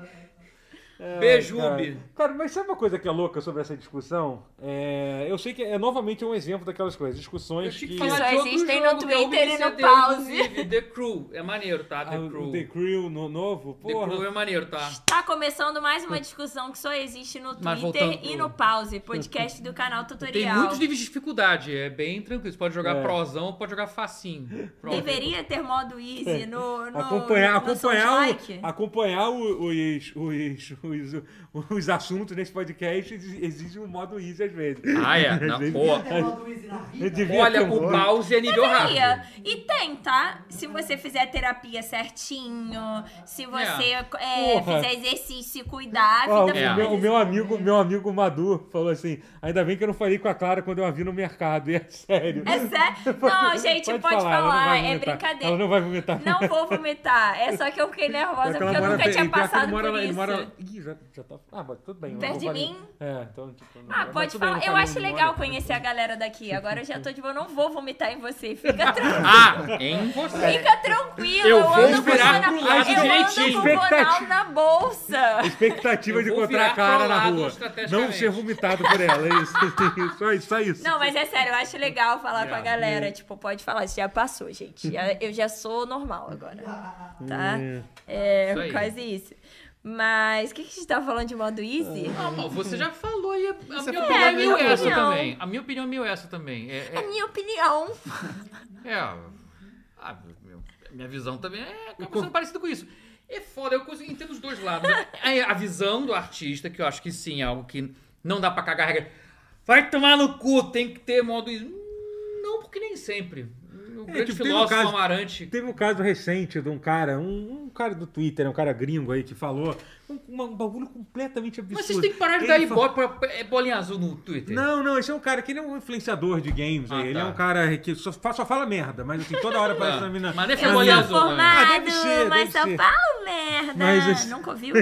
Speaker 4: Beijo,
Speaker 1: Ai,
Speaker 4: Ubi.
Speaker 1: Ah, Cara. Cara, mas sabe uma coisa que é louca sobre essa discussão? É, eu sei que é novamente um exemplo daquelas coisas,
Speaker 4: Eu
Speaker 1: discussões
Speaker 4: tinha
Speaker 1: que.
Speaker 4: que falar
Speaker 3: Só
Speaker 4: de outro
Speaker 3: existem
Speaker 4: jogo,
Speaker 3: no
Speaker 4: que é o
Speaker 3: Twitter e no
Speaker 4: BCD,
Speaker 3: Pause.
Speaker 4: inclusive, The Crew. É maneiro, tá? The
Speaker 1: Ah,
Speaker 4: Crew.
Speaker 1: o The
Speaker 4: The
Speaker 1: Crew no novo,
Speaker 4: Crew
Speaker 1: porra.
Speaker 4: é maneiro, tá?
Speaker 3: Tá começando mais uma discussão que só existe no
Speaker 4: Mas
Speaker 3: Twitter
Speaker 4: voltando pro-
Speaker 3: e no Pause, podcast do canal
Speaker 4: Tem
Speaker 3: Tutorial.
Speaker 4: muitos níveis de dificuldade, é bem tranquilo. Você pode jogar
Speaker 1: É.
Speaker 4: prosão, pode jogar facinho. Pronto.
Speaker 3: Deveria ter modo easy no, no
Speaker 1: É. acompanhar,
Speaker 3: no
Speaker 1: acompanhar,
Speaker 3: Souls-like.
Speaker 1: o, acompanhar o- os, os, os, os assuntos nesse podcast exi- exige um modo easy às vezes.
Speaker 4: Ah, é.
Speaker 1: Às
Speaker 4: Não,
Speaker 1: vezes-
Speaker 4: pô.
Speaker 5: Tem modo easy na
Speaker 1: Eu
Speaker 5: vida.
Speaker 1: devia
Speaker 4: Olha,
Speaker 1: ter um
Speaker 4: o
Speaker 1: modo-
Speaker 4: pause é nível rápido.
Speaker 3: Deveria. E tem, tá? Se você fizer terapia certinho, se você é,
Speaker 1: Porra.
Speaker 3: fizer exercício e cuidar,
Speaker 1: Ó,
Speaker 3: a
Speaker 1: o,
Speaker 3: vida
Speaker 4: É.
Speaker 3: fica
Speaker 1: meu, o meu amigo, meu amigo Madu falou assim: ainda bem que eu não falei com a Clara quando eu a vi no mercado. E é sério.
Speaker 3: É sério? Não, gente, pode, falar,
Speaker 1: ela não vai
Speaker 3: é
Speaker 1: vomitar.
Speaker 3: brincadeira.
Speaker 1: Ela não vai vomitar.
Speaker 3: Não vou vomitar. É só que eu fiquei
Speaker 1: É
Speaker 3: nervosa
Speaker 1: que ela
Speaker 3: porque eu
Speaker 1: mora
Speaker 3: nunca
Speaker 1: pe-
Speaker 3: tinha
Speaker 1: e pior que
Speaker 3: passado
Speaker 1: ele mora,
Speaker 3: por
Speaker 1: lá-
Speaker 3: isso.
Speaker 1: Ele mora... Ih, já, já tá... Ah, mas tudo bem. eu
Speaker 3: Perto
Speaker 1: vou
Speaker 3: de
Speaker 1: validar.
Speaker 3: mim?
Speaker 1: É, então... Tipo, não-
Speaker 3: Ah,
Speaker 1: mas
Speaker 3: pode
Speaker 1: tudo bem,
Speaker 3: falar.
Speaker 1: não
Speaker 3: Eu
Speaker 1: tá
Speaker 3: acho
Speaker 1: indo
Speaker 3: legal
Speaker 1: embora.
Speaker 3: conhecer a galera daqui. Agora eu já tô de boa, eu não vou vomitar em você. Fica tranquilo.
Speaker 4: Ah, em você.
Speaker 3: Fica tranquilo.
Speaker 4: Eu
Speaker 3: Eu,
Speaker 4: vou
Speaker 3: ando com o
Speaker 4: virar
Speaker 3: Ronaldo-
Speaker 4: pro lado
Speaker 3: eu ando
Speaker 4: direitinho.
Speaker 3: com o Ronaldo
Speaker 1: Expectativa.
Speaker 3: na bolsa.
Speaker 1: Expectativa
Speaker 4: Eu
Speaker 1: de
Speaker 4: vou
Speaker 1: encontrar a
Speaker 4: virar pra
Speaker 1: Clara na
Speaker 4: lado
Speaker 1: rua. Não
Speaker 4: estrategicamente.
Speaker 1: ser vomitado por ela. É isso. só isso. Só isso.
Speaker 3: Não, mas é sério, eu acho legal falar com a
Speaker 1: É.
Speaker 4: Yeah.
Speaker 3: galera. Tipo, pode falar, isso já passou, gente. Já- eu já sou normal agora. Tá?
Speaker 1: Hum.
Speaker 3: É,
Speaker 4: Isso aí.
Speaker 3: quase isso. Mas o que, que a gente tava falando de modo easy?
Speaker 4: Ah, mas você já falou e a, a minha
Speaker 2: falou
Speaker 4: opinião é
Speaker 3: a
Speaker 4: mil
Speaker 3: minha
Speaker 4: essa
Speaker 3: opinião.
Speaker 4: também. A minha opinião é mil essa também. É,
Speaker 3: É
Speaker 4: é,
Speaker 3: minha opinião.
Speaker 4: é, ah, meu- minha visão também é acaba sendo parecida com isso. É foda, eu consigo entendo os dois lados. É a visão do artista, que eu acho que sim, é algo que não dá pra cagar regra. Vai tomar no cu, tem que ter modo. Não, porque nem sempre. O grande
Speaker 1: tipo, tem um
Speaker 4: filósofo
Speaker 1: caso-
Speaker 4: Amarante.
Speaker 1: Teve um caso recente de um cara, um, um cara do Twitter, um cara gringo aí que falou um, uma- um bagulho completamente absurdo.
Speaker 4: Mas vocês têm que parar de
Speaker 1: Ele
Speaker 4: dar
Speaker 1: falou-
Speaker 4: ibope pra é, bolinha azul no Twitter.
Speaker 1: Não, não, esse é um cara que ele é um influenciador de games
Speaker 4: Ah,
Speaker 1: aí. Ele
Speaker 4: tá.
Speaker 1: é um cara que só, fa- só fala merda, mas assim, toda hora
Speaker 4: Ah,
Speaker 1: aparece uma mina.
Speaker 4: mas nem foi
Speaker 1: uma
Speaker 4: bolinha
Speaker 1: mina-
Speaker 3: Eu
Speaker 4: azul. né?
Speaker 3: sou formado,
Speaker 1: Ah, deve ser,
Speaker 3: mas
Speaker 1: deve
Speaker 3: São
Speaker 1: ser.
Speaker 3: Paulo, merda.
Speaker 1: Mas é esse-
Speaker 3: Nunca ouviu?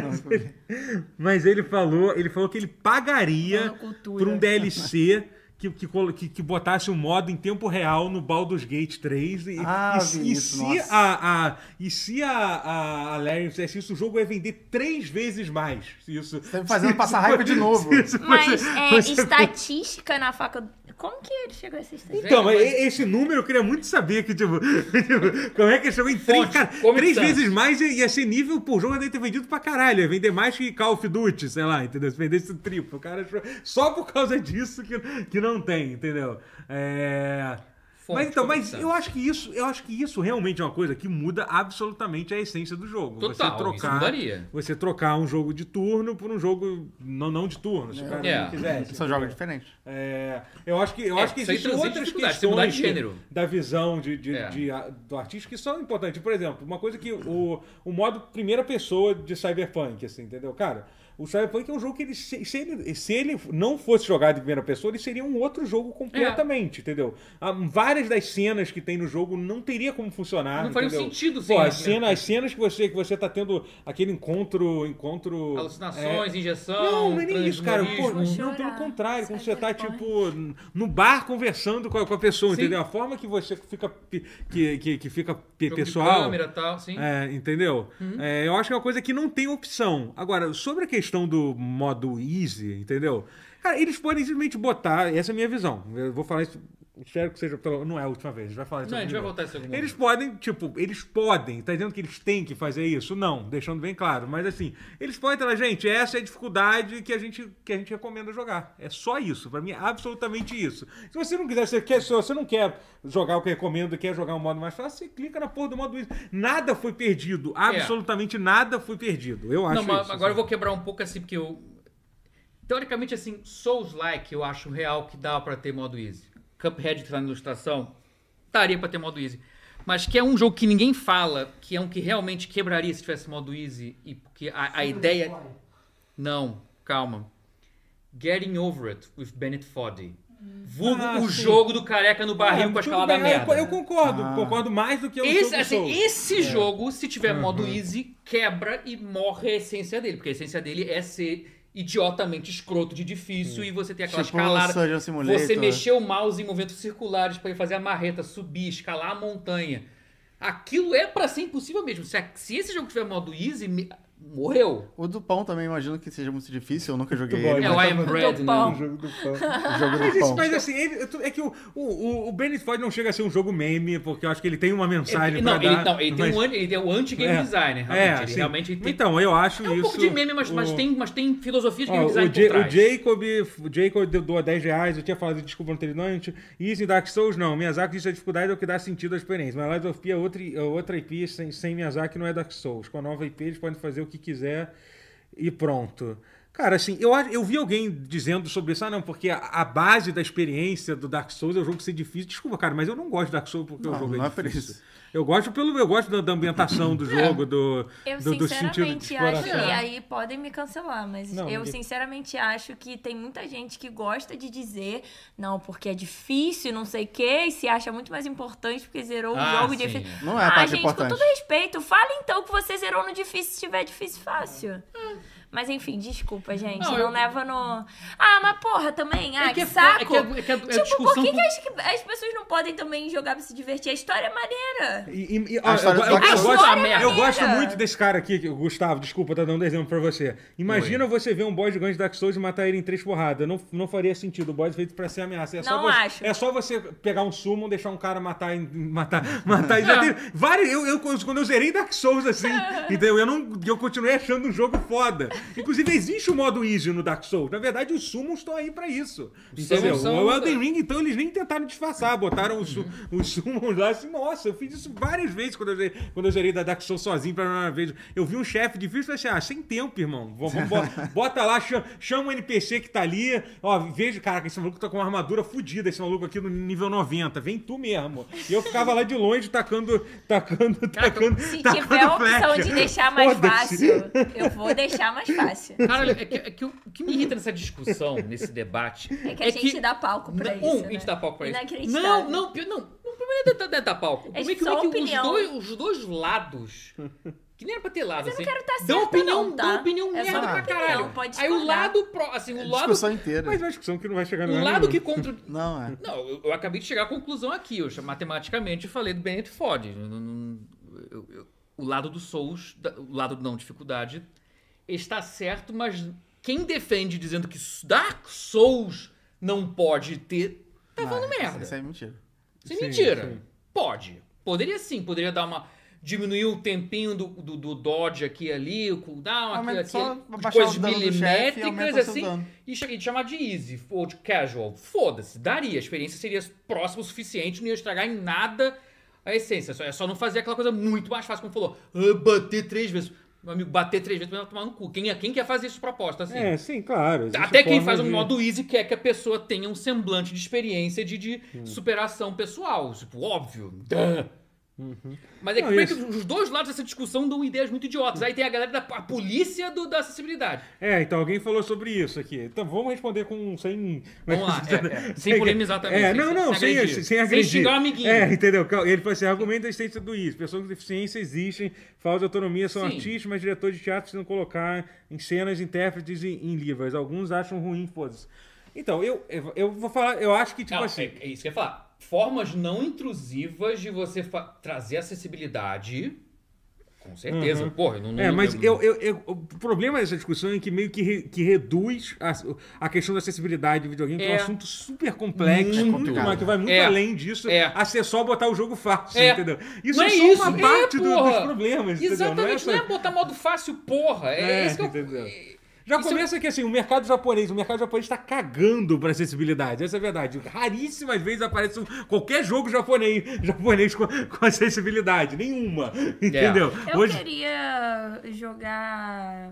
Speaker 1: Mas ele falou, ele falou que ele pagaria
Speaker 3: Falando cultura.
Speaker 1: por um DLC que, que, colo- que- que botasse um modo em tempo real no Baldur's Gate 3. E,
Speaker 2: Ah,
Speaker 1: e se- e
Speaker 2: Vinícius,
Speaker 1: se,
Speaker 2: nossa.
Speaker 1: a, a- e se a, a, a Larian fizesse isso, o jogo ia vender três vezes mais. Se isso,
Speaker 2: Tá me fazendo passar raiva de novo.
Speaker 1: se
Speaker 3: Mas
Speaker 1: fosse-
Speaker 3: é,
Speaker 1: fosse-
Speaker 3: estatística na faculdade. Como que ele chegou a essa estatística?
Speaker 1: Então,
Speaker 4: Velho,
Speaker 1: e- esse número eu queria muito saber que, tipo, tipo, como é que ele chegou em três,
Speaker 4: Fonte,
Speaker 1: cara,
Speaker 4: Comic
Speaker 1: três
Speaker 4: Sans.
Speaker 1: vezes mais ia ia ser nível por jogo deve ter vendido pra caralho. Ia vender mais que Call of Duty, sei lá, entendeu? Se vendesse o triplo. O cara achou- só por causa disso que, que não tem, entendeu? É.
Speaker 4: Fonte,
Speaker 1: mas então,
Speaker 4: Comic
Speaker 1: mas
Speaker 4: Sans.
Speaker 1: eu acho que isso, eu acho que isso realmente é uma coisa que muda absolutamente a essência do jogo.
Speaker 4: Total,
Speaker 1: você
Speaker 4: isso
Speaker 1: trocar,
Speaker 4: mudaria.
Speaker 1: você trocar um jogo de turno por um jogo não, não de turno, se o cara
Speaker 4: É.
Speaker 1: não quisesse.
Speaker 2: São jogos diferentes.
Speaker 1: É, eu acho que, eu
Speaker 4: É,
Speaker 1: acho que
Speaker 4: isso aí
Speaker 1: existem
Speaker 4: transita
Speaker 1: outras
Speaker 4: dificuldade, você mudar
Speaker 1: questões
Speaker 4: de
Speaker 1: que-
Speaker 4: gênero.
Speaker 1: da visão de, de-
Speaker 4: É.
Speaker 1: de- a- do artista que são importantes. Por exemplo, uma coisa que o, o modo primeira pessoa de Cyberpunk, assim, entendeu? Cara, O Cyberpunk é um jogo que ele se, se ele. se ele não fosse jogado em primeira pessoa, ele seria um outro jogo completamente, entendeu? Há várias das cenas que tem no jogo não teria como funcionar.
Speaker 4: Não faria um
Speaker 1: entendeu?
Speaker 4: sentido sem
Speaker 1: Pô,
Speaker 4: a
Speaker 1: as,
Speaker 4: primeira
Speaker 1: cenas, as cenas que você, que você tá tendo aquele encontro. encontro é,
Speaker 4: Alucinações, injeção.
Speaker 1: não, não é nem isso, cara. Pô,
Speaker 4: transhumanismo.
Speaker 3: transhumanismo.
Speaker 1: não, pelo contrário, quando você tá,
Speaker 3: Cyberpunk.
Speaker 1: tipo, no bar conversando com a, com a pessoa,
Speaker 4: Sim.
Speaker 1: entendeu? A forma que você fica. pe- que, que, que fica pe-
Speaker 4: Jogo de
Speaker 1: um pessoal.
Speaker 4: um câmera assim. e tal, sim.
Speaker 1: É, entendeu? É, eu acho que é uma coisa que não tem opção. Agora, sobre a questão do modo easy, entendeu? Cara, eles podem simplesmente botar. Essa é a minha visão. Eu vou falar isso. Espero que seja. pela- Não é a última vez, a gente vai falar isso.
Speaker 4: Não, a
Speaker 1: algum
Speaker 4: gente vai
Speaker 1: dia.
Speaker 4: voltar isso em algum
Speaker 1: Eles
Speaker 4: momento.
Speaker 1: podem, tipo, eles podem, tá dizendo que eles têm que fazer isso? Não, deixando bem claro. Mas assim, eles podem falar, gente, essa é a dificuldade que a gente, que a gente recomenda jogar. É só isso, pra mim é absolutamente isso. Se você não quiser, você quer, se você não quer jogar o que eu recomendo, quer jogar um modo mais fácil, você clica na porra do modo easy. Nada foi perdido, absolutamente nada foi perdido. Eu acho
Speaker 4: É. Não, mas
Speaker 1: isso.
Speaker 4: agora eu
Speaker 1: assim.
Speaker 4: vou quebrar um pouco assim, porque eu. Teoricamente, assim, Souls-like eu acho real que dá pra ter modo easy. Cuphead que tá na ilustração, daria pra ter modo easy. Mas que é um jogo que ninguém fala, que é um que realmente quebraria se tivesse modo easy, e porque a,
Speaker 5: é
Speaker 4: a ideia. Não, calma. Getting Over It with Bennett Foddy. Vulgo
Speaker 1: Ah,
Speaker 4: o
Speaker 1: sim.
Speaker 4: jogo do careca no barril com a
Speaker 1: É, tudo
Speaker 4: escalada
Speaker 1: bem, eu-
Speaker 4: merda.
Speaker 1: Eu concordo, concordo mais do que eu
Speaker 4: Esse,
Speaker 1: um jogo
Speaker 4: assim,
Speaker 1: Souls.
Speaker 4: esse jogo, se tiver modo easy, quebra e morre a essência dele. Porque a essência dele é ser idiotamente escroto de difícil e você tem aquela
Speaker 2: Tipo
Speaker 4: escalada.
Speaker 2: Surgeon Simulator.
Speaker 4: Você mexer o mouse em movimentos circulares pra ele fazer a marreta, subir, escalar a montanha. Aquilo é pra ser impossível mesmo. Se, a- se esse jogo tiver modo easy, me- morreu.
Speaker 2: O do pão também imagino que seja muito difícil, eu nunca joguei
Speaker 1: bom,
Speaker 2: ele.
Speaker 4: É
Speaker 2: mas
Speaker 4: o I am bread,
Speaker 3: pau.
Speaker 4: né?
Speaker 1: O jogo do pão.
Speaker 2: o
Speaker 1: Mas,
Speaker 2: jogo do
Speaker 1: isso,
Speaker 2: pão.
Speaker 1: mas assim, ele- é que o, o, o Benny Ford não chega a ser um jogo meme, porque eu acho que ele tem uma mensagem
Speaker 4: Ele,
Speaker 1: pra
Speaker 4: não,
Speaker 1: dar.
Speaker 4: ele, não, ele tem
Speaker 1: mas-
Speaker 4: um anti- ele é o anti-game
Speaker 1: É.
Speaker 4: designer.
Speaker 1: É,
Speaker 4: Realmente. ele
Speaker 1: assim,
Speaker 4: realmente ele tem.
Speaker 1: Então, eu acho
Speaker 4: é um
Speaker 1: isso...
Speaker 4: pouco de meme, mas, mas
Speaker 1: o-
Speaker 4: tem, mas tem filosofia de
Speaker 1: Ó,
Speaker 4: game design
Speaker 1: o, Ja-
Speaker 4: por trás.
Speaker 1: o Jacob, o Jacob deu- doa 10 reais, eu tinha falado de desculpa anteriormente. Isso em Dark Souls, não. Miyazaki diz a dificuldade é o que dá sentido à experiência. Mas Lies of P é outra, é outra IP sem, sem Miyazaki não é Dark Souls. Com a nova IP eles podem fazer o que quiser e pronto. Cara, assim, eu, a- eu vi alguém dizendo sobre isso, ah, não, porque a, a base da experiência do Dark Souls é o jogo ser difícil. Desculpa, cara, mas eu não gosto de Dark Souls porque o
Speaker 2: Não,
Speaker 1: jogo
Speaker 2: não
Speaker 1: é
Speaker 2: é por
Speaker 1: difícil.
Speaker 2: isso.
Speaker 1: Eu gosto pelo eu gosto da, da ambientação do jogo, do,
Speaker 3: Eu
Speaker 1: do, do sentido de
Speaker 3: sinceramente acho que
Speaker 1: exploração.
Speaker 4: É.
Speaker 3: aí podem me cancelar, mas
Speaker 1: Não,
Speaker 3: eu
Speaker 1: ninguém-
Speaker 3: sinceramente acho que tem muita gente que gosta de dizer não, porque é difícil, não sei o quê, e se acha muito mais importante porque zerou
Speaker 4: Ah,
Speaker 3: o um jogo
Speaker 4: sim,
Speaker 3: difícil.
Speaker 4: é.
Speaker 2: Não é a
Speaker 3: ah,
Speaker 2: parte
Speaker 3: gente,
Speaker 2: importante.
Speaker 3: com todo respeito, fala então que você zerou no difícil se tiver difícil fácil. Mas enfim, desculpa, gente.
Speaker 4: É. Não,
Speaker 3: Não,
Speaker 4: eu-
Speaker 3: leva no. Ah, mas porra, também. Ah,
Speaker 4: É que
Speaker 3: que,
Speaker 4: é fo-
Speaker 3: saco.
Speaker 4: é que é- é que é- é
Speaker 3: tipo, por
Speaker 4: discussão
Speaker 3: que,
Speaker 4: com-
Speaker 3: que as, que as pessoas não podem também jogar pra se divertir? A história é maneira.
Speaker 1: E- e- e-
Speaker 2: A
Speaker 1: ó,
Speaker 2: história
Speaker 1: eu-
Speaker 2: do
Speaker 1: eu-
Speaker 2: Dark
Speaker 1: eu
Speaker 2: Souls.
Speaker 1: gosto-
Speaker 4: Ah, merda.
Speaker 1: Eu gosto
Speaker 3: Mentira.
Speaker 1: muito desse cara aqui, que- Gustavo, desculpa, tá dando um exemplo pra você. Imagina você ver um boss gigante Dark Souls e matar ele em três porradas. Não, não faria sentido. O boss é feito pra ser ameaça. É só
Speaker 3: Não
Speaker 1: você,
Speaker 3: acho.
Speaker 1: É só você pegar um summon, deixar um cara matar. em- matar, matar. Já
Speaker 4: É.
Speaker 1: teve vários, eu, eu- quando eu zerei Dark Souls assim, entendeu? Eu, não, eu continuei achando um jogo foda. Inclusive, existe o modo easy no Dark Souls. Na verdade, os summons estão aí pra isso. Entendeu?
Speaker 4: são-
Speaker 1: O Elden Ring, então, eles nem tentaram disfarçar, botaram os, su- os summons lá assim, nossa, eu fiz isso várias vezes quando eu, zerei- quando eu zerei da Dark Souls sozinho pela primeira vez. Eu vi um chefe difícil e falei assim, ah, sem tempo, irmão. Vamos, bota lá, cha- chama, um NPC que tá ali, ó, veja, caraca, esse maluco tá com uma armadura fodida, esse maluco aqui no nível 90, vem tu mesmo. E eu ficava lá de longe tacando, tacando, tacando,
Speaker 3: Se
Speaker 4: Tá
Speaker 1: tacando
Speaker 3: tiver a opção
Speaker 1: flecha.
Speaker 3: de deixar mais
Speaker 1: Foda-se.
Speaker 3: fácil, eu vou deixar mais fácil.
Speaker 4: Cara, é que, é que o o que me irrita nessa discussão, nesse debate.
Speaker 3: É que a gente dá palco pra
Speaker 4: Não,
Speaker 3: isso.
Speaker 4: Um,
Speaker 3: né?
Speaker 4: a gente dá palco pra isso.
Speaker 3: Inacreditável.
Speaker 4: Não, não, pior- não. O primeiro é deve dar palco. O
Speaker 3: É
Speaker 4: problema é que,
Speaker 3: só
Speaker 4: é que os,
Speaker 3: opinião.
Speaker 4: dois, os dois lados. Que nem era pra ter lado, assim.
Speaker 3: quero tá
Speaker 4: dão
Speaker 3: certa,
Speaker 4: opinião,
Speaker 3: não, tá?
Speaker 4: dão opinião
Speaker 3: É só
Speaker 4: merda pra
Speaker 3: opinião,
Speaker 4: caralho.
Speaker 3: pode
Speaker 4: Aí o
Speaker 3: discordar.
Speaker 4: lado pró, assim, o lado,
Speaker 2: Discussão inteira.
Speaker 1: Mas é uma discussão né? que não vai chegar no
Speaker 4: o lado que contra.
Speaker 2: Não, é.
Speaker 4: Não, eu, eu acabei de chegar à conclusão aqui. Eu cha- matematicamente falei do Bennett Ford. Eu não- não- eu- eu- o lado do Souls, da- o lado do não dificuldade, está certo, mas quem defende dizendo que Dark Souls não pode ter, tá
Speaker 2: Não,
Speaker 4: falando
Speaker 2: isso-
Speaker 4: merda.
Speaker 2: Isso aí é mentira.
Speaker 4: Isso é
Speaker 1: Sim,
Speaker 4: mentira.
Speaker 1: sim.
Speaker 4: Pode. Poderia sim, poderia dar uma. Diminuir o tempinho do, do, do dodge aqui e ali, o cooldown, aqui,
Speaker 2: Aumenta
Speaker 4: aqui,
Speaker 2: só
Speaker 4: ali,
Speaker 2: abaixar
Speaker 4: coisas
Speaker 2: o dano do chefe e aumenta o
Speaker 4: milimétricas,
Speaker 2: seu
Speaker 4: assim,
Speaker 2: dano.
Speaker 4: e cha- e chamar de easy ou de casual. Foda-se, daria. A experiência seria próxima o suficiente, não ia estragar em nada a essência. Só, é só não fazer aquela coisa muito mais fácil, como falou, "Ah, bater três vezes. Meu amigo, bater três vezes, vai tomar no cu. Quem, é- quem quer fazer isso de proposta, assim?
Speaker 1: É, sim, claro. existe
Speaker 4: Até quem
Speaker 1: forma
Speaker 4: faz um
Speaker 1: de-
Speaker 4: modo easy quer que a pessoa tenha um semblante de experiência de, de superação pessoal. Tipo, óbvio. Duh. Mas é que
Speaker 1: Uhum. Não,
Speaker 4: como é que
Speaker 1: isso.
Speaker 4: os dois lados dessa discussão dão ideias muito idiotas. Aí tem a galera da a polícia do- da acessibilidade.
Speaker 1: É, então alguém falou sobre isso aqui. Então vamos responder com sem.
Speaker 4: Vamos lá, é, é, sem polemizar também,
Speaker 1: É,
Speaker 4: sem-
Speaker 1: não, não,
Speaker 4: sem
Speaker 1: sem,
Speaker 4: agredir.
Speaker 1: sem,
Speaker 4: Sem
Speaker 1: agredir.
Speaker 4: xingar o amiguinho.
Speaker 1: É, entendeu? Cal- Ele falou assim: argumento da existência do isso. Pessoas com deficiência existem, falta de autonomia, são
Speaker 4: Sim.
Speaker 1: artistas, mas diretores de teatro precisam colocar em cenas, intérpretes e em livros. Alguns acham ruim, foda-se. Então, eu, eu, eu vou falar, eu acho que, tipo
Speaker 4: Não,
Speaker 1: assim.
Speaker 4: é, é isso que eu ia falar. Formas não intrusivas de você fa- trazer acessibilidade. Com certeza,
Speaker 1: Uhum.
Speaker 4: porra. eu Não, não,
Speaker 1: É, mas eu, eu- eu- o problema dessa discussão é que meio que, re- que reduz a, a questão da acessibilidade do videogame, que é um
Speaker 4: É.
Speaker 1: assunto super complexo,
Speaker 2: Muito
Speaker 1: muito,
Speaker 2: complicado.
Speaker 1: mas que vai muito
Speaker 4: É.
Speaker 1: além disso,
Speaker 4: É.
Speaker 1: a ser só botar o jogo fácil,
Speaker 4: É.
Speaker 1: entendeu? Isso
Speaker 4: Não
Speaker 1: é
Speaker 4: é
Speaker 1: só
Speaker 4: isso,
Speaker 1: uma
Speaker 4: é,
Speaker 1: parte do- dos
Speaker 4: porra.
Speaker 1: problemas, entendeu?
Speaker 4: Exatamente,
Speaker 1: Não
Speaker 4: não é,
Speaker 1: é só-
Speaker 4: botar modo fácil, porra. É,
Speaker 1: É,
Speaker 4: isso que eu.
Speaker 1: entendeu? Já
Speaker 4: Isso-
Speaker 1: começa que assim, o mercado japonês, o mercado japonês tá cagando pra acessibilidade, essa é a verdade. Raríssimas vezes aparece um- qualquer jogo japonês, japonês com, com acessibilidade, nenhuma,
Speaker 4: É.
Speaker 1: entendeu?
Speaker 3: Eu queria jogar.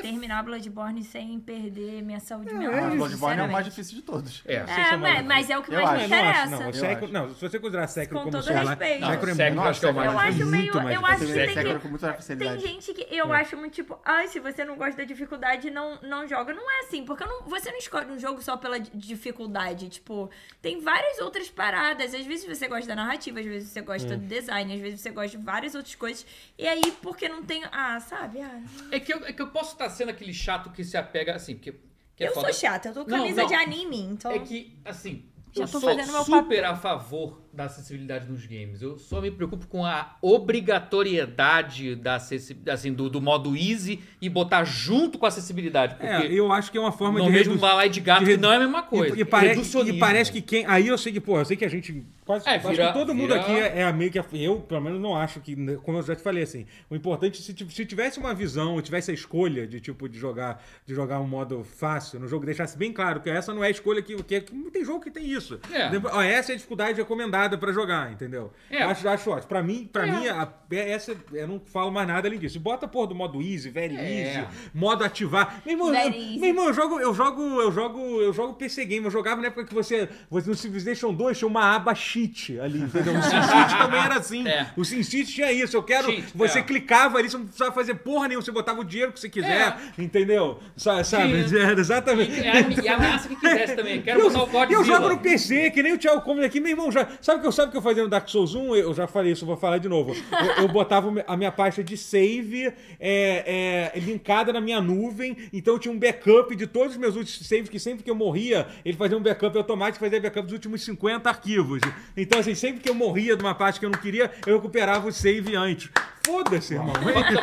Speaker 3: Terminar Bloodborne sem perder minha saúde mental.
Speaker 2: Mas Bloodborne é o mais
Speaker 3: sinceramente.
Speaker 2: difícil de todos.
Speaker 4: É.
Speaker 1: Vocês
Speaker 3: É,
Speaker 1: são
Speaker 3: mas,
Speaker 1: malucos.
Speaker 3: mas é o que
Speaker 2: Eu
Speaker 3: mais me
Speaker 2: acho.
Speaker 1: Não, acho, não.
Speaker 3: interessa.
Speaker 1: O século- não, se você considerar século
Speaker 3: Com
Speaker 1: como
Speaker 3: todo
Speaker 1: sei lá,
Speaker 3: respeito.
Speaker 4: Não,
Speaker 1: século é
Speaker 4: século
Speaker 1: muito-
Speaker 4: acho que é o mais
Speaker 3: Eu acho
Speaker 1: muito
Speaker 3: meio.
Speaker 1: mais
Speaker 3: Eu acho que
Speaker 1: difícil.
Speaker 3: tem
Speaker 2: Século é com
Speaker 3: que.
Speaker 2: muita
Speaker 3: Tem
Speaker 2: facilidade.
Speaker 3: gente que
Speaker 4: É.
Speaker 3: eu acho muito tipo, ai, se você não gosta da dificuldade, não, não joga. Não é assim, porque eu não- você não escolhe um jogo só pela di- dificuldade. Tipo, tem várias outras paradas. Às vezes você gosta da narrativa, às vezes você
Speaker 4: Hum.
Speaker 3: gosta do design, às vezes você gosta de várias outras coisas. E aí, porque não tem. Ah, sabe? Ah,
Speaker 4: É que, eu, é que eu posso estar sendo aquele chato que se apega assim, porque. Que é
Speaker 3: eu
Speaker 4: foda.
Speaker 3: sou chata, eu tô com
Speaker 4: Não,
Speaker 3: camisa
Speaker 4: não.
Speaker 3: de anime, então.
Speaker 4: É que, assim,
Speaker 3: Já
Speaker 4: eu
Speaker 3: tô
Speaker 4: sou
Speaker 3: fazendo meu
Speaker 4: super a favor da acessibilidade nos games. Eu só me preocupo com a obrigatoriedade da acessi- assim, do, do modo easy e botar junto com a acessibilidade. Porque
Speaker 1: É, eu acho que é uma forma
Speaker 4: no
Speaker 1: de
Speaker 4: mesmo
Speaker 1: redu-
Speaker 4: balai de gato
Speaker 1: de
Speaker 4: que
Speaker 1: redu-
Speaker 4: não é a mesma coisa.
Speaker 1: E, e pare-
Speaker 4: Reducionismo.
Speaker 1: e parece que quem. Aí eu sei que, pô, eu sei que a gente. Quase,
Speaker 4: É,
Speaker 1: acho
Speaker 4: vira-
Speaker 1: que todo mundo
Speaker 4: vira-
Speaker 1: aqui é, é meio que. a- Eu, pelo menos, não acho que. Como eu já te falei, assim. O importante, se, ti- se tivesse uma visão, ou tivesse a escolha de, tipo, de jogar, de jogar um modo fácil no jogo, deixasse bem claro que essa não é a escolha que. que, que tem jogo que tem isso.
Speaker 4: É.
Speaker 1: Depo- ó, Essa é a dificuldade recomendada pra jogar, entendeu?
Speaker 4: É.
Speaker 1: Acho, acho ótimo. Pra mim, pra
Speaker 4: É.
Speaker 1: mim a- é- essa, eu não falo mais nada além disso. Bota, porra, do modo easy, very
Speaker 4: É.
Speaker 1: easy, modo ativar. Meu irmão,
Speaker 3: Very
Speaker 1: eu,
Speaker 3: easy.
Speaker 1: meu irmão, eu jogo, eu jogo, eu jogo, eu jogo PC Game, eu jogava na época que você, você no Civilization 2 tinha uma aba cheat ali, entendeu? O SimCity também era assim.
Speaker 4: É.
Speaker 1: O SimCity tinha isso, eu quero,
Speaker 4: Cheat,
Speaker 1: você
Speaker 4: é.
Speaker 1: clicava ali, você não precisava fazer porra nenhuma, você botava o dinheiro que você quiser, entendeu? Sa- sabe?
Speaker 4: É. Sim. é,
Speaker 1: Era exatamente.
Speaker 4: E, a- e a ameaça que quisesse também. Quero
Speaker 1: Eu-
Speaker 4: botar o
Speaker 1: E eu
Speaker 4: Godzilla.
Speaker 1: jogo no PC, que nem o Thiago Comedy aqui, meu irmão. Já, sabe o que eu sabe o que eu fazia no Dark Souls 1? Eu já falei isso, eu vou falar de novo. Eu, eu botava o me- a minha pasta de save é, é, linkada na minha nuvem, então eu tinha um backup de todos os meus últimos saves, que sempre que eu morria, ele fazia um backup automático, fazia backup dos últimos 50 arquivos. Então, assim, sempre que eu morria de uma parte que eu não queria, eu recuperava o save antes. Foda-se, irmão.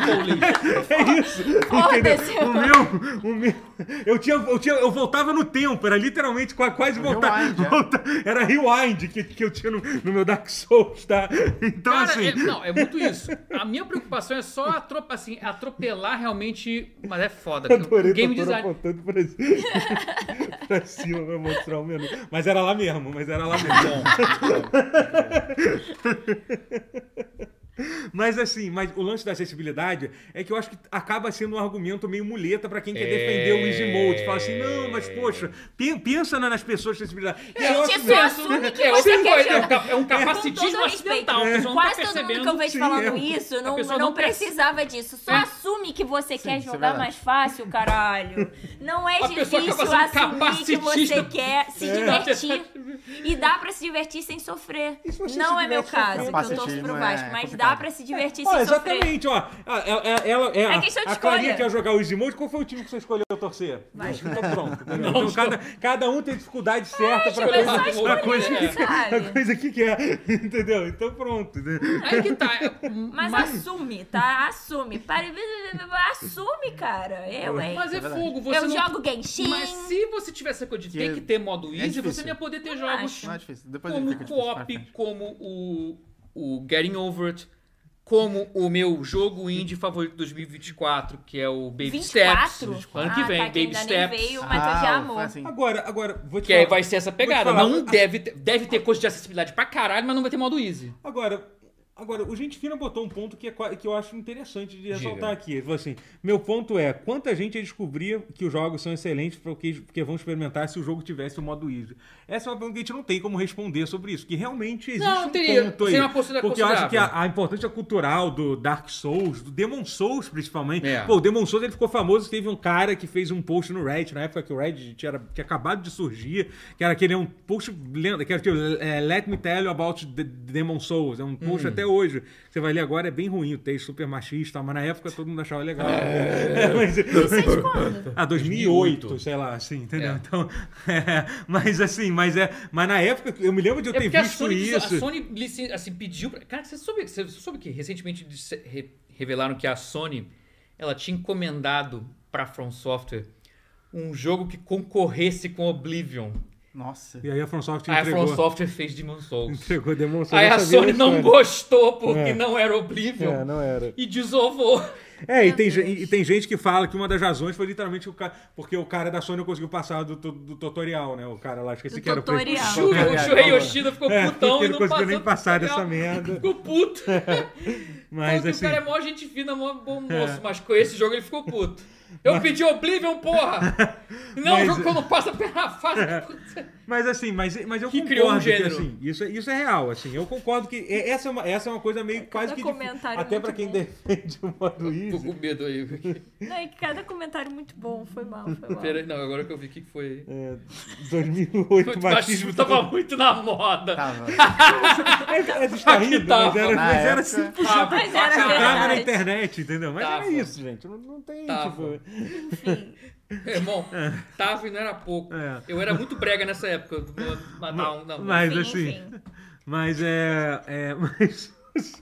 Speaker 1: É isso.
Speaker 3: Foda-se.
Speaker 1: entendeu? O meu, o meu, um eu tinha, eu tinha, eu voltava no tempo, era literalmente qua- quase voltar,
Speaker 2: rewind, é.
Speaker 1: voltar- era rewind que, que eu tinha no, no meu Dark Souls, tá? Então
Speaker 4: Cara,
Speaker 1: assim,
Speaker 4: é- não, é muito isso. A minha preocupação é só atrop- assim, atropelar realmente. Mas é foda.
Speaker 1: eu adorei
Speaker 4: o game
Speaker 1: doutor
Speaker 4: design.
Speaker 1: apontando pra, cima- pra cima pra mostrar o menu, mas era lá mesmo, mas era lá mesmo.
Speaker 4: Bom,
Speaker 1: Mas assim, mas o lance da acessibilidade é que eu acho que acaba sendo um argumento meio muleta pra quem quer defender o Easy Mode. Fala assim, não, mas poxa, pe- pensa na- nas pessoas com acessibilidade. E eu
Speaker 3: Gente,
Speaker 1: acho
Speaker 3: isso
Speaker 1: mesmo.
Speaker 3: é assume que
Speaker 4: É
Speaker 3: você
Speaker 4: outra
Speaker 3: quer
Speaker 4: coisa, é
Speaker 3: jogar.
Speaker 4: um ca- é um capacitismo
Speaker 3: Com todo respeito, É.
Speaker 4: acidental, a pessoa não tá
Speaker 3: Quase todo mundo que eu
Speaker 4: percebendo. um-
Speaker 3: vejo
Speaker 1: Sim,
Speaker 3: falando
Speaker 1: é.
Speaker 3: isso não,
Speaker 4: pessoa
Speaker 3: não,
Speaker 4: não perce- É.
Speaker 3: precisava disso. Só assume que você quer
Speaker 2: isso é
Speaker 3: jogar
Speaker 2: verdade.
Speaker 3: mais fácil, caralho. Não é
Speaker 4: A pessoa
Speaker 3: difícil
Speaker 4: acaba sendo
Speaker 3: assumir que você
Speaker 4: capacitista.
Speaker 3: quer se
Speaker 4: É.
Speaker 3: divertir. E dá pra se divertir sem sofrer.
Speaker 1: E se você
Speaker 3: Não
Speaker 1: se
Speaker 3: é meu
Speaker 1: diverte sofrendo?
Speaker 3: caso, que eu torço pro
Speaker 2: Capacitismo é
Speaker 3: Vasco, mas
Speaker 2: complicado.
Speaker 3: dá pra se divertir
Speaker 1: Ó,
Speaker 3: sem sofrer.
Speaker 1: exatamente, ó. A- a- a- Ela, é a,
Speaker 3: questão de
Speaker 1: a Clarinha
Speaker 3: escolha.
Speaker 1: que ia jogar o Easy Mode, qual foi o time que você escolheu torcer?
Speaker 3: Vasco.
Speaker 1: Então pronto. entendeu? então cada, cada um tem dificuldade certa pra
Speaker 3: Mas
Speaker 1: coisa,
Speaker 3: É, só
Speaker 4: Uma
Speaker 1: pra
Speaker 3: escolher,
Speaker 1: coisa, que- pra
Speaker 3: sabe?
Speaker 1: coisa que quer. Entendeu? Então pronto. entendeu?
Speaker 4: Aí que tá.
Speaker 3: Mas assume, tá? Assume. Para... Assume, cara. Eu, hein?
Speaker 4: Mas é fogo, você
Speaker 3: Eu
Speaker 4: não...
Speaker 3: jogo Genshin.
Speaker 4: Mas se você tivesse essa coisa de ter
Speaker 2: Que-
Speaker 4: que ter modo
Speaker 2: é
Speaker 4: easy, você
Speaker 2: difícil.
Speaker 4: não ia poder ter
Speaker 3: Não
Speaker 4: jogos
Speaker 3: acho.
Speaker 2: Não é difícil. Depois ele
Speaker 4: como
Speaker 2: fica
Speaker 4: o
Speaker 2: difícil. pra
Speaker 4: co-op,
Speaker 2: frente.
Speaker 4: como o, o Getting Over It, como o meu jogo indie favorito de 2024, que é o Baby
Speaker 3: 24?
Speaker 4: Steps. Ano que
Speaker 3: Ah, tá,
Speaker 4: vem,
Speaker 3: que
Speaker 4: Baby
Speaker 3: ainda nem
Speaker 4: Steps.
Speaker 3: veio, mas eu já
Speaker 2: Ah,
Speaker 3: amo.
Speaker 2: foi assim.
Speaker 1: Agora, agora, vou te
Speaker 4: Que aí
Speaker 1: falar.
Speaker 4: vai ser essa pegada.
Speaker 1: falar,
Speaker 4: não
Speaker 1: a-
Speaker 4: deve ter, deve ter coisa de acessibilidade pra caralho, mas não vai ter modo easy.
Speaker 1: Agora, Agora, o Gente Fina botou um ponto que, é qua- que eu acho interessante de ressaltar
Speaker 4: Diga.
Speaker 1: aqui. Ele falou assim: meu ponto é, quanta gente ia descobrir que os jogos são excelentes porque, porque vão experimentar se o jogo tivesse o modo easy? Essa é uma pergunta que a gente não tem como responder sobre isso, que realmente existe
Speaker 4: Não,
Speaker 1: um
Speaker 4: teria.
Speaker 1: ponto aí.
Speaker 4: Seria uma postura
Speaker 1: porque eu acho que
Speaker 4: é considerável.
Speaker 1: a, a importância cultural do Dark Souls, do Demon Souls principalmente.
Speaker 4: É.
Speaker 1: Pô, o Demon Souls ele ficou famoso, teve um cara que fez um post no Reddit, na época que o Reddit tinha, tinha acabado de surgir, que era aquele um post lenda, que era tipo, é, Let me tell you about the Demon Souls. É um post
Speaker 4: Hum.
Speaker 1: até hoje. Você vai ler agora, é bem ruim o texto, super machista, mas na época todo mundo achava legal. É, mas-
Speaker 3: Isso é de quando?
Speaker 1: ah, 2008,
Speaker 4: 2008,
Speaker 1: sei lá, assim, entendeu?
Speaker 4: É.
Speaker 1: Então, é, mas assim, mas é, mas na época eu me lembro de eu
Speaker 4: É
Speaker 1: ter
Speaker 4: porque a
Speaker 1: visto
Speaker 4: Sony,
Speaker 1: isso.
Speaker 4: a Sony licen- assim, pediu pra... Cara, você soube, você soube que recentemente disse- re- revelaram que a Sony ela tinha encomendado pra From Software um jogo que concorresse com Oblivion.
Speaker 2: Nossa.
Speaker 1: E aí a From Software
Speaker 4: Aí a From
Speaker 1: entregou.
Speaker 4: Software fez Demon Souls.
Speaker 1: Entregou Demon Souls.
Speaker 4: Aí
Speaker 1: eu
Speaker 4: a
Speaker 1: sabia
Speaker 4: Sony
Speaker 1: da
Speaker 4: não
Speaker 1: história.
Speaker 4: gostou porque
Speaker 1: É.
Speaker 4: não era Oblivion.
Speaker 1: É, não era.
Speaker 4: E desovou.
Speaker 1: É, e
Speaker 3: Meu
Speaker 1: tem,
Speaker 3: Deus.
Speaker 1: gen- e tem gente que fala que uma das razões foi literalmente o cara, porque o cara da Sony não conseguiu passar do, tu- do tutorial, né? O cara lá, esqueci
Speaker 3: Do
Speaker 1: que era
Speaker 3: tutorial.
Speaker 1: o
Speaker 4: Shuri, o Shuhei Yoshida ficou
Speaker 1: É,
Speaker 4: putão
Speaker 1: porque
Speaker 4: e
Speaker 1: ele
Speaker 4: não
Speaker 1: conseguiu
Speaker 4: passou.
Speaker 1: nem passar
Speaker 4: tutorial.
Speaker 1: dessa merda.
Speaker 4: Ficou puto.
Speaker 1: Mas
Speaker 4: Falou que
Speaker 1: assim, É.
Speaker 4: o cara é mó gente fina, mó bom moço, mas com esse jogo ele ficou puto. Eu pedi Oblivion, porra! Não,
Speaker 1: Mas-
Speaker 4: o jogo quando passa pela face.
Speaker 1: mas assim, mas, mas eu
Speaker 4: Que criou um
Speaker 1: concordo que
Speaker 4: gênero.
Speaker 1: assim, isso, é- isso é real, assim. Eu concordo que é- essa é uma, essa é uma coisa meio quase que difí-
Speaker 3: comentário
Speaker 1: até
Speaker 3: muito
Speaker 1: pra quem
Speaker 3: bom.
Speaker 1: defende o modo
Speaker 4: Tô com
Speaker 1: easy.
Speaker 4: medo aí.
Speaker 3: Não, é que cada comentário muito bom, foi mal, foi mal.
Speaker 4: Peraí, não, agora que eu vi o que que foi.
Speaker 1: É, 2008,
Speaker 4: O
Speaker 1: machismo.
Speaker 4: machismo tava muito na moda.
Speaker 2: Tava.
Speaker 1: É, é, você tá
Speaker 4: Aqui
Speaker 1: rindo, mas
Speaker 4: tava.
Speaker 1: era,
Speaker 2: Na
Speaker 1: mas era
Speaker 2: época-
Speaker 1: assim,
Speaker 4: Tava,
Speaker 3: Mas era
Speaker 1: tava
Speaker 4: tava.
Speaker 1: na
Speaker 3: verdade.
Speaker 1: internet, entendeu? Mas
Speaker 4: Tava.
Speaker 1: era isso, gente. Não, não tem,
Speaker 4: Tava.
Speaker 1: tipo...
Speaker 3: Enfim.
Speaker 4: Irmão, tava e não era pouco.
Speaker 1: É.
Speaker 4: Eu era muito brega nessa época. eu vou Matar um, não.
Speaker 1: Mas
Speaker 3: Enfim,
Speaker 1: assim,
Speaker 3: enfim.
Speaker 1: mas é, é mas,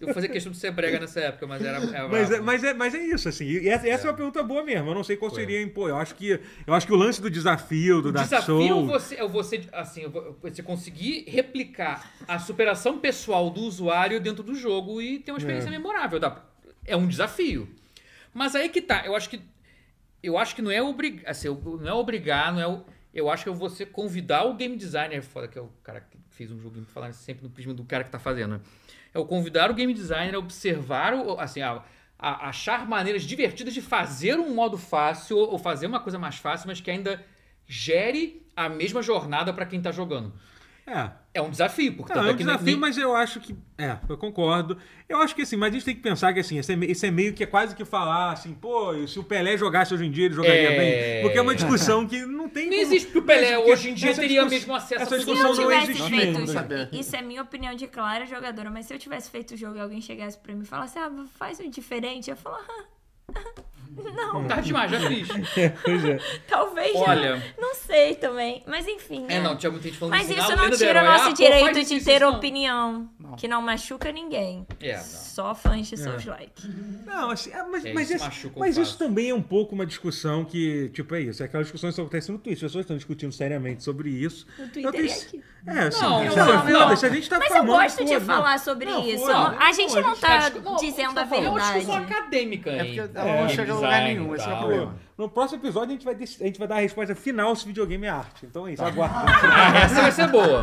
Speaker 4: Eu fazia questão de ser brega nessa época, mas era. era
Speaker 1: mas, é, mas, é, mas é isso, assim. E essa, essa é. uma pergunta boa mesmo. Eu não sei qual
Speaker 4: Foi.
Speaker 1: seria, pô, eu acho que eu acho que o lance do desafio do Dark
Speaker 4: desafio
Speaker 1: Souls.
Speaker 4: você, é você, assim, é vo- você conseguir replicar a superação pessoal do usuário dentro do jogo e ter uma experiência memorável. Dá- é um desafio. Mas aí que tá, eu acho que eu acho que não é obrigar, assim, eu- não é obrigar, não é o- eu acho que é você convidar o game designer, foda que é o cara que fez um jogo, falar sempre no prisma do cara que tá fazendo. né? É o convidar o game designer a observar o, assim, a, a- achar maneiras divertidas de fazer um modo fácil ou ou fazer uma coisa mais fácil, mas que ainda gere a mesma jornada pra quem tá jogando.
Speaker 1: É.
Speaker 4: É um desafio, porque
Speaker 1: Não,
Speaker 4: tanto
Speaker 1: é um
Speaker 4: que
Speaker 1: desafio,
Speaker 4: nem-
Speaker 1: mas eu acho que. É, eu concordo. Eu acho que assim, mas a gente tem que pensar que assim, esse é, me- esse é meio que é quase que falar assim, pô, e se o Pelé jogasse hoje em dia, ele jogaria
Speaker 4: É.
Speaker 1: bem. Porque é uma discussão que não tem.
Speaker 4: nem
Speaker 1: como-
Speaker 4: existe porque o Pelé
Speaker 1: porque
Speaker 4: hoje em dia
Speaker 1: essa
Speaker 4: teria o
Speaker 1: discuss-
Speaker 4: mesmo acesso
Speaker 1: essa
Speaker 4: a
Speaker 3: Se
Speaker 4: tudo.
Speaker 1: discussão
Speaker 3: eu
Speaker 1: não é
Speaker 3: tivesse
Speaker 1: existe
Speaker 3: feito
Speaker 1: ainda.
Speaker 3: o
Speaker 2: Saber.
Speaker 3: jogo, isso é minha opinião de clara jogadora, mas se eu tivesse feito o jogo e alguém chegasse pra mim e falasse, ah, faz um diferente, eu falo, ah,
Speaker 4: Tarde demais, já fiz.
Speaker 1: Pois é.
Speaker 3: talvez
Speaker 4: Olha.
Speaker 3: não, não sei também, mas enfim.
Speaker 4: É,
Speaker 3: né?
Speaker 4: não, tinha muita gente falando
Speaker 3: Mas
Speaker 4: assim,
Speaker 3: isso
Speaker 4: ah,
Speaker 3: não
Speaker 4: lenda do
Speaker 3: tira o
Speaker 4: herói. Ah,
Speaker 3: nosso
Speaker 4: pô,
Speaker 3: direito
Speaker 4: faz isso,
Speaker 3: de
Speaker 4: isso,
Speaker 3: ter
Speaker 4: não.
Speaker 3: opinião, que não machuca ninguém.
Speaker 4: É, não.
Speaker 3: Só fãs de Souls like.
Speaker 1: Não, assim, ah, mas,
Speaker 4: É,
Speaker 1: mas,
Speaker 4: isso
Speaker 1: esse-
Speaker 4: machuca um
Speaker 1: mas isso
Speaker 4: fato.
Speaker 1: também é um pouco uma discussão que, tipo, é isso. É aquela discussão que só acontece no Twitter. As pessoas estão discutindo seriamente sobre isso.
Speaker 3: No
Speaker 1: Eu
Speaker 3: Twitter
Speaker 1: tenho-
Speaker 3: e aqui.
Speaker 1: É, assim,
Speaker 4: Não,
Speaker 1: não,
Speaker 4: não, não.
Speaker 1: foda-se, a gente tá
Speaker 3: Mas eu
Speaker 1: falando.
Speaker 3: gosto
Speaker 1: pô,
Speaker 3: de
Speaker 1: não.
Speaker 3: falar sobre
Speaker 1: Não,
Speaker 3: isso.
Speaker 1: foda,
Speaker 3: não-
Speaker 1: não,
Speaker 3: a gente não
Speaker 1: gente
Speaker 4: A
Speaker 3: tá
Speaker 4: discu- não,
Speaker 3: dizendo a
Speaker 4: falando, É uma discussão
Speaker 3: verdade.
Speaker 4: acadêmica,
Speaker 2: É
Speaker 4: hein?
Speaker 2: porque ela não
Speaker 4: Game
Speaker 2: chega a lugar
Speaker 4: design
Speaker 2: nenhum,
Speaker 4: e
Speaker 2: esse é o
Speaker 4: tal.
Speaker 2: problema.
Speaker 1: No próximo episódio a gente vai, dec- a gente vai dar a resposta final se videogame é arte. Então é isso, aguarda.
Speaker 4: Ah, essa vai ser boa.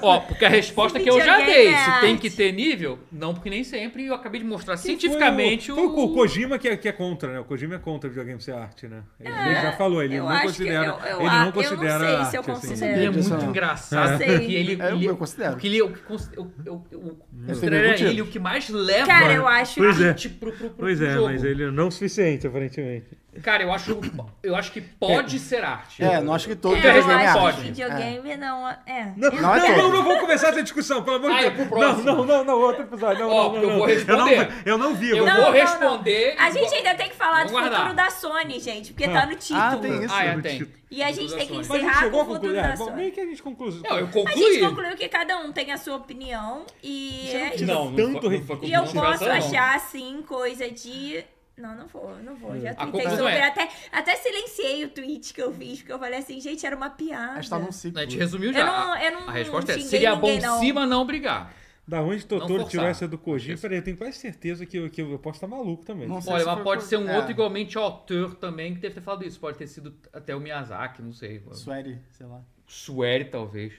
Speaker 4: Ó, porque a resposta
Speaker 3: Se
Speaker 4: que eu já
Speaker 3: videogame
Speaker 4: dei,
Speaker 3: é
Speaker 4: se tem
Speaker 3: arte.
Speaker 4: que ter nível, não, porque nem sempre. Eu acabei de mostrar cientificamente
Speaker 1: Foi o, foi o
Speaker 4: o.
Speaker 1: Kojima que é, que é contra, né? O Kojima é contra videogame ser arte, né? Ele, ele já falou, ele
Speaker 3: É, eu
Speaker 1: não
Speaker 3: acho que
Speaker 1: considera.
Speaker 3: eu- eu-
Speaker 1: ele
Speaker 3: ah, eu
Speaker 1: não
Speaker 3: não
Speaker 1: considera.
Speaker 3: sei se
Speaker 1: arte,
Speaker 3: eu
Speaker 1: assim.
Speaker 3: considero.
Speaker 4: Ele é muito
Speaker 2: Sim.
Speaker 4: engraçado.
Speaker 3: Sei.
Speaker 4: Porque ele,
Speaker 2: É, eu-
Speaker 4: ele,
Speaker 2: eu considero. Hum.
Speaker 4: Porque ele, eu, cons- eu, eu, eu
Speaker 2: tem
Speaker 4: consideraria
Speaker 2: motivo.
Speaker 4: ele o que mais leva
Speaker 3: Cara, eu acho
Speaker 1: Pois é.
Speaker 4: arte pro, pro, pro
Speaker 1: Pois é,
Speaker 4: jogo.
Speaker 1: mas ele não o suficiente, aparentemente.
Speaker 4: Cara, eu acho, eu acho que pode ser arte.
Speaker 2: É, não acho que todo
Speaker 3: É,
Speaker 4: Tem
Speaker 3: eu
Speaker 2: videogame é
Speaker 4: resposta.
Speaker 3: acho que
Speaker 2: arte.
Speaker 3: videogame não é.
Speaker 1: Não,
Speaker 2: Não é
Speaker 1: não, não,
Speaker 2: todo.
Speaker 1: não vou começar essa discussão, pelo amor de
Speaker 4: Ah, é
Speaker 1: Deus.
Speaker 4: pro
Speaker 1: não,
Speaker 4: próximo.
Speaker 1: não, não, não, outro episódio. Não,
Speaker 4: Ó,
Speaker 1: não,
Speaker 4: eu
Speaker 1: não,
Speaker 4: vou
Speaker 1: não. Eu não,
Speaker 4: responder.
Speaker 1: eu não vi.
Speaker 4: Eu
Speaker 1: vou-
Speaker 4: vou responder.
Speaker 3: A gente ainda tem que falar
Speaker 4: Vamos
Speaker 3: do futuro
Speaker 4: guardar.
Speaker 3: da Sony, gente, porque tá no título.
Speaker 2: Ah, tem isso.
Speaker 4: Ah, é,
Speaker 1: Mas
Speaker 4: tem.
Speaker 3: E a gente tem que
Speaker 4: Mas
Speaker 1: a gente
Speaker 3: encerrar
Speaker 1: chegou
Speaker 3: com
Speaker 1: a
Speaker 3: o futuro
Speaker 1: concluir.
Speaker 3: da
Speaker 1: É, bom,
Speaker 3: Sony.
Speaker 1: meio que a gente concluiu.
Speaker 4: Não, eu
Speaker 3: A
Speaker 4: concluí.
Speaker 3: gente concluiu que cada um tem a sua opinião e
Speaker 1: Você não
Speaker 3: é
Speaker 1: precisa
Speaker 3: isso.
Speaker 4: um Não, não
Speaker 1: Tanto
Speaker 4: foi- não
Speaker 1: re-
Speaker 4: foi
Speaker 3: E
Speaker 4: conclusão
Speaker 3: eu
Speaker 4: de
Speaker 3: posso
Speaker 4: razão, não.
Speaker 3: achar, assim, coisa de. Não, não vou, não vou. Já tweetei
Speaker 4: conclusão
Speaker 3: sobre.
Speaker 4: é-
Speaker 3: Até, até silenciei o tweet que eu fiz, porque eu falei assim, gente, era uma piada.
Speaker 2: A gente tá num ciclo.
Speaker 4: A gente resumiu já.
Speaker 3: Eu É. não- eu não
Speaker 4: a resposta é:
Speaker 3: xinguei
Speaker 4: seria bom
Speaker 3: ninguém, não.
Speaker 4: sim, mas não brigar.
Speaker 1: Da onde
Speaker 4: Não
Speaker 1: Totoro
Speaker 4: forçar.
Speaker 1: tirou essa do Kojima? Peraí, eu tenho quase certeza que eu, que eu posso estar maluco também.
Speaker 2: Não sei
Speaker 4: Olha,
Speaker 2: se
Speaker 4: mas
Speaker 2: foi
Speaker 4: pode
Speaker 2: por-
Speaker 4: ser um
Speaker 2: é.
Speaker 4: outro igualmente autor também que deve ter falado isso. Pode ter sido até o Miyazaki, não sei.
Speaker 2: Sueri, sei lá.
Speaker 4: Sueri, talvez.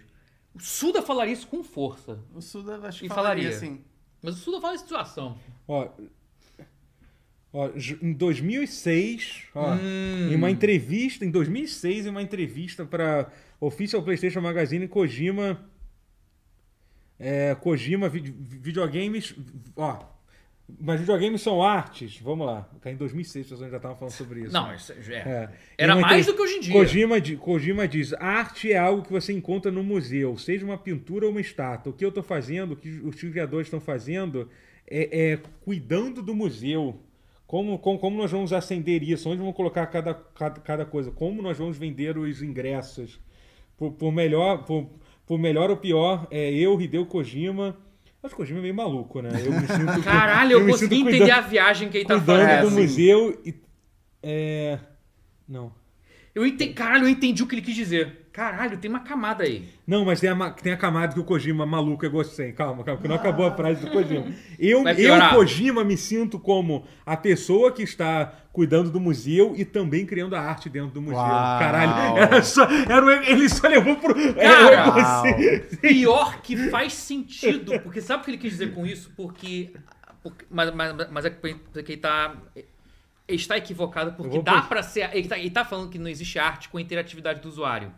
Speaker 4: O Suda falaria isso com força.
Speaker 2: O Suda acho que
Speaker 4: E
Speaker 2: falaria,
Speaker 4: falaria.
Speaker 2: assim.
Speaker 4: Mas o Suda fala em situação.
Speaker 1: Ó, ó, ju- em 2006,
Speaker 4: Hum.
Speaker 1: ó, em uma entrevista, em 2006, em uma entrevista para Official PlayStation Magazine, Kojima, é, Kojima vide- videogames, ó, mas videogames são artes, vamos lá, Tá em 2006 as pessoas já estavam falando sobre isso.
Speaker 4: Não, isso é.
Speaker 1: É.
Speaker 4: Era
Speaker 1: Em uma
Speaker 4: mais
Speaker 1: entrevista-
Speaker 4: do que hoje em dia.
Speaker 1: Kojima, di- Kojima diz: arte é algo que você encontra no museu, seja uma pintura ou uma estátua. O que eu estou fazendo, o que os criadores estão fazendo, é, é cuidando do museu. Como, como, como nós vamos acender isso? Onde vamos colocar cada, cada, cada coisa? Como nós vamos vender os ingressos? Por, por melhor, por, por melhor ou pior, é, eu, Hideo Kojima. Acho que Kojima é meio maluco, né? Eu me sinto.
Speaker 4: Caralho, eu,
Speaker 1: me
Speaker 4: consegui
Speaker 1: sinto
Speaker 4: entender
Speaker 1: cuidando-
Speaker 4: a viagem que ele tá
Speaker 1: cuidando
Speaker 4: fazendo.
Speaker 2: É,
Speaker 1: do
Speaker 2: assim.
Speaker 1: museu e. É. Não.
Speaker 4: Eu entendi, caralho, eu entendi o que ele quis dizer. Caralho, tem uma camada aí.
Speaker 1: Não, mas tem a, ma- tem a camada que o Kojima maluco é gostei. Calma, calma, que não acabou a frase do Kojima. Eu,
Speaker 4: Vai
Speaker 1: eu
Speaker 4: piorar.
Speaker 1: Kojima, me sinto como a pessoa que está cuidando do museu e também criando a arte dentro do museu.
Speaker 2: Uau.
Speaker 1: Caralho, era só- era um- ele só levou pro.
Speaker 4: Cara.
Speaker 1: era um-
Speaker 4: Pior que faz sentido, porque sabe o que ele quis dizer com isso? Porque. porque- mas, mas, mas é que ele tá. Ele está equivocado,
Speaker 1: Eu
Speaker 4: porque
Speaker 1: vou
Speaker 4: dá
Speaker 1: pôr-
Speaker 4: pra ser. Ele tá, ele tá falando que não existe arte com a interatividade do usuário.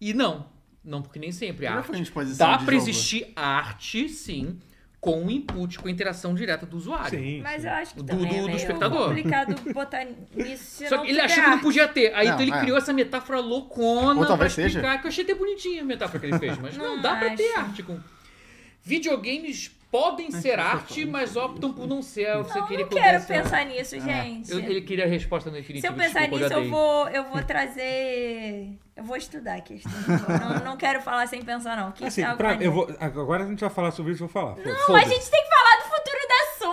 Speaker 4: E não. Não, porque nem sempre há
Speaker 2: Já
Speaker 4: arte.
Speaker 2: foi em exposição
Speaker 4: Dá
Speaker 2: de
Speaker 4: pra
Speaker 2: jogo?
Speaker 4: existir arte, sim, com o input, com a interação direta do usuário.
Speaker 1: um, Sim.
Speaker 3: Mas eu acho que
Speaker 4: Do-
Speaker 3: também
Speaker 4: do-
Speaker 3: é
Speaker 4: do
Speaker 3: meio
Speaker 4: espectador.
Speaker 3: complicado botar nisso. se
Speaker 4: Só
Speaker 3: não
Speaker 4: que ele
Speaker 3: tiver
Speaker 4: achou que não
Speaker 3: arte.
Speaker 4: podia ter. Aí então
Speaker 2: Não,
Speaker 4: ele
Speaker 2: é.
Speaker 4: criou essa metáfora loucona
Speaker 2: Ou
Speaker 4: pra
Speaker 2: talvez seja.
Speaker 4: explicar, que eu achei até bonitinha a metáfora que ele fez. Mas não,
Speaker 3: Não
Speaker 4: dá pra ter
Speaker 3: acho.
Speaker 4: arte com... Videogames podem ser arte, mas optam por não ser. Você
Speaker 3: Eu
Speaker 4: queria
Speaker 3: não quero
Speaker 4: convencer.
Speaker 3: pensar nisso, gente.
Speaker 4: Eu- ele queria a resposta
Speaker 3: Se
Speaker 4: definitiva.
Speaker 3: eu pensar
Speaker 4: desculpa,
Speaker 3: nisso,
Speaker 4: já
Speaker 3: eu
Speaker 4: dei.
Speaker 3: vou, eu vou trazer. Eu vou estudar a questão. Eu não, não quero falar sem pensar, não. Que
Speaker 1: Assim,
Speaker 3: isso é algo
Speaker 1: pra- eu
Speaker 3: maneiro.
Speaker 1: vou- agora a gente vai falar sobre isso, eu vou falar. Foda-se.
Speaker 3: Não, então tá. a gente tem que falar do futuro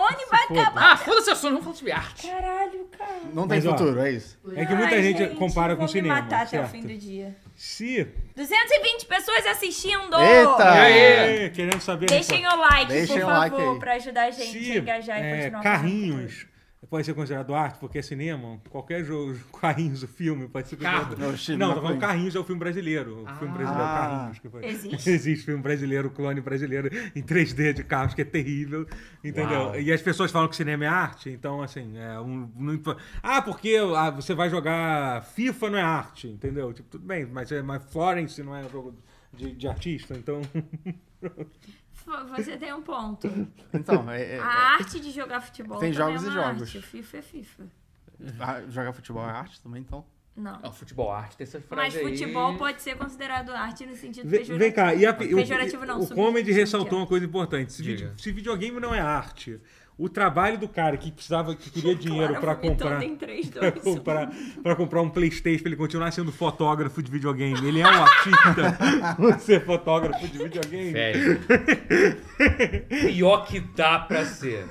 Speaker 3: da Sony, vai
Speaker 1: foda.
Speaker 3: acabar.
Speaker 4: Ah, foda-se a Sony, vamos falar sobre arte.
Speaker 3: Caralho, cara.
Speaker 2: Não tem
Speaker 1: Mas, ó,
Speaker 2: futuro, é isso.
Speaker 1: É que muita
Speaker 3: Ai,
Speaker 1: gente, compara
Speaker 3: eu
Speaker 1: com
Speaker 3: vou
Speaker 1: cinema.
Speaker 3: Me matar até o
Speaker 1: certo?
Speaker 3: fim do dia.
Speaker 1: Se.
Speaker 3: 220 pessoas assistindo!
Speaker 2: Eita!
Speaker 4: Aê!
Speaker 1: É, Querendo saber.
Speaker 3: Deixem o like,
Speaker 2: Deixem
Speaker 3: por
Speaker 2: o like
Speaker 3: favor,
Speaker 2: aí.
Speaker 3: pra ajudar a gente
Speaker 1: se
Speaker 3: a engajar e
Speaker 1: é,
Speaker 3: continuar.
Speaker 1: carrinhos pode ser considerado arte porque é cinema qualquer jogo carrinhos o filme pode ser
Speaker 4: Carro.
Speaker 1: considerado
Speaker 2: Não, Chico,
Speaker 1: não
Speaker 2: não
Speaker 1: tô falando
Speaker 2: foi.
Speaker 1: carrinhos é o filme brasileiro o filme brasileiro
Speaker 2: Ah.
Speaker 1: carrinhos que foi.
Speaker 3: Existe?
Speaker 1: existe filme brasileiro clone brasileiro em 3D de carros que é terrível entendeu
Speaker 4: Uau.
Speaker 1: e as pessoas falam que cinema é arte então assim é um não- ah porque ah, você vai jogar FIFA não é arte entendeu tipo tudo bem mas é- mas Florence não é um jogo de, de artista então
Speaker 3: F- Você tem um ponto.
Speaker 2: Então, é, é-
Speaker 3: A arte de jogar futebol
Speaker 2: Tem
Speaker 3: também
Speaker 2: jogos
Speaker 3: é
Speaker 2: e
Speaker 3: uma
Speaker 2: jogos.
Speaker 3: Arte. FIFA é FIFA.
Speaker 2: ah, jogar futebol é arte também, então.
Speaker 3: Não.
Speaker 4: Não, futebol, arte, tem essa frase
Speaker 3: Mas futebol
Speaker 4: aí.
Speaker 3: pode ser considerado arte no sentido
Speaker 1: Vem,
Speaker 3: pejorativo.
Speaker 1: vem cá, e a, pe- o,
Speaker 3: Pejorativo não, é
Speaker 1: o
Speaker 3: subjetivo,
Speaker 1: Comedy ressaltou
Speaker 3: subjetivo.
Speaker 1: uma coisa importante. Se,
Speaker 4: Diga.
Speaker 1: vide- se videogame não é arte, o trabalho do cara que precisava, que queria dinheiro
Speaker 3: Claro,
Speaker 1: pra
Speaker 3: vomitando
Speaker 1: comprar,
Speaker 3: em três,
Speaker 1: pra
Speaker 3: dois, um.
Speaker 1: comprar, pra comprar um PlayStation pra ele continuar sendo fotógrafo de videogame, ele é um artista. Você é fotógrafo de videogame.
Speaker 4: Velho. Pior que dá pra ser.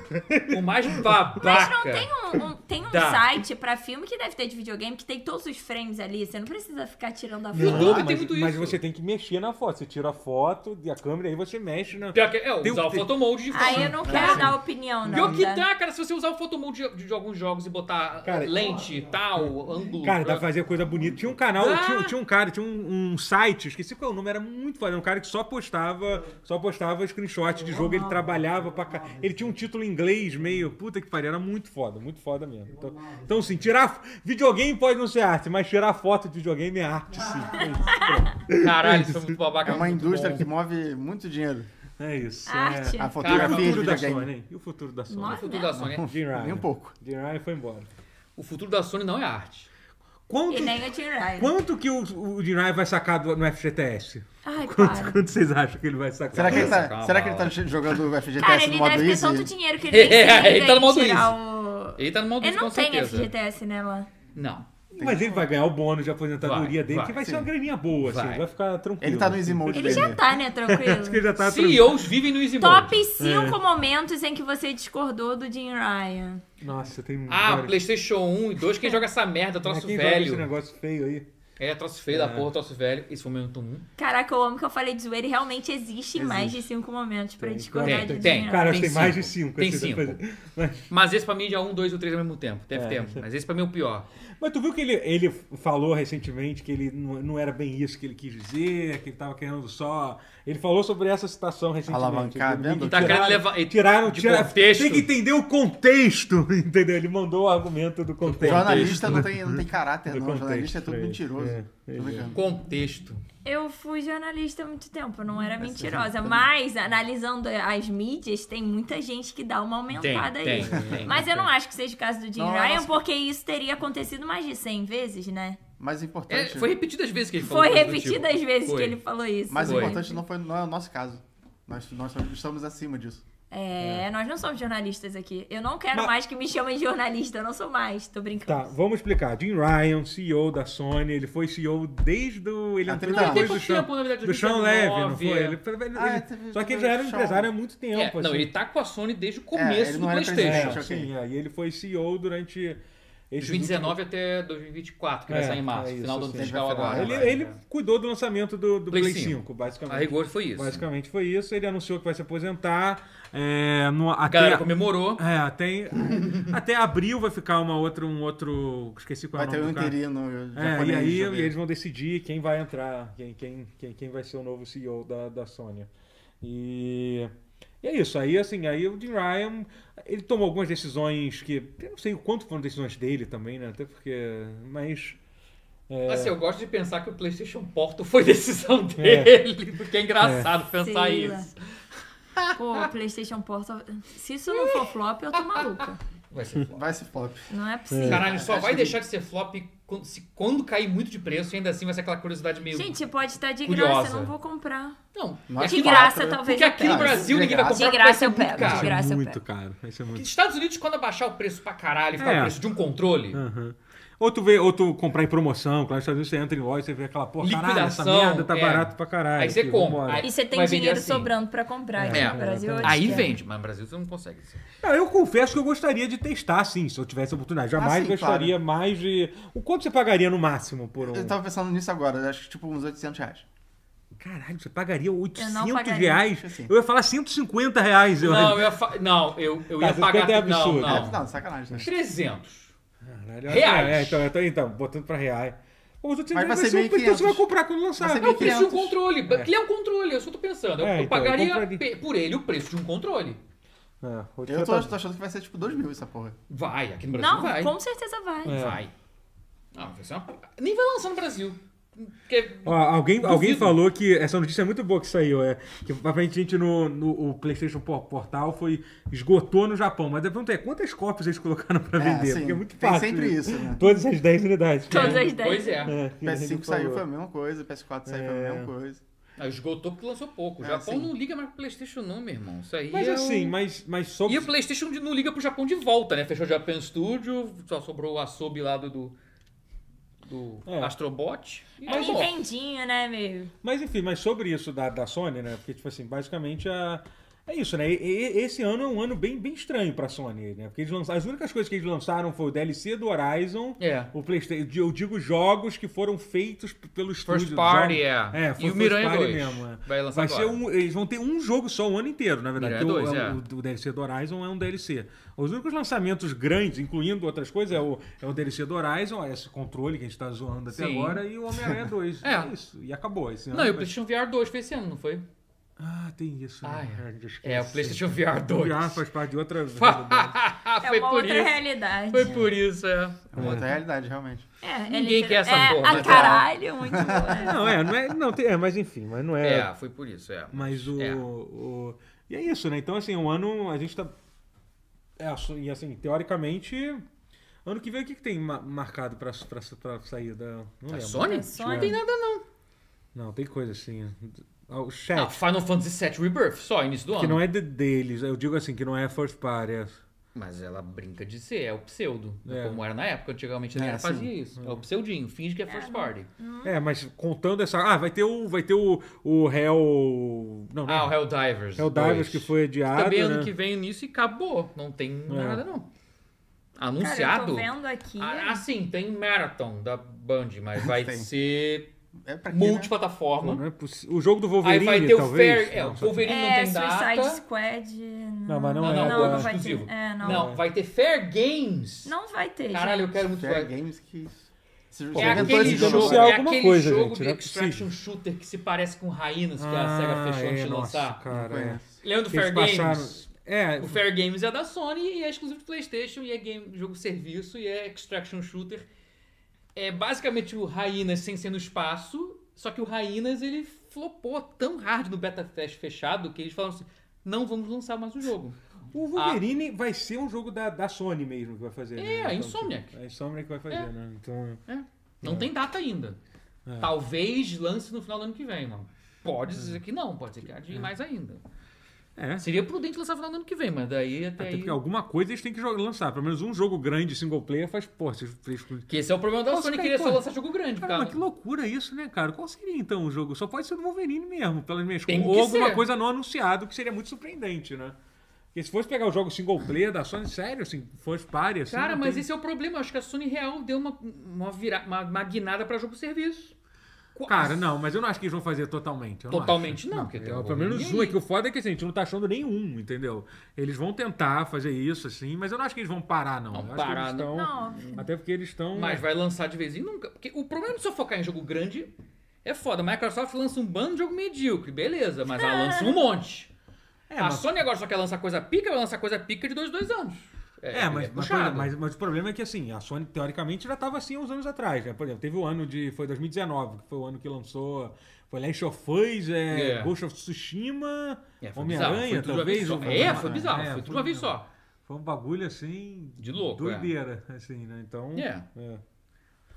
Speaker 4: O mais babaca.
Speaker 3: Mas não tem um, um- tem um
Speaker 4: Dá.
Speaker 3: site pra filme que deve ter de videogame que tem todos os frames ali. Você não precisa ficar tirando a
Speaker 4: Não.
Speaker 3: foto.
Speaker 4: YouTube
Speaker 1: mas,
Speaker 4: tem muito
Speaker 1: mas
Speaker 4: isso.
Speaker 1: você tem que mexer na foto. Você tira a foto e a câmera, aí você mexe na.
Speaker 4: Pior que, é,
Speaker 1: Tem-
Speaker 2: um
Speaker 4: usar o
Speaker 1: tem-
Speaker 4: fotomode de
Speaker 3: um Aí eu não quero
Speaker 4: Cara,
Speaker 3: dar opinião, não.
Speaker 4: Pior que
Speaker 3: tá?
Speaker 4: dá, cara, se você usar o fotomode de, de alguns jogos e botar
Speaker 1: Cara,
Speaker 4: lente, tal, ângulo.
Speaker 1: Cara, dá
Speaker 4: pra-
Speaker 1: pra fazer coisa bonita. Tinha um canal,
Speaker 3: Ah!
Speaker 4: Dá.
Speaker 1: tinha, tinha um cara, tinha um, um site, esqueci qual é o nome, era muito foda. Era um cara que só postava, só postava screenshot de jogo, ele trabalhava pra cá. Ele tinha um título em inglês meio, puta que pariu, era muito foda, muito foda mesmo. Então, então assim, tirar. Videogame pode não ser arte, mas tirar foto de videogame é arte, sim. É isso.
Speaker 4: Caralho, isso é muito babaca.
Speaker 2: É uma
Speaker 4: muito
Speaker 2: indústria
Speaker 4: bom.
Speaker 2: que move muito dinheiro.
Speaker 1: É isso.
Speaker 3: Arte.
Speaker 1: É.
Speaker 2: A
Speaker 1: E o
Speaker 2: fotografia de
Speaker 1: futuro da
Speaker 2: videogame.
Speaker 1: Sony, hein? E o futuro da Sony?
Speaker 3: Nossa.
Speaker 4: O futuro da Sony. é-
Speaker 1: Jim Ryan.
Speaker 2: Nem um pouco.
Speaker 1: Jim Ryan foi embora.
Speaker 4: O futuro da Sony não é arte.
Speaker 1: Quanto,
Speaker 3: E nem o Tim Ryan.
Speaker 1: quanto que o, o Jim Ryan vai sacar do- no FGTS?
Speaker 3: Ai, para.
Speaker 1: Quanto, quanto vocês acham que ele vai sacar?
Speaker 2: Será que ele tá,
Speaker 4: calma,
Speaker 2: será que ele tá jogando o FGTS
Speaker 3: Cara,
Speaker 2: no
Speaker 3: ele
Speaker 2: modo
Speaker 3: deve ter tanto
Speaker 2: easy?
Speaker 3: dinheiro que ele tem que
Speaker 4: É, ele
Speaker 3: ele
Speaker 4: tá no modo
Speaker 3: tirar
Speaker 4: easy.
Speaker 3: o...
Speaker 4: Ele tá no modo
Speaker 3: Ele
Speaker 4: com
Speaker 3: não tem
Speaker 4: certeza.
Speaker 3: FGTS, né, lá?
Speaker 4: Não.
Speaker 1: Mas ele vai ganhar o bônus de aposentadoria
Speaker 4: Vai,
Speaker 1: dele,
Speaker 4: vai,
Speaker 1: que vai ser
Speaker 2: sim.
Speaker 1: uma graninha boa, assim,
Speaker 4: Vai.
Speaker 1: vai ficar tranquilo.
Speaker 2: Ele tá no easy mode
Speaker 3: Ele
Speaker 2: dele.
Speaker 3: já tá, né,
Speaker 1: Acho que ele
Speaker 3: tranquilo?
Speaker 1: já tá tranquilo.
Speaker 4: CEOs vivem no Easy Mode.
Speaker 3: Top 5 momentos em que você discordou do Jim Ryan.
Speaker 1: Nossa, tem um.
Speaker 4: Ah, Playstation 1 e 2, um quem joga essa merda, Ah, troço
Speaker 1: quem joga esse
Speaker 4: velho.
Speaker 1: negócio feio aí?
Speaker 4: É, troço feio da porra, troço velho. Esse foi o um. momento 1.
Speaker 3: Caraca, eu amo que eu falei de zoeira e realmente existem mais de cinco momentos pra
Speaker 1: Tem,
Speaker 3: discordar
Speaker 4: tem,
Speaker 3: de
Speaker 4: tem.
Speaker 3: Daniel.
Speaker 1: Cara,
Speaker 4: Tem
Speaker 1: tem, mais de cinco.
Speaker 4: cinco.
Speaker 1: assim,
Speaker 4: Tem
Speaker 1: esse
Speaker 4: cinco.
Speaker 1: depois- Mas,
Speaker 4: Mas esse pra mim já é um, dois ou três ao mesmo tempo. Deve tempo. Mas esse pra mim é o pior.
Speaker 1: mas tu viu que ele, ele falou recentemente que ele não, não era bem isso que ele quis dizer, que ele tava querendo só. Ele falou sobre essa citação recentemente.
Speaker 2: Alavancar,
Speaker 1: Ele-
Speaker 2: vendo?
Speaker 4: Tá
Speaker 1: tiraram-
Speaker 4: querendo levar- e-
Speaker 1: Tiraram,
Speaker 4: de
Speaker 1: tiraram.
Speaker 4: contexto.
Speaker 1: Tem que entender o contexto, entendeu? Ele mandou o argumento do contexto.
Speaker 2: Jornalista não tem, não tem caráter,
Speaker 1: Do né?
Speaker 2: não.
Speaker 1: contexto,
Speaker 2: Jornalista é tudo
Speaker 1: é isso.
Speaker 2: mentiroso.
Speaker 1: É,
Speaker 2: Tô
Speaker 1: é.
Speaker 2: brincando.
Speaker 4: Contexto.
Speaker 3: Eu fui jornalista há muito tempo, eu não era mentirosa. Mas, analisando as mídias, tem muita gente que dá uma aumentada
Speaker 4: Tem,
Speaker 3: aí.
Speaker 4: tem, tem.
Speaker 3: mas eu não acho que seja o caso do Jim
Speaker 2: Não,
Speaker 3: Ryan,
Speaker 2: nossa.
Speaker 3: porque isso teria acontecido mais de 100 vezes, né?
Speaker 2: Mais
Speaker 4: É,
Speaker 2: importante.
Speaker 4: foi repetidas vezes que ele falou.
Speaker 3: Foi
Speaker 4: coisa do tipo.
Speaker 3: repetidas as vezes
Speaker 4: Foi.
Speaker 3: que ele falou isso.
Speaker 2: mais
Speaker 4: Foi.
Speaker 2: importante não, foi, não é o nosso caso. Nós, nós estamos acima disso.
Speaker 3: É, nós não somos jornalistas aqui. Eu não quero
Speaker 1: Mas-
Speaker 3: mais que me chamem de jornalista, eu não sou mais, tô
Speaker 1: Tá,
Speaker 3: brincando.
Speaker 1: vamos explicar. Jim Ryan, CEO da Sony, ele foi CEO desde o. Ele
Speaker 2: Ah,
Speaker 1: entrou
Speaker 2: tem pouco
Speaker 1: depois do
Speaker 4: tempo, na
Speaker 1: Sean,
Speaker 4: verdade,
Speaker 1: do Sean Levy, um não foi?
Speaker 4: 2009, é.
Speaker 1: Ele- ele-
Speaker 2: Ah, teve-
Speaker 1: só que ele
Speaker 2: teve
Speaker 1: já era um
Speaker 2: Sean.
Speaker 1: empresário há muito tempo.
Speaker 4: É, não,
Speaker 1: assim.
Speaker 4: ele tá com a Sony desde o começo
Speaker 2: É, ele
Speaker 4: do
Speaker 2: não era
Speaker 1: É,
Speaker 2: presidente.
Speaker 4: Playstation.
Speaker 2: Deixa eu
Speaker 1: sim, é. E ele foi CEO durante.
Speaker 4: De
Speaker 1: esses
Speaker 4: 2019 até 2024, que vai
Speaker 1: É,
Speaker 4: sair em março,
Speaker 1: é isso,
Speaker 4: final do ano
Speaker 1: sim.
Speaker 4: fiscal
Speaker 2: Vai
Speaker 4: agora. né?
Speaker 1: últimos-
Speaker 2: final.
Speaker 1: Ele, ele cuidou do lançamento do, do
Speaker 4: Play
Speaker 1: Play,
Speaker 4: 5,
Speaker 1: 5,
Speaker 4: A
Speaker 1: basicamente.
Speaker 4: rigor foi isso.
Speaker 1: Basicamente foi isso. Ele anunciou que vai se aposentar. É, no,
Speaker 4: A
Speaker 1: até,
Speaker 4: galera comemorou.
Speaker 1: é, até, até abril vai ficar uma outra, um outro. Esqueci qual
Speaker 2: Vai
Speaker 1: é o
Speaker 2: ter
Speaker 1: nome
Speaker 2: um
Speaker 1: do cara.
Speaker 2: interino
Speaker 1: É,
Speaker 2: japonês.
Speaker 1: e aí
Speaker 2: deixa eu
Speaker 1: e
Speaker 2: ver.
Speaker 1: eles vão decidir quem vai entrar, quem, quem, quem, quem vai ser o novo CEO da, da Sony. E, e é isso. Aí, assim, aí o Jim Ryan, ele tomou algumas decisões que... Eu não sei o quanto foram decisões dele também, né? Até porque... Mas... é,
Speaker 4: Assim, eu gosto de pensar que o PlayStation Porto foi decisão dele, porque é engraçado pensar
Speaker 3: Sei lá.
Speaker 4: isso.
Speaker 3: Pô, PlayStation Portal. Se isso não for flop, eu tô maluca.
Speaker 4: Vai ser flop.
Speaker 2: Vai se flop.
Speaker 3: Não é possível.
Speaker 4: Caralho, só vai deixar de ser flop quando, se- quando cair muito de preço e ainda assim vai ser aquela curiosidade meio.
Speaker 3: Gente, pode estar de
Speaker 4: Curiosa.
Speaker 3: graça, eu não vou comprar.
Speaker 4: não,
Speaker 2: Nós
Speaker 4: aqui-
Speaker 3: De
Speaker 2: quatro,
Speaker 3: graça,
Speaker 2: né?
Speaker 3: talvez.
Speaker 4: porque
Speaker 3: eu
Speaker 4: aqui no
Speaker 3: pegue.
Speaker 4: Brasil
Speaker 2: De
Speaker 4: ninguém vai
Speaker 2: graça.
Speaker 4: comprar
Speaker 3: é De graça
Speaker 4: porque
Speaker 3: eu pego,
Speaker 4: é muito
Speaker 1: isso
Speaker 3: de
Speaker 1: é
Speaker 4: caro.
Speaker 3: graça eu
Speaker 1: muito
Speaker 3: pego.
Speaker 1: caro. Isso é
Speaker 4: Porque
Speaker 1: muito...
Speaker 4: Nos Estados Unidos, quando abaixar o preço pra caralho e ficar
Speaker 1: É.
Speaker 4: o preço de um controle,
Speaker 1: Aham. Ou tu, vê, ou tu comprar em promoção, claro, nos Estados Unidos você entra em loja, você vê aquela porra, caralho, essa
Speaker 4: Liquidação,
Speaker 1: merda tá
Speaker 4: é.
Speaker 1: barato pra caralho.
Speaker 4: Aí você
Speaker 1: aqui,
Speaker 4: compra.
Speaker 1: vambora.
Speaker 4: Aí-
Speaker 3: E você tem
Speaker 4: Vai vender
Speaker 3: dinheiro
Speaker 4: assim.
Speaker 3: sobrando pra comprar aqui
Speaker 4: É.
Speaker 3: no Brasil. eu
Speaker 4: aí
Speaker 3: espero.
Speaker 4: vende, mas no Brasil você não consegue. assim.
Speaker 1: Ah, eu confesso que eu gostaria de testar, sim, se eu tivesse a oportunidade. Jamais
Speaker 2: Ah, sim,
Speaker 1: gostaria mais de. O quanto você pagaria no máximo por um.
Speaker 2: Eu tava pensando nisso agora, acho que tipo uns 800 reais.
Speaker 1: Caralho, você pagaria 800
Speaker 3: pagaria.
Speaker 1: reais?
Speaker 2: Assim.
Speaker 1: Eu ia falar 150 reais. Eu...
Speaker 4: Não, eu ia, fa- não, eu, eu
Speaker 1: Tá,
Speaker 4: ia
Speaker 1: você
Speaker 4: pagar.
Speaker 1: tem até
Speaker 4: não,
Speaker 1: absurdo.
Speaker 4: não.
Speaker 2: É, não, sacanagem. Né?
Speaker 4: 300.
Speaker 1: Caralho, eu-
Speaker 4: Reais.
Speaker 1: É, então, então, então, botando pra reais. Pô, Os 800
Speaker 2: Mas vai
Speaker 1: reais vai
Speaker 2: ser
Speaker 1: ser o- Então
Speaker 2: 1.500.
Speaker 1: você vai comprar quando lançar.
Speaker 2: Vai ser
Speaker 4: É o preço de um
Speaker 2: 500.
Speaker 4: controle. Ele é um controle, eu só tô pensando. Eu,
Speaker 1: É, então,
Speaker 4: eu
Speaker 1: eu
Speaker 4: pagaria
Speaker 1: compraria.
Speaker 4: pe- por ele o preço de um controle.
Speaker 1: É,
Speaker 2: Eu
Speaker 1: 800
Speaker 2: tô, tô achando que vai ser tipo 2 mil essa porra.
Speaker 4: Vai, aqui no Brasil
Speaker 3: Não,
Speaker 4: vai.
Speaker 3: com certeza vai.
Speaker 1: É.
Speaker 4: Vai. Não, vai ser uma... Nem vai lançar no Brasil. Porque...
Speaker 1: Ó, alguém, alguém
Speaker 4: Duvido.
Speaker 1: falou que essa notícia é muito boa que saiu. É, que aparentemente no, no o PlayStation Por- Portal foi esgotou no Japão. Mas a pergunta é quantas cópias eles colocaram pra
Speaker 2: É,
Speaker 1: vender?
Speaker 2: assim,
Speaker 1: Porque é muito
Speaker 2: tem
Speaker 1: fácil.
Speaker 2: sempre
Speaker 1: né?
Speaker 2: isso, né?
Speaker 1: Todas as 10 unidades.
Speaker 3: Todas
Speaker 1: É.
Speaker 3: as dez.
Speaker 4: Pois é.
Speaker 1: É, que a gente
Speaker 2: PS5 saiu
Speaker 1: falou.
Speaker 2: foi a mesma coisa, PS4 saiu foi a mesma
Speaker 1: É.
Speaker 2: coisa.
Speaker 4: Ah, Esgotou porque lançou pouco.
Speaker 3: Ah,
Speaker 4: O
Speaker 2: É,
Speaker 4: Japão
Speaker 2: sim.
Speaker 4: não liga mais pro Playstation não, meu irmão. Isso aí
Speaker 1: Mas
Speaker 4: é
Speaker 1: assim,
Speaker 4: um-
Speaker 1: mas, mas sobre.
Speaker 4: E o Playstation não liga pro Japão de volta, né? Fechou o Japan Studio, só sobrou o Asobi lá do... do... do
Speaker 1: É.
Speaker 4: Astrobot. E
Speaker 3: É
Speaker 4: acabou.
Speaker 3: Nintendinho, né, meio?
Speaker 1: Mas enfim, mas sobre isso da, da Sony, né? Porque, tipo assim, basicamente a. É isso, né? E- e- esse ano é um ano bem, bem estranho pra Sony, né? Porque eles lançaram, as únicas coisas que eles lançaram foi o DLC do Horizon,
Speaker 4: É.
Speaker 1: o PlayStation, eu digo jogos que foram feitos p- pelo estúdio.
Speaker 4: First
Speaker 1: jogos-
Speaker 4: Party, é.
Speaker 1: é. foi
Speaker 4: e o
Speaker 1: first
Speaker 4: Miranha
Speaker 1: party
Speaker 4: 2.
Speaker 1: mesmo, é.
Speaker 4: Vai lançar
Speaker 1: Vai ser
Speaker 4: agora.
Speaker 1: um, eles vão ter um jogo só o ano inteiro, na verdade.
Speaker 4: Miranha
Speaker 1: Porque o,
Speaker 4: 2, é.
Speaker 1: o- o DLC do Horizon é um DLC. Os únicos lançamentos grandes, incluindo outras coisas, é o, é o DLC do Horizon, esse controle que a gente tá zoando até
Speaker 4: Sim.
Speaker 1: agora, e o Homem-Aranha 2.
Speaker 4: É.
Speaker 1: isso. E acabou esse ano.
Speaker 4: Não, e o
Speaker 1: vai-
Speaker 4: PlayStation VR 2 foi esse ano, não foi?
Speaker 1: Ah, tem isso.
Speaker 4: Ah,
Speaker 1: né?
Speaker 4: é.
Speaker 1: A gente esquece.
Speaker 4: É, o PlayStation VR 2.
Speaker 1: Ah, faz parte de outra.
Speaker 3: É
Speaker 4: foi
Speaker 3: uma
Speaker 4: por
Speaker 3: outra
Speaker 4: isso.
Speaker 3: realidade.
Speaker 4: Foi por isso, é.
Speaker 2: É uma outra realidade, realmente.
Speaker 3: É, é
Speaker 4: Ninguém
Speaker 3: literal-
Speaker 4: quer essa
Speaker 3: é,
Speaker 4: porra, né,
Speaker 3: A caralho, muito né? boa.
Speaker 1: não, é, não é. Não, tem, é, mas enfim, mas não é.
Speaker 4: É, foi por isso, é.
Speaker 1: mas o,
Speaker 4: É.
Speaker 1: o- E é isso, né? Então, assim, um ano a gente tá. É, assu- e assim, teoricamente. Ano que vem o que, que tem ma- marcado pra, pra, pra sair da. Não
Speaker 4: A
Speaker 1: lembro.
Speaker 4: É Sony?
Speaker 3: A É Sony.
Speaker 4: Não tem nada não.
Speaker 1: Não, tem coisa assim. Ah, O chat,
Speaker 4: Ah, Final Fantasy VII Rebirth, só, início do ano.
Speaker 1: que não é de- deles. Eu digo assim, que não é first party. é-
Speaker 4: Mas ela brinca de ser, é o pseudo. né,
Speaker 1: É.
Speaker 4: Como era na época, antigamente a
Speaker 2: É,
Speaker 4: galera
Speaker 2: assim.
Speaker 4: fazia isso. É o pseudinho, finge que é
Speaker 3: né?
Speaker 4: first party.
Speaker 1: É, mas contando essa. Ah, vai ter o. Vai ter o. O réu. Não, não.
Speaker 4: Ah, o Helldivers.
Speaker 1: É o Divers É que
Speaker 4: dois.
Speaker 1: foi adiado.
Speaker 4: Também ano
Speaker 1: né?
Speaker 4: que vem nisso e acabou. Não tem nada não.
Speaker 3: Cara, eu tô
Speaker 4: Anunciado?
Speaker 3: vendo aqui.
Speaker 4: Ah, assim, tem Marathon da Band, mas vai
Speaker 2: Tem.
Speaker 4: ser
Speaker 2: É pra quê, né?
Speaker 1: Pô,
Speaker 4: multiplataforma.
Speaker 1: não é possi- O jogo do
Speaker 4: Aí
Speaker 1: Wolverine,
Speaker 4: vai ter o
Speaker 1: talvez.
Speaker 4: Fair. É, o
Speaker 1: Não, só-
Speaker 4: Wolverine não
Speaker 3: é,
Speaker 4: tem
Speaker 3: Suicide
Speaker 4: data.
Speaker 3: Squad.
Speaker 1: Não, mas não,
Speaker 4: Não,
Speaker 1: é.
Speaker 4: não,
Speaker 1: agora.
Speaker 4: agora
Speaker 3: não vai
Speaker 4: exclusivo.
Speaker 3: ter. É, não.
Speaker 4: Não, vai ter Fair Games.
Speaker 3: Não vai ter.
Speaker 4: Caralho, eu
Speaker 3: gente.
Speaker 4: quero muito
Speaker 2: Fair
Speaker 4: Fair
Speaker 2: é Games que isso. Você
Speaker 4: É
Speaker 2: inventou
Speaker 4: aquele
Speaker 2: esse jogo
Speaker 4: jogo,
Speaker 1: anunciar
Speaker 2: agora?
Speaker 4: é
Speaker 1: alguma
Speaker 4: aquele
Speaker 1: coisa,
Speaker 4: jogo
Speaker 1: gente,
Speaker 4: de
Speaker 1: não é
Speaker 4: Extraction
Speaker 1: possível.
Speaker 4: um Shooter que se parece com Rainas, que a SEGA
Speaker 1: Ah,
Speaker 4: fechou antes
Speaker 1: é,
Speaker 4: de
Speaker 1: nossa,
Speaker 4: lançar.
Speaker 1: cara, é.
Speaker 2: Conhece.
Speaker 4: Lembra do
Speaker 1: Eles
Speaker 4: Fair Games?
Speaker 1: passaram- É,
Speaker 4: O Fair Games é da Sony e é exclusivo do Playstation e é game, jogo serviço e é Extraction Shooter. É basicamente o Rainas sem ser no espaço, só que o Rainas ele flopou tão hard no Beta Fest fechado que eles falaram assim, não vamos lançar mais o jogo.
Speaker 1: o Wolverine vai ser um jogo da, da Sony mesmo que vai fazer. É, né?
Speaker 4: Ah. a
Speaker 1: tipo,
Speaker 4: Insomniac.
Speaker 1: a Insomniac vai fazer,
Speaker 4: É.
Speaker 1: né? Então,
Speaker 4: Não tem data ainda.
Speaker 1: É.
Speaker 4: Talvez lance no final do ano que vem, mano. Pode ser que não, pode ser que adie mais ainda.
Speaker 1: é.
Speaker 4: Seria prudente lançar no final do ano que vem, mas daí até,
Speaker 1: Até
Speaker 4: aí...
Speaker 1: porque é alguma coisa eles têm que jo- lançar. Pelo menos um jogo grande single player faz, pô, se eles-
Speaker 4: Que esse é o problema da
Speaker 1: Nossa,
Speaker 4: Sony,
Speaker 1: cara,
Speaker 4: queria só
Speaker 1: pô.
Speaker 4: lançar jogo grande.
Speaker 1: Caramba,
Speaker 4: Cara,
Speaker 1: que loucura isso, né, cara? Qual seria então o jogo? Só pode ser do Wolverine mesmo, pelas minhas
Speaker 4: Tem
Speaker 1: contas.
Speaker 4: que
Speaker 1: Ou alguma
Speaker 4: ser.
Speaker 1: coisa não anunciada, que seria muito surpreendente, né? Porque se fosse pegar o jogo single player da Sony, sério, assim, first party, assim.
Speaker 4: Cara,
Speaker 1: não
Speaker 4: mas
Speaker 1: tem-
Speaker 4: esse é o problema. Acho que a Sony real deu uma, uma, vira, uma magnada pra jogo-serviço. Qua-
Speaker 1: Cara, não, mas eu não acho que eles vão fazer totalmente. eu não
Speaker 4: Totalmente
Speaker 1: acho.
Speaker 4: não, porque tem
Speaker 1: eu-
Speaker 4: o
Speaker 1: Pelo menos
Speaker 4: Wolverine
Speaker 1: um,
Speaker 4: aí.
Speaker 1: é que o foda é que assim, a gente não tá achando nenhum, entendeu? Eles vão tentar fazer isso, assim, mas eu não acho que eles vão parar, não.
Speaker 4: Vão
Speaker 1: Eu acho
Speaker 4: parar,
Speaker 1: que eles estão.
Speaker 3: Não, óbvio.
Speaker 1: Até porque eles estão.
Speaker 4: Mas vai lançar de vez em nunca. Porque o problema de só focar em jogo grande é foda. A Microsoft lança um bando de jogo medíocre, beleza, mas ela lança um monte.
Speaker 1: É,
Speaker 4: a
Speaker 1: mas-
Speaker 4: Sony agora só quer lançar coisa pica, vai lançar coisa pica de dois, dois anos.
Speaker 1: É, mas, mas, por
Speaker 4: puxado.
Speaker 1: exemplo, mas- mas o problema é que assim, a Sony teoricamente já estava assim há uns anos atrás, né? Por exemplo, teve o ano de. Foi 2019, que foi o ano que lançou. Foi Last of Us, é,
Speaker 4: É.
Speaker 1: Ghost of Tsushima,
Speaker 4: É, foi bizarro, foi
Speaker 1: Homem-Aranha,
Speaker 4: tudo de uma vez
Speaker 1: talvez.
Speaker 4: só.
Speaker 1: ou-
Speaker 4: É, foi bizarro,
Speaker 1: é,
Speaker 4: foi tudo de uma vez só.
Speaker 1: Foi um bagulho assim.
Speaker 4: De louco, é.
Speaker 1: Doideira, assim, né? Então.
Speaker 4: É.
Speaker 1: é.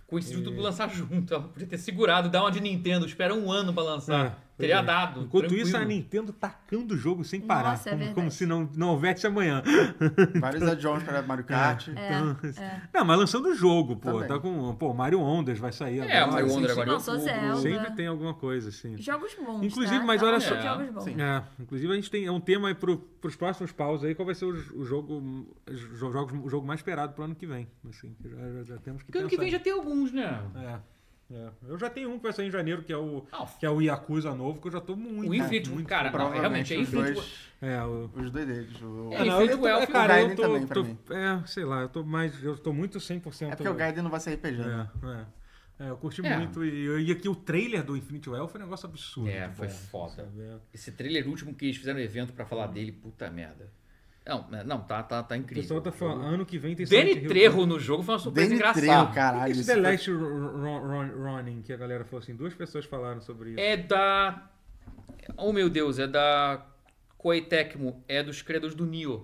Speaker 4: Coincidiu tudo lançar junto. Ela podia ter segurado, dá uma de Nintendo, espera um ano pra lançar.
Speaker 1: É, pois
Speaker 4: Teria
Speaker 1: é.
Speaker 4: dado.
Speaker 1: Enquanto
Speaker 4: tranquilo.
Speaker 1: isso, a Nintendo tacando o jogo sem parar.
Speaker 3: Nossa, é
Speaker 1: como,
Speaker 3: verdade.
Speaker 1: como se não, não houvesse amanhã.
Speaker 2: Vários add-ons para Mario Kart.
Speaker 3: É.
Speaker 1: Então, Não, mas lançando o jogo, pô.
Speaker 2: Também.
Speaker 1: Tá com. Pô, Mario Ondas vai sair
Speaker 4: É, o Mario
Speaker 1: assim,
Speaker 4: Wonder
Speaker 1: sempre-
Speaker 4: agora. é
Speaker 3: Não, sou
Speaker 4: o- o-
Speaker 3: Zelda.
Speaker 1: Sempre tem alguma coisa, assim.
Speaker 3: Jogos bons.
Speaker 1: Inclusive,
Speaker 3: tá?
Speaker 1: mas
Speaker 3: Tá
Speaker 1: olha
Speaker 3: falando
Speaker 4: só-
Speaker 3: de Jogos bons.
Speaker 2: Sim.
Speaker 1: É, inclusive a gente tem é um tema aí para os próximos paus aí, qual vai ser o, j- o jogo jo- jogos- o jogo mais esperado pro ano que vem, assim, que já, já- já temos que
Speaker 4: Porque ano que
Speaker 1: pensar.
Speaker 4: vem já tem alguns, né?
Speaker 1: É, é. Eu já tenho um que vai sair em janeiro, que é o
Speaker 4: Ah,
Speaker 1: que é o Yakuza novo, que eu já tô muito
Speaker 4: O Infinite,
Speaker 1: muito-
Speaker 4: cara, não, realmente
Speaker 2: Provavelmente
Speaker 4: é
Speaker 2: os
Speaker 4: Infinite.
Speaker 2: dois,
Speaker 1: É, o
Speaker 2: os dois deles. o-
Speaker 4: É,
Speaker 1: Ah, não, eu
Speaker 4: Infinite
Speaker 1: tô-
Speaker 4: Welf e o
Speaker 1: cara, eu
Speaker 2: Gaiden
Speaker 1: tô,
Speaker 2: também pra
Speaker 1: tô-
Speaker 2: mim.
Speaker 1: é, sei lá, eu tô mais eu tô muito 100%
Speaker 2: É porque o Gaiden não vai sair RPG, né?
Speaker 1: É, é. É, eu curti
Speaker 4: É.
Speaker 1: muito e, e aqui o trailer do Infinite Well foi um negócio absurdo.
Speaker 4: É,
Speaker 1: de
Speaker 4: foi
Speaker 1: bom,
Speaker 4: foda.
Speaker 1: sabe? É.
Speaker 4: Esse trailer último que eles fizeram no evento pra falar dele, puta merda. Não, né, não, tá, tá, tá
Speaker 1: O
Speaker 4: incrível.
Speaker 1: pessoal tá falando, ano que vem tem Silent
Speaker 4: Danny
Speaker 1: Hill
Speaker 4: Trejo no jogo foi uma surpresa
Speaker 2: Danny
Speaker 4: engraçada.
Speaker 2: Trejo,
Speaker 1: Por
Speaker 2: caralho.
Speaker 1: que esse
Speaker 2: isso
Speaker 1: The
Speaker 2: foi-
Speaker 1: Last Ron- Ron- Ronin, que a galera falou assim, duas pessoas falaram sobre isso.
Speaker 4: É da. Oh meu Deus, é da Koei Tecmo, é dos criadores do Nioh.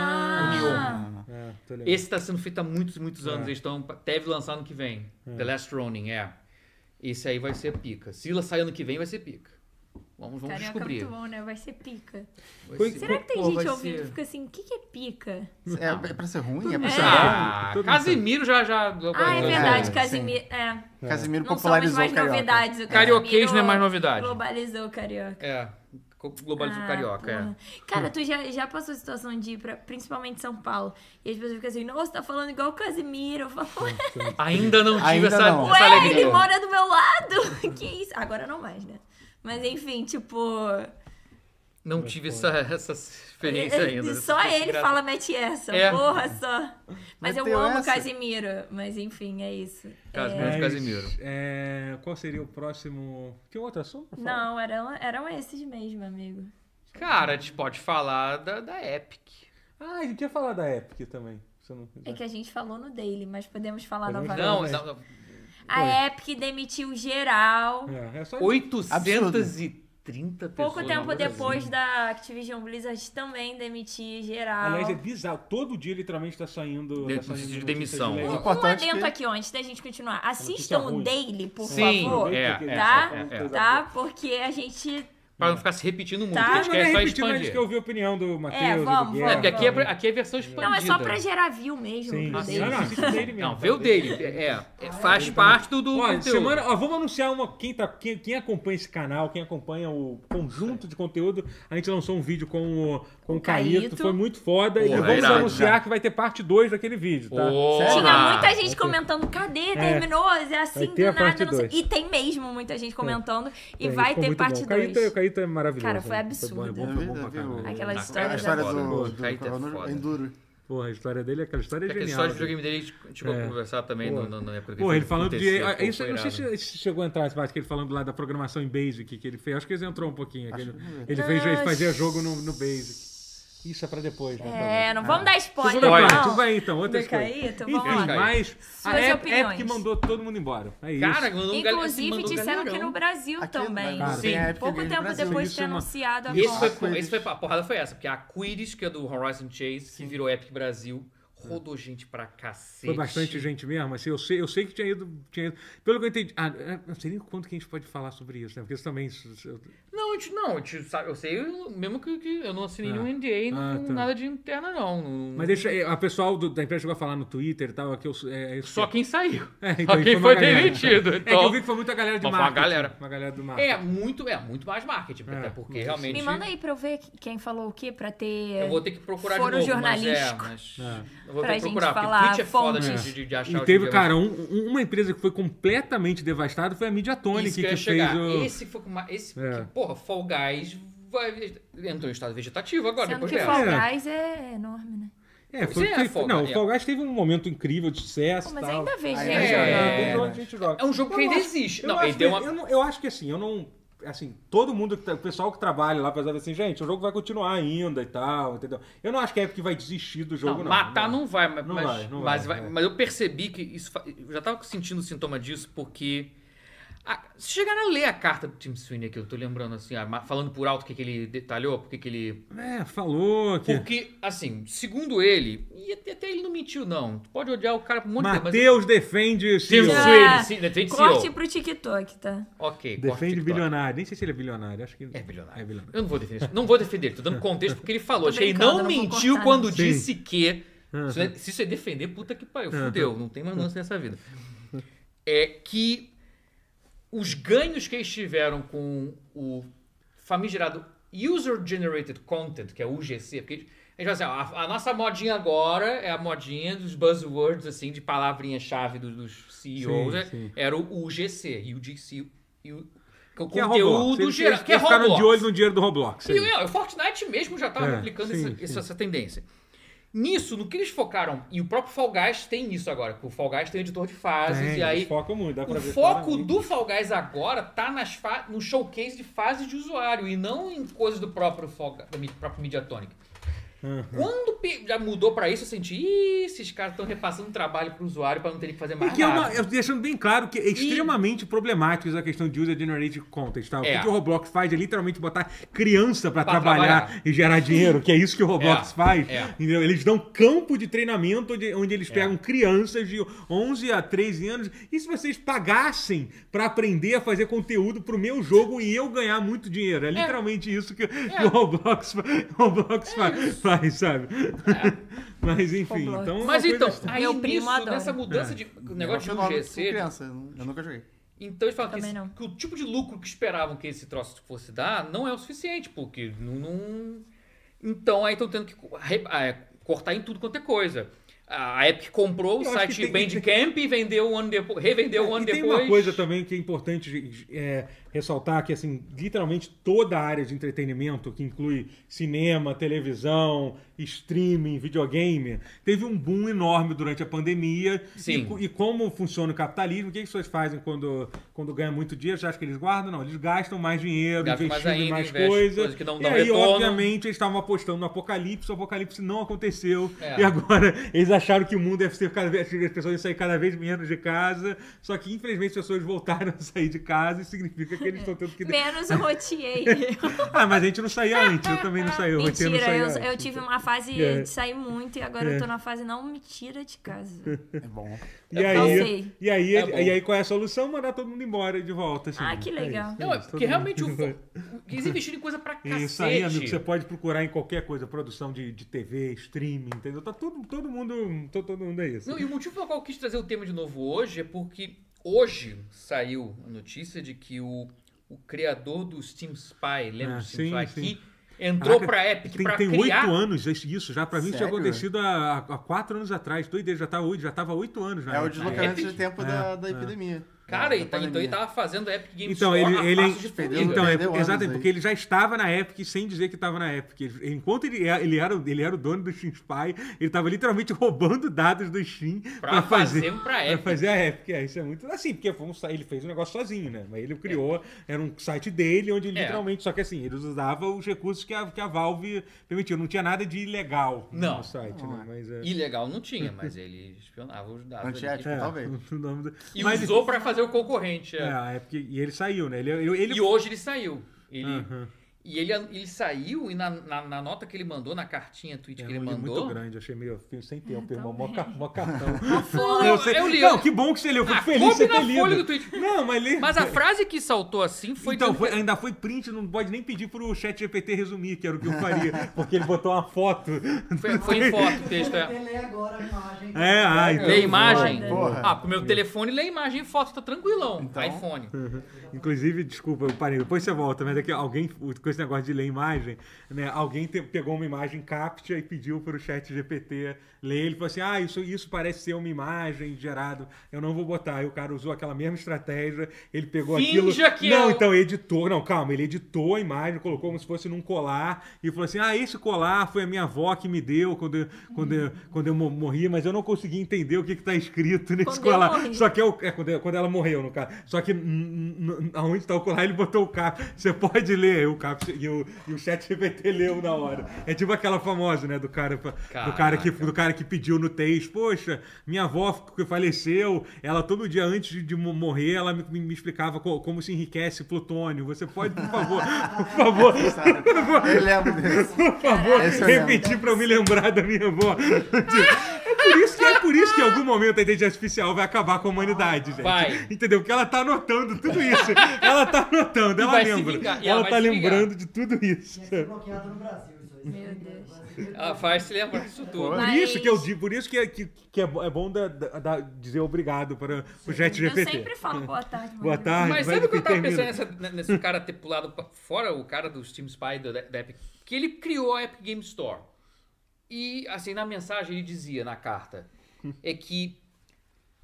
Speaker 3: Ah,
Speaker 1: É, tô ligado.
Speaker 4: Esse tá sendo feito há muitos, muitos anos.
Speaker 1: É.
Speaker 4: Eles estão. Deve lançar ano que vem. The Last Ronin, é. Esse aí vai ser pica. Se la- sair ano que vem, vai ser pica. Vamos, vamos
Speaker 3: Carioca é
Speaker 4: descobrir.
Speaker 3: muito bom, né? Vai ser pica.
Speaker 4: Vai
Speaker 1: Foi-
Speaker 4: ser-
Speaker 3: Será que tem
Speaker 4: Pô, vai
Speaker 3: gente ouvindo
Speaker 4: ser-
Speaker 3: que fica assim, o que, que é pica?
Speaker 2: É, é pra ser ruim? É pra ser bom?
Speaker 4: Ah,
Speaker 1: Todo mundo
Speaker 4: Casimiro já. já
Speaker 3: Ah, é
Speaker 2: É,
Speaker 3: verdade,
Speaker 2: sim.
Speaker 3: Casimiro. É,
Speaker 2: Casimiro
Speaker 3: não somos
Speaker 2: popularizou
Speaker 3: mais
Speaker 2: o carioca.
Speaker 3: novidades. O
Speaker 4: Carioquês
Speaker 3: Casimiro
Speaker 4: não é mais novidade.
Speaker 3: Globalizou o carioca.
Speaker 4: É, co- globalizou
Speaker 3: Ah,
Speaker 4: o carioca,
Speaker 3: porra.
Speaker 4: é.
Speaker 3: Cara, tu já, já passou a situação de ir pra, principalmente São Paulo, e as pessoas ficam assim, nossa, tá falando igual o Casimiro. Eu falo, ué,
Speaker 4: Ainda não tive
Speaker 2: Ainda
Speaker 4: essa,
Speaker 2: não.
Speaker 4: essa
Speaker 3: tá. Ué, ele
Speaker 4: alegria.
Speaker 3: mora do meu lado! que isso? Agora não mais, né? Mas enfim, tipo.
Speaker 4: Não tive essa, essa experiência
Speaker 3: ele-
Speaker 4: ainda. né?
Speaker 3: Só ele fala, mete essa.
Speaker 4: É.
Speaker 3: Porra, só. Mas eu
Speaker 2: Meteu
Speaker 3: amo o
Speaker 2: essa.
Speaker 3: Casimiro. Mas enfim, é isso.
Speaker 4: Casimiro
Speaker 1: Mas,
Speaker 4: de Casimiro.
Speaker 1: é, qual seria o próximo... Que outro assunto?
Speaker 4: é
Speaker 1: pra falar?
Speaker 3: Não, eram, eram esses mesmo, amigo.
Speaker 4: Cara, a gente pode falar da, da Epic.
Speaker 1: Ah, a gente ia falar da Epic também. Você não...
Speaker 3: É que a gente falou no Daily, mas podemos falar
Speaker 1: Podemos
Speaker 3: novamente.
Speaker 4: Não,
Speaker 1: Parabéns.
Speaker 4: não, não.
Speaker 3: A Epic demitiu geral.
Speaker 1: É, é só...
Speaker 4: 830
Speaker 3: Pouco
Speaker 4: pessoas.
Speaker 3: tempo
Speaker 4: no Brasil.
Speaker 3: depois da Activision Blizzard também demitir geral.
Speaker 1: Aliás, é bizarro. Todo dia, literalmente, tá saindo...
Speaker 4: De-
Speaker 1: tá saindo
Speaker 4: de
Speaker 1: notícia
Speaker 4: demissão.
Speaker 1: legal.
Speaker 2: O
Speaker 3: Um, um
Speaker 2: importante é que-
Speaker 3: adendo aqui, ó, antes da gente continuar.
Speaker 1: notícia
Speaker 3: Assistam o
Speaker 1: ruim.
Speaker 3: Daily, por
Speaker 4: Sim,
Speaker 3: favor.
Speaker 4: é, é,
Speaker 3: tá?
Speaker 4: é, é.
Speaker 3: Tá? Porque a gente
Speaker 4: Pra não ficar se repetindo muito.
Speaker 3: Tá.
Speaker 4: porque a
Speaker 1: Mas
Speaker 4: gente
Speaker 1: não é
Speaker 4: quer só
Speaker 1: repetido, mas a gente
Speaker 4: expandir.
Speaker 1: quer ouvir a opinião do Matheus.
Speaker 3: vamos,
Speaker 1: do
Speaker 4: É,
Speaker 1: Guerra,
Speaker 4: porque aqui é, pra-
Speaker 1: do-
Speaker 4: aqui é versão expandida.
Speaker 3: Não, é só pra gerar view mesmo.
Speaker 1: Sim,
Speaker 3: pro
Speaker 1: sim.
Speaker 3: David.
Speaker 1: Não, não, assiste o dele mesmo.
Speaker 4: Não, vê o dele. É, é, faz parte do, do
Speaker 1: tá Olha,
Speaker 4: conteúdo.
Speaker 1: semana, ó, vamos anunciar uma. Quem, tá, quem, quem acompanha esse canal, quem acompanha o conjunto de conteúdo, a gente lançou um vídeo com o, com o Caíto,
Speaker 3: Caíto.
Speaker 1: foi muito foda. e
Speaker 4: Porra,
Speaker 1: vamos
Speaker 4: irado,
Speaker 1: anunciar
Speaker 2: já.
Speaker 1: que vai ter parte 2 daquele vídeo, tá?
Speaker 4: Porra!
Speaker 3: Tinha muita gente comentando, cadê? Terminou? É assim,
Speaker 1: Vai
Speaker 3: do
Speaker 1: ter a
Speaker 3: nada,
Speaker 1: parte
Speaker 3: não sei.
Speaker 1: dois. É.
Speaker 3: E tem mesmo muita gente comentando. E
Speaker 1: Tem,
Speaker 3: vai
Speaker 1: ficou
Speaker 3: ter
Speaker 1: muito
Speaker 3: parte
Speaker 1: bom. Caíto,
Speaker 3: 2.
Speaker 1: é- Caíto é maravilhoso.
Speaker 3: Cara, foi
Speaker 1: né?
Speaker 3: absurdo.
Speaker 1: Foi bom, é bom, foi bom pra
Speaker 2: Eu vi, eu vi
Speaker 1: caralho.
Speaker 2: o-
Speaker 3: Aquela
Speaker 4: Ah,
Speaker 2: A
Speaker 4: cara,
Speaker 3: história
Speaker 2: história
Speaker 3: da...
Speaker 4: é foda.
Speaker 2: do,
Speaker 4: O Kaique é
Speaker 2: do
Speaker 4: foda.
Speaker 2: Enduro.
Speaker 1: Porra, a história dele, aquela história é
Speaker 4: Aquela
Speaker 1: genial.
Speaker 4: história de
Speaker 1: né?
Speaker 4: videogame dele, a gente chegou
Speaker 1: É.
Speaker 4: a conversar também no, no, na época que
Speaker 1: Pô, ele
Speaker 4: fez
Speaker 1: falando de.
Speaker 4: acontecer,
Speaker 1: ah,
Speaker 4: pô,
Speaker 1: Isso, eu
Speaker 4: foi
Speaker 1: não sei
Speaker 4: irado.
Speaker 1: se se chegou a entrar essa parte que ele falando lá da programação em Basic que ele fez. Acho que ele entrou um pouquinho. que ele ele fez, ele
Speaker 3: Não,
Speaker 1: fazia jogo no, no Basic. Isso é pra depois. né?
Speaker 3: É,
Speaker 4: Ah.
Speaker 3: não vamos dar spoiler,
Speaker 1: Segunda
Speaker 4: Olha.
Speaker 1: parte,
Speaker 3: não.
Speaker 1: vai então, outras
Speaker 3: Do
Speaker 1: coisas.
Speaker 3: Caíto,
Speaker 1: Enfim,
Speaker 3: vamos lá.
Speaker 1: mas a
Speaker 3: Suas
Speaker 1: Epic,
Speaker 3: opiniões.
Speaker 1: Epic mandou todo mundo embora. É isso.
Speaker 4: Cara, mandou um gal-
Speaker 3: Inclusive,
Speaker 4: mandou um
Speaker 3: disseram que no
Speaker 4: galerão.
Speaker 3: Brasil
Speaker 2: Aqui,
Speaker 3: também.
Speaker 2: cara,
Speaker 4: tem
Speaker 1: é
Speaker 4: a
Speaker 2: Epic
Speaker 3: Pouco
Speaker 2: Games
Speaker 3: tempo
Speaker 2: Brasil,
Speaker 3: depois de
Speaker 1: isso
Speaker 3: ter
Speaker 1: é uma-
Speaker 3: anunciado a
Speaker 4: Esse
Speaker 3: volta.
Speaker 4: foi, esse foi, a porrada foi essa, porque a Quiris, que é do Horizon Chase, que virou Epic Brasil, rodou gente pra cacete.
Speaker 1: É. Foi bastante gente mesmo, assim, eu sei, eu sei que tinha ido, tinha ido- Pelo que eu entendi. Ah, eu não sei nem quanto que a gente pode falar sobre isso, né? Porque isso também. isso- isso-
Speaker 4: Não, a gente, não, a gente sabe, eu sei, eu- mesmo que, que eu não assinei
Speaker 1: Ah.
Speaker 4: nenhum NDA, e não,
Speaker 1: Ah, tá.
Speaker 4: nada de interna, não. não-
Speaker 1: Mas deixa. A pessoal do- da empresa chegou a falar no Twitter e tal, que eu. É, isso
Speaker 4: Só quem saiu.
Speaker 1: É, então,
Speaker 4: Só
Speaker 1: isso
Speaker 4: quem
Speaker 1: foi uma
Speaker 4: foi
Speaker 1: galera.
Speaker 4: demitido.
Speaker 1: É que eu
Speaker 4: Então.
Speaker 1: vi que foi muita galera de
Speaker 4: Mas foi uma
Speaker 1: marketing.
Speaker 4: galera.
Speaker 1: Uma galera do marketing.
Speaker 4: É muito, é muito mais marketing,
Speaker 1: É,
Speaker 4: até porque
Speaker 1: mas-
Speaker 4: realmente.
Speaker 3: Me manda aí pra eu ver quem falou o quê, pra ter...
Speaker 4: Eu vou ter que procurar
Speaker 3: Foro
Speaker 4: de novo, mas é,
Speaker 3: jornalístico.
Speaker 4: mas
Speaker 1: É.
Speaker 4: eu vou
Speaker 3: Pra
Speaker 4: ter que
Speaker 3: gente
Speaker 4: procurar,
Speaker 3: falar
Speaker 4: porque Twitch é foda
Speaker 3: fontes.
Speaker 4: de, de, de achar é
Speaker 1: E
Speaker 4: hoje em
Speaker 1: teve,
Speaker 4: dia.
Speaker 1: cara, um- um- uma empresa que foi completamente devastada foi a Mediatonic
Speaker 4: Isso
Speaker 1: que,
Speaker 4: eu ia
Speaker 1: fez
Speaker 4: chegar.
Speaker 1: o.
Speaker 4: Esse foi com uma, esse,
Speaker 1: É.
Speaker 4: que, porra, Fall Guys vai, entrou em estado vegetativo agora,
Speaker 3: Sendo
Speaker 4: depois
Speaker 3: que
Speaker 4: dessa.
Speaker 3: Fall
Speaker 1: É.
Speaker 3: Guys é enorme, né?
Speaker 1: É, foi,
Speaker 4: Sim, é,
Speaker 1: foi-
Speaker 4: Fall
Speaker 1: não, o
Speaker 4: Guy,
Speaker 1: Fall Guys teve um momento incrível de sucesso.
Speaker 3: Pô, mas
Speaker 1: tal.
Speaker 3: ainda né? vejo
Speaker 2: Aí
Speaker 1: É,
Speaker 3: gente.
Speaker 4: É.
Speaker 1: tem onde a gente joga.
Speaker 4: É um jogo que
Speaker 1: Eu
Speaker 4: ainda
Speaker 1: acho-
Speaker 4: existe.
Speaker 1: eu
Speaker 4: Não,
Speaker 1: acho
Speaker 4: ele tem
Speaker 1: que-
Speaker 4: uma-
Speaker 1: eu, não- eu acho que assim, eu não. Assim, todo mundo, que tá- o pessoal que trabalha lá, pensava assim, gente, o jogo vai continuar ainda e tal, entendeu? Eu não acho que a Epic vai desistir do jogo,
Speaker 4: Não,
Speaker 1: não.
Speaker 4: matar não, vai, mas,
Speaker 1: Não
Speaker 4: mas,
Speaker 1: vai, não
Speaker 4: mas,
Speaker 1: vai,
Speaker 4: vai-
Speaker 1: é.
Speaker 4: mas eu percebi que isso. fa- Eu já tava sentindo sintoma disso, porque. a- se chegaram a ler a carta do Tim Sweeney aqui, eu tô lembrando assim, ah, ma- falando por alto o que, que ele detalhou, porque que ele.
Speaker 1: É, falou que.
Speaker 4: Porque, assim, segundo ele, e até, até ele não mentiu, não. Tu pode odiar o cara por um monte de tempo,
Speaker 1: Matheus defende.
Speaker 4: mas. Tim
Speaker 1: CEO.
Speaker 3: Sweeney.
Speaker 4: Sweeney, sim, defende
Speaker 3: Corte
Speaker 4: CEO.
Speaker 3: pro TikTok, tá?
Speaker 4: Ok, corte
Speaker 1: Defende
Speaker 4: TikTok.
Speaker 1: bilionário. Nem sei se ele é bilionário, acho que.
Speaker 4: É bilionário.
Speaker 1: É bilionário.
Speaker 4: Eu não vou defender isso. Não vou defender ele. Tô dando contexto porque ele falou.
Speaker 3: Tô
Speaker 4: Acho que ele
Speaker 3: brincando,
Speaker 4: não,
Speaker 3: não vou
Speaker 4: mentiu
Speaker 3: cortar,
Speaker 4: quando
Speaker 3: não.
Speaker 1: Sim.
Speaker 4: disse que.
Speaker 1: Uhum.
Speaker 4: Se- Se isso é defender, puta que pariu. Fudeu. Não tem mais lance nessa vida. É que os ganhos que eles tiveram com o famigerado User Generated Content, que é o UGC, porque a gente fala assim, ó, a, a nossa modinha agora é a modinha dos buzzwords, assim, de palavrinha-chave dos, dos CEOs,
Speaker 1: Sim,
Speaker 4: né?
Speaker 1: sim.
Speaker 4: era o UGC, UGC, U, que é o
Speaker 1: Que é Roblox.
Speaker 4: conteúdo
Speaker 1: Eles-
Speaker 4: geral,
Speaker 1: eles
Speaker 4: que é
Speaker 1: ficaram
Speaker 4: Roblox.
Speaker 1: de olho no dinheiro do Roblox. é
Speaker 4: E
Speaker 1: aí.
Speaker 4: ó, é, o Fortnite mesmo já estava
Speaker 1: É,
Speaker 4: replicando
Speaker 1: sim,
Speaker 4: essa,
Speaker 1: sim.
Speaker 4: essa- essa tendência. Nisso, no que eles focaram, e o próprio Fall Guys tem isso agora, que o Fall Guys tem um editor de fases,
Speaker 1: Tem,
Speaker 4: e aí
Speaker 1: foca muito, dá pra
Speaker 4: o
Speaker 1: ver
Speaker 4: foco
Speaker 1: claramente.
Speaker 4: do Fall Guys agora tá nas fa- no showcase de fases de usuário, e não em coisas do próprio Fall Gu- da mi- próprio Mediatonic. Quando pe- já mudou pra isso, eu senti, "Ih, esses caras estão repassando trabalho pro usuário pra não ter que fazer mais
Speaker 1: Porque é
Speaker 4: nada.
Speaker 1: uma, eu- deixando bem claro que é extremamente problemático essa questão de user generated content, tá? O
Speaker 4: É.
Speaker 1: que, que o Roblox faz é literalmente botar criança pra
Speaker 4: Pra
Speaker 1: trabalhar,
Speaker 4: trabalhar.
Speaker 1: e gerar dinheiro, que é isso que o Roblox
Speaker 4: É,
Speaker 1: faz.
Speaker 4: é.
Speaker 1: entendeu? Eles dão campo de treinamento onde, onde eles pegam crianças de 11 a 13 anos. E se vocês pagassem pra aprender a fazer conteúdo pro meu jogo e eu ganhar muito dinheiro? É literalmente isso que, que o Roblox, fa- o
Speaker 4: É
Speaker 1: Roblox fa- faz, sabe? Mas enfim,
Speaker 3: Roblox.
Speaker 1: então. é uma
Speaker 4: Mas
Speaker 1: coisa
Speaker 4: então,
Speaker 1: estranha. É.
Speaker 4: aí
Speaker 3: Meu
Speaker 4: nisso,
Speaker 3: primo adora.
Speaker 4: nessa mudança de negócio de
Speaker 2: Eu jogo com
Speaker 4: UGC,
Speaker 2: criança, eu não- eu nunca joguei.
Speaker 4: Então eles falam que,
Speaker 3: Também
Speaker 4: esse-
Speaker 3: não.
Speaker 4: que o tipo de lucro que esperavam que esse troço fosse dar não é o suficiente, porque não. não- Então aí estão tendo que co- re- ah, é, cortar em tudo quanto é coisa. A a Epic comprou o
Speaker 1: Eu acho que
Speaker 4: site
Speaker 1: tem- É,
Speaker 4: Bandcamp e vendeu um ano depois, revendeu um ano
Speaker 1: e tem
Speaker 4: depois.
Speaker 1: uma coisa também que é importante é, ressaltar que assim literalmente toda a área de entretenimento que inclui cinema, televisão, streaming, videogame teve um boom enorme durante a pandemia
Speaker 4: Sim.
Speaker 1: E, co- e como funciona o capitalismo? O que as pessoas fazem quando quando ganham muito dinheiro? Você acha que eles guardam? Não, eles gastam mais dinheiro,
Speaker 4: Gastam mais
Speaker 1: investindo em
Speaker 4: ainda,
Speaker 1: mais
Speaker 4: investe
Speaker 1: coisa.
Speaker 4: coisa que não
Speaker 1: e
Speaker 4: dão
Speaker 1: aí
Speaker 4: retorno.
Speaker 1: obviamente eles estavam apostando no apocalipse, o apocalipse não aconteceu
Speaker 4: É.
Speaker 1: e agora eles acharam que o mundo ia ser cada vez, as pessoas iam sair cada vez menos de casa, só que infelizmente as pessoas voltaram a sair de casa e significa que eles estão tendo que.
Speaker 3: Menos o roteei.
Speaker 1: ah, mas a gente não saía antes, eu também não saía, o roteiro não
Speaker 3: Mentira,
Speaker 1: saía
Speaker 3: eu,
Speaker 1: antes.
Speaker 3: eu tive uma fase
Speaker 1: É.
Speaker 3: de sair muito e agora eu tô na fase não me tira de casa.
Speaker 2: É bom.
Speaker 1: E
Speaker 3: não
Speaker 1: aí,
Speaker 3: sei.
Speaker 1: e, aí,
Speaker 4: É bom.
Speaker 1: e aí, qual é a solução? Mandar todo mundo embora de volta. assim.
Speaker 3: Ah, que
Speaker 1: É
Speaker 3: legal.
Speaker 1: isso,
Speaker 4: Não, é
Speaker 1: isso,
Speaker 4: porque
Speaker 1: todo mundo
Speaker 4: realmente o
Speaker 1: vai.
Speaker 4: fo- eles investiram em coisa pra cacete.
Speaker 1: Isso aí, amigo, você pode procurar em qualquer coisa, produção de, de TV, streaming, entendeu? Tá tudo, todo mundo, todo, todo mundo é isso.
Speaker 4: Não, e o motivo pelo qual eu quis trazer o tema de novo hoje é porque hoje saiu a notícia de que o, o criador do Steam Spy, lembra
Speaker 1: Ah,
Speaker 4: do Steam
Speaker 1: sim,
Speaker 4: Spy
Speaker 1: sim.
Speaker 4: aqui, entrou
Speaker 1: Caraca,
Speaker 4: pra Epic
Speaker 1: Tem
Speaker 4: pra
Speaker 1: tem oito
Speaker 4: criar...
Speaker 1: anos isso- isso já, pra mim tinha
Speaker 2: Sério?
Speaker 1: acontecido há, há- há quatro anos atrás, doideira, já, tá, oito- já tava oito anos. na
Speaker 2: É o
Speaker 1: época.
Speaker 2: deslocamento
Speaker 4: Epic.
Speaker 2: de tempo da, da epidemia.
Speaker 4: Cara,
Speaker 2: Da
Speaker 4: e tá- então
Speaker 2: pandemia.
Speaker 4: ele tava fazendo a Epic Games
Speaker 1: Então,
Speaker 4: Store
Speaker 1: ele-
Speaker 4: a
Speaker 1: ele-
Speaker 4: passos de
Speaker 2: Perdeu-
Speaker 4: formiga.
Speaker 1: Então, é,
Speaker 2: Perdeu anos
Speaker 1: exatamente,
Speaker 2: aí.
Speaker 1: porque ele já estava na Epic sem dizer que estava na Epic. Ele- Enquanto ele, é- ele era, o- ele era o dono do Steam Spy, ele estava literalmente roubando dados do Steam
Speaker 4: Pra
Speaker 1: para
Speaker 4: fazer
Speaker 1: fazer,
Speaker 4: um pra
Speaker 1: pra
Speaker 4: Epic.
Speaker 1: fazer a Epic. É, isso é muito assim, porque foi um sa- ele fez um negócio sozinho, né? Mas ele criou, era um site dele, onde ele
Speaker 4: É.
Speaker 1: literalmente, só que assim, ele usava os recursos que a, que a Valve permitiu. Não tinha nada de ilegal
Speaker 4: Não.
Speaker 1: no site, né? Mas, é...
Speaker 4: Ilegal não tinha, mas ele espionava os dados. ali.
Speaker 2: Antiético.
Speaker 1: É,
Speaker 2: Talvez.
Speaker 1: o nome do-
Speaker 4: E
Speaker 1: Mas-
Speaker 4: usou pra fazer o concorrente.
Speaker 1: É,
Speaker 4: é.
Speaker 1: a Epic, e ele saiu, né? Ele, ele, ele-
Speaker 4: E hoje ele saiu. Ele,
Speaker 1: Aham.
Speaker 4: E ele, ele saiu e na, na, na nota que ele mandou, na cartinha tweet
Speaker 1: É,
Speaker 4: que ele
Speaker 1: eu li muito
Speaker 4: mandou.
Speaker 1: grande, achei meio filho sem tempo, irmão. Mó, ca- mó cartão.
Speaker 4: Não, eu- eu li.
Speaker 1: Não, que bom que você leu. Fico
Speaker 4: Ah,
Speaker 1: feliz de você
Speaker 4: coube na
Speaker 1: ter lido.
Speaker 4: folha do tweet.
Speaker 1: Não, mas li.
Speaker 4: Mas a frase que saltou assim foi.
Speaker 1: então,
Speaker 4: dizendo
Speaker 1: foi-
Speaker 4: que-
Speaker 1: ainda foi print, não pode nem pedir pro chat GPT resumir, que era o que eu faria, porque ele botou uma foto.
Speaker 4: foi, foi em foto o texto.
Speaker 5: Vou
Speaker 4: É.
Speaker 5: até ler agora a imagem.
Speaker 1: É, ah, então.
Speaker 4: Lê a imagem?
Speaker 2: Porra.
Speaker 4: Ah, pro meu telefone lê a imagem e foto, tá tranquilão.
Speaker 1: Então.
Speaker 4: iPhone.
Speaker 1: Uhum. Inclusive, desculpa, eu parei, depois você volta, mas é que alguém, com esse negócio de ler imagem, né? Alguém te- pegou uma imagem captcha e pediu pro chat GPT ler, ele falou assim, ah, isso, isso parece ser uma imagem gerada, eu não vou botar. Aí o cara usou aquela mesma estratégia, ele pegou
Speaker 4: Finge
Speaker 1: aquilo...
Speaker 4: que
Speaker 1: não,
Speaker 4: é o-
Speaker 1: então, editou, não, calma, ele editou a imagem, colocou como se fosse num colar e falou assim, ah, esse colar foi a minha avó que me deu quando eu, quando eu, quando eu mo- morri, mas eu não consegui entender o que que tá escrito nesse
Speaker 3: Quando eu
Speaker 1: colar.
Speaker 3: morri.
Speaker 1: Só que é, o- é quando, quando ela morreu, no caso. Só que n- n- aonde tá o colar, ele botou o cap. Você pode ler aí o cap e o, e o chat GPT leu na hora. É tipo aquela famosa, né? Do cara, pra- do cara, que,
Speaker 4: Caraca.
Speaker 1: do cara que pediu no texto, poxa, minha avó que faleceu, ela todo dia antes de, de mo- morrer, ela me, me- me explicava co- como se enriquece plutônio. Você pode, por favor, por favor,
Speaker 2: Eu lembro desse.
Speaker 1: por favor,
Speaker 2: Esse eu
Speaker 3: é
Speaker 1: repetir pra eu me lembrar da minha avó. É por isso que é por isso que em algum momento a inteligência artificial vai acabar com a humanidade, gente.
Speaker 4: Vai.
Speaker 1: Entendeu? Porque ela tá anotando tudo isso. Ela tá anotando,
Speaker 4: E
Speaker 1: ela
Speaker 4: vai se
Speaker 1: lembra.
Speaker 4: vingar, e ela
Speaker 1: Ela
Speaker 4: vai
Speaker 1: tá
Speaker 4: se vingar.
Speaker 1: lembrando de tudo isso.
Speaker 5: Tinha que ser bloqueado é no Brasil, é isso aí.
Speaker 3: Meu Deus.
Speaker 4: Ah, faz se lembrar disso tudo.
Speaker 1: Por
Speaker 3: Mas-
Speaker 1: isso que eu digo, por isso que é, que, que é bo- é bom da- da- da- dizer obrigado para o Chat
Speaker 3: Eu
Speaker 1: GPT.
Speaker 3: sempre falo boa tarde.
Speaker 1: Boa
Speaker 3: mano.
Speaker 1: tarde.
Speaker 4: Mas
Speaker 1: vai
Speaker 4: sabe o que eu tava
Speaker 1: termina.
Speaker 4: pensando nessa- n- nesse cara ter pulado pra fora, o cara do Steam Spy da, da Epic? Que ele criou a Epic Game Store. E, assim, na mensagem ele dizia, na carta, é que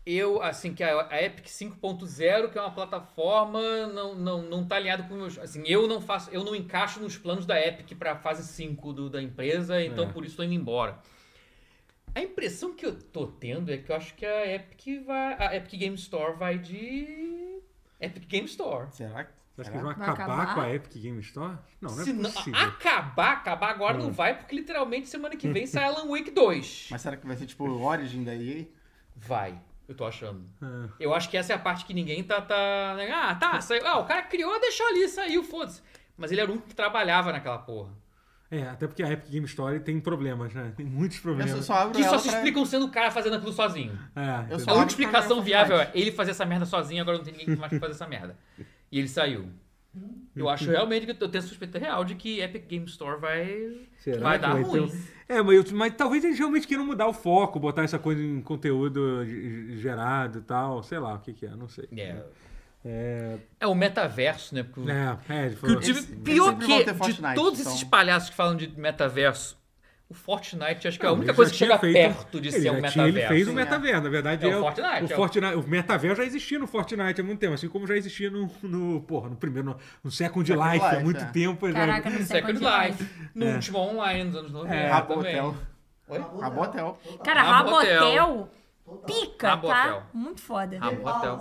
Speaker 4: eu, assim, que a, a Epic 5.0, que é uma plataforma, não, não, não tá alinhado com meus. Assim, eu não faço, eu não encaixo nos planos da Epic pra fase 5 do- da empresa, então
Speaker 1: É.
Speaker 4: por isso tô indo embora. A impressão que eu tô tendo é que eu acho que a Epic vai. A Epic Game Store vai de. Epic Game Store.
Speaker 2: Será que.
Speaker 1: Você acha que
Speaker 2: será?
Speaker 1: eles vão
Speaker 3: Vai
Speaker 1: acabar,
Speaker 3: acabar?
Speaker 1: com a Epic Game Store? Não, não é
Speaker 4: Se não-
Speaker 1: possível.
Speaker 4: acabar, acabar agora não vai, porque literalmente semana que vem sai Alan Wake 2.
Speaker 2: Mas será que vai ser tipo o Origin da EA?
Speaker 4: Vai, eu tô achando.
Speaker 1: Ah.
Speaker 4: Eu acho que essa é a parte que ninguém tá. tá né? ah, tá, saiu. Ah, o cara criou, deixou ali, saiu, foda-se. Mas ele era um que trabalhava naquela porra.
Speaker 1: É, até porque a Epic Game Store tem problemas, né? Tem muitos
Speaker 2: Eu
Speaker 1: problemas.
Speaker 2: só, só abro
Speaker 4: Que só
Speaker 2: ela
Speaker 4: se
Speaker 2: pra-
Speaker 4: explicam sendo o cara fazendo aquilo sozinho.
Speaker 1: É,
Speaker 2: Eu
Speaker 1: entendeu?
Speaker 2: só
Speaker 4: A única
Speaker 2: Claro.
Speaker 4: explicação viável é ele fazer essa merda sozinho, agora não tem ninguém mais que fazer essa merda. E ele saiu. Eu acho realmente que eu tenho suspeita real de que Epic Game Store vai.
Speaker 1: Será
Speaker 4: vai
Speaker 1: que
Speaker 4: dar
Speaker 1: vai ter
Speaker 4: ruim.
Speaker 1: É, mas, eu- mas talvez eles realmente queiram mudar o foco, botar essa coisa em conteúdo g- g- gerado e tal, sei lá o que, que é, não sei.
Speaker 4: É.
Speaker 1: É,
Speaker 4: é o metaverso, né? Porque o-
Speaker 1: é, é, ele
Speaker 4: Que
Speaker 1: falou.
Speaker 4: o time-
Speaker 2: Eles- eles
Speaker 4: pior
Speaker 2: sempre
Speaker 4: que
Speaker 2: vão ter
Speaker 4: de
Speaker 2: Fortnite,
Speaker 4: todos
Speaker 2: então.
Speaker 4: esses palhaços que falam de metaverso, o Fortnite acho que é a
Speaker 1: Não,
Speaker 4: única
Speaker 1: ele
Speaker 4: coisa
Speaker 1: já
Speaker 4: que
Speaker 1: tinha
Speaker 4: chega
Speaker 1: feito-
Speaker 4: perto de
Speaker 1: ele
Speaker 4: ser
Speaker 1: já
Speaker 4: um
Speaker 1: tinha-
Speaker 4: metaverso.
Speaker 1: Ele fez o
Speaker 2: né?
Speaker 1: metaverso, na verdade.
Speaker 4: É o Fortnite,
Speaker 1: O,
Speaker 4: é o-
Speaker 1: Fortnite, o metaverso já existia no Fortnite há muito tempo, assim como já existia no, no porra, no primeiro, no, no Second
Speaker 2: Second
Speaker 1: Life, há
Speaker 2: Life,
Speaker 1: muito
Speaker 2: é.
Speaker 1: tempo. já-
Speaker 3: Caraca, é não sei
Speaker 4: Second
Speaker 3: quanto
Speaker 4: Life.
Speaker 3: mais.
Speaker 4: No último online nos anos 90
Speaker 1: É,
Speaker 2: Acabou o
Speaker 4: também.
Speaker 2: hotel.
Speaker 4: Oi?
Speaker 2: Acabou o hotel.
Speaker 3: Cara,
Speaker 4: Rabotel.
Speaker 3: Rabotel,
Speaker 5: Total.
Speaker 3: pica,
Speaker 4: Rabotel.
Speaker 3: tá? Muito foda.
Speaker 4: Rabo- Rabotel.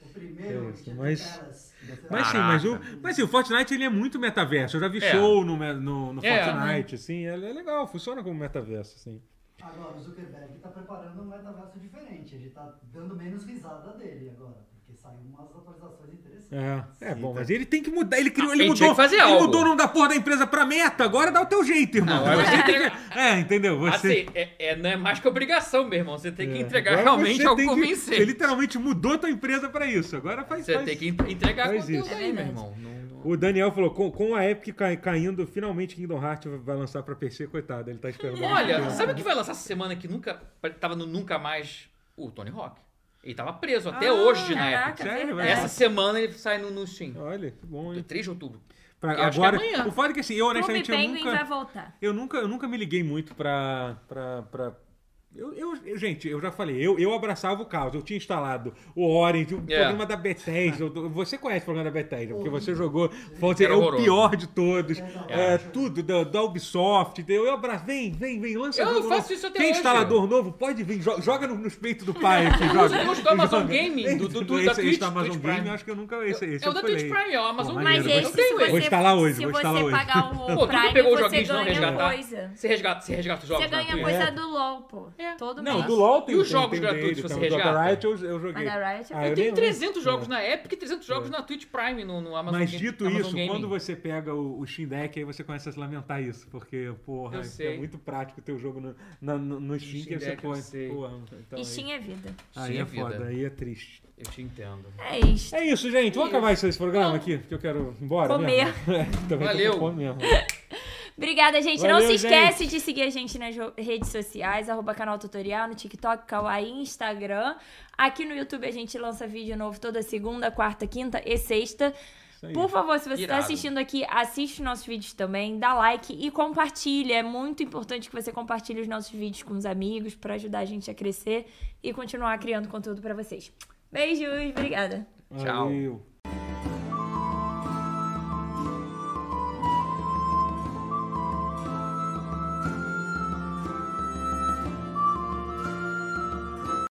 Speaker 5: O primeiro. é
Speaker 1: Isso,
Speaker 5: tinha
Speaker 1: mas-
Speaker 5: caras.
Speaker 1: Mas sim,
Speaker 4: Caraca.
Speaker 1: mas o, mas sim, o Fortnite ele é muito metaverso. Eu já vi
Speaker 4: É.
Speaker 1: show no, me- no, no
Speaker 4: É.
Speaker 1: Fortnite, assim, é, é legal, funciona como metaverso, assim.
Speaker 5: Agora, o Zuckerberg está preparando um metaverso diferente. A gente está dando menos risada dele agora, porque saiu umas atualizações interessantes.
Speaker 1: É, é bom, mas ele tem que mudar. Ele criou,
Speaker 4: Ah,
Speaker 1: ele,
Speaker 4: ele
Speaker 1: mudou.
Speaker 4: tinha que fazer
Speaker 1: ele
Speaker 4: algo.
Speaker 1: mudou o nome da porra da empresa pra meta. Agora dá o teu jeito, irmão.
Speaker 4: Não, agora
Speaker 1: Você
Speaker 4: você
Speaker 1: tem
Speaker 4: entrega-
Speaker 1: que- É, entendeu? Você. É.
Speaker 4: Assim, é, é- não é mais que obrigação, meu irmão. Você tem que entregar
Speaker 1: Agora
Speaker 4: realmente
Speaker 1: você
Speaker 4: ao
Speaker 1: tem que-
Speaker 4: convencer.
Speaker 1: Você literalmente mudou tua empresa pra isso. Agora faz
Speaker 4: Você
Speaker 1: faz-
Speaker 4: tem que en- entregar
Speaker 1: faz
Speaker 4: conteúdo
Speaker 1: isso.
Speaker 4: aí, meu
Speaker 3: É
Speaker 4: irmão. Não- não-
Speaker 1: O Daniel falou, com, com a Epic cai- caindo, finalmente Kingdom Hearts vai lançar pra PC, coitado, ele tá esperando.
Speaker 4: Olha, sabe o que vai lançar essa semana que nunca tava no Nunca Mais o Tony Hawk? Ele tava preso até
Speaker 1: Ah,
Speaker 4: hoje né? na época.
Speaker 3: Caraca, É.
Speaker 1: Sério,
Speaker 3: verdade.
Speaker 4: Essa semana ele sai no, no Steam.
Speaker 1: Olha, que bom, hein?
Speaker 4: 3 de outubro.
Speaker 1: Pra-
Speaker 4: Eu acho que
Speaker 1: agora,
Speaker 4: é amanhã.
Speaker 1: o fato é que assim, eu
Speaker 3: Clube
Speaker 1: honestamente eu
Speaker 3: Penguin vai
Speaker 1: nunca,
Speaker 3: voltar.
Speaker 1: eu nunca, eu nunca me liguei muito pra, pra, pra eu, eu- eu- gente, eu já falei, eu, eu abraçava o caos, eu tinha instalado o Orange, o
Speaker 4: É.
Speaker 1: programa da Bethesda, eu- você conhece o programa da Bethesda, porque você jogou, Fallout,
Speaker 4: Era
Speaker 1: é o
Speaker 4: horroroso.
Speaker 1: pior de todos,
Speaker 5: É.
Speaker 1: é, tudo da, da Ubisoft, entendeu? eu abraço, vem, vem, vem, lança
Speaker 4: Eu
Speaker 1: jogo
Speaker 4: faço
Speaker 1: novo.
Speaker 4: isso até
Speaker 1: Tem
Speaker 4: hoje.
Speaker 1: instalador novo, pode vir, jo- joga no- nos peitos do pai aqui, joga.
Speaker 4: Eu uso do Amazon
Speaker 1: Joga.
Speaker 4: Game, do- do- do-
Speaker 1: esse,
Speaker 4: da
Speaker 1: esse
Speaker 4: Twitch,
Speaker 1: da Amazon
Speaker 4: Twitch
Speaker 1: Game,
Speaker 4: Prime.
Speaker 1: eu acho que eu nunca, esse, esse
Speaker 4: é
Speaker 1: eu
Speaker 4: o da
Speaker 1: falei.
Speaker 4: Twitch Prime, é o Amazon
Speaker 1: Pô,
Speaker 3: Mas
Speaker 1: maneiro,
Speaker 4: Game. Eu
Speaker 3: esse, se
Speaker 4: tenho
Speaker 3: você,
Speaker 1: Vou
Speaker 4: ele.
Speaker 1: instalar hoje,
Speaker 3: se
Speaker 1: vou
Speaker 3: você
Speaker 1: instalar hoje.
Speaker 3: pagar o
Speaker 4: Pô, tu não
Speaker 3: Prime,
Speaker 4: pegou os
Speaker 3: você
Speaker 4: joguinhos não
Speaker 3: ganha
Speaker 4: resgatar?
Speaker 3: coisa.
Speaker 4: Você resgata, você resgata os jogos
Speaker 3: Você
Speaker 4: na
Speaker 3: ganha
Speaker 4: Twitch?
Speaker 1: É.
Speaker 3: coisa do LOL, pô.
Speaker 4: É.
Speaker 3: Todo
Speaker 1: Não,
Speaker 3: mês.
Speaker 1: do LOL tem
Speaker 4: E os
Speaker 1: tem-
Speaker 4: jogos
Speaker 1: tem
Speaker 4: gratuitos
Speaker 1: dele,
Speaker 4: você
Speaker 1: tá? O Dota
Speaker 4: resgata?
Speaker 1: Riot eu, eu joguei.
Speaker 3: Mas da Riot- é
Speaker 1: Ah,
Speaker 4: Eu
Speaker 1: nem
Speaker 4: tenho
Speaker 1: lembro.
Speaker 4: 300 jogos
Speaker 1: É.
Speaker 4: na Epic e 300 jogos na Twitch Prime no, no Amazon
Speaker 1: Mas
Speaker 4: Game-
Speaker 1: dito
Speaker 4: Amazon
Speaker 1: isso,
Speaker 4: Gaming.
Speaker 1: quando você pega o, o Steam Deck, aí você começa a se lamentar isso, porque, porra,
Speaker 4: Eu
Speaker 1: isso
Speaker 4: sei.
Speaker 1: é muito prático o teu jogo no, na- no, no Steam,
Speaker 4: Steam
Speaker 1: que você
Speaker 4: Deck, eu
Speaker 1: põe.
Speaker 4: sei.
Speaker 1: Porra, então
Speaker 3: E
Speaker 1: aí-
Speaker 3: Steam é vida.
Speaker 1: aí
Speaker 4: Sim,
Speaker 1: é
Speaker 4: vida.
Speaker 1: foda, aí é triste.
Speaker 4: Eu te entendo.
Speaker 3: É isso.
Speaker 1: É isso, gente. Vamos acabar esse esse programa aqui, porque eu quero ir embora.
Speaker 3: Comer.
Speaker 1: Mesmo. É, Também tô com
Speaker 4: Valeu.
Speaker 1: fome mesmo.
Speaker 3: Obrigada, gente.
Speaker 1: Valeu,
Speaker 3: Não se esquece de seguir a gente nas jo- redes sociais, arroba canal tutorial, no TikTok, Kawaii, Instagram. Aqui no YouTube a gente lança vídeo novo toda segunda, quarta, quinta e sexta.
Speaker 1: aí.
Speaker 3: Por favor, se você está
Speaker 4: Irado.
Speaker 3: assistindo aqui, assiste nossos vídeos também, dá like e compartilha. É muito importante que você compartilhe os nossos vídeos com os amigos para ajudar a gente a crescer e continuar criando conteúdo para vocês. Beijos, obrigada.
Speaker 4: Tchau.
Speaker 1: Valeu.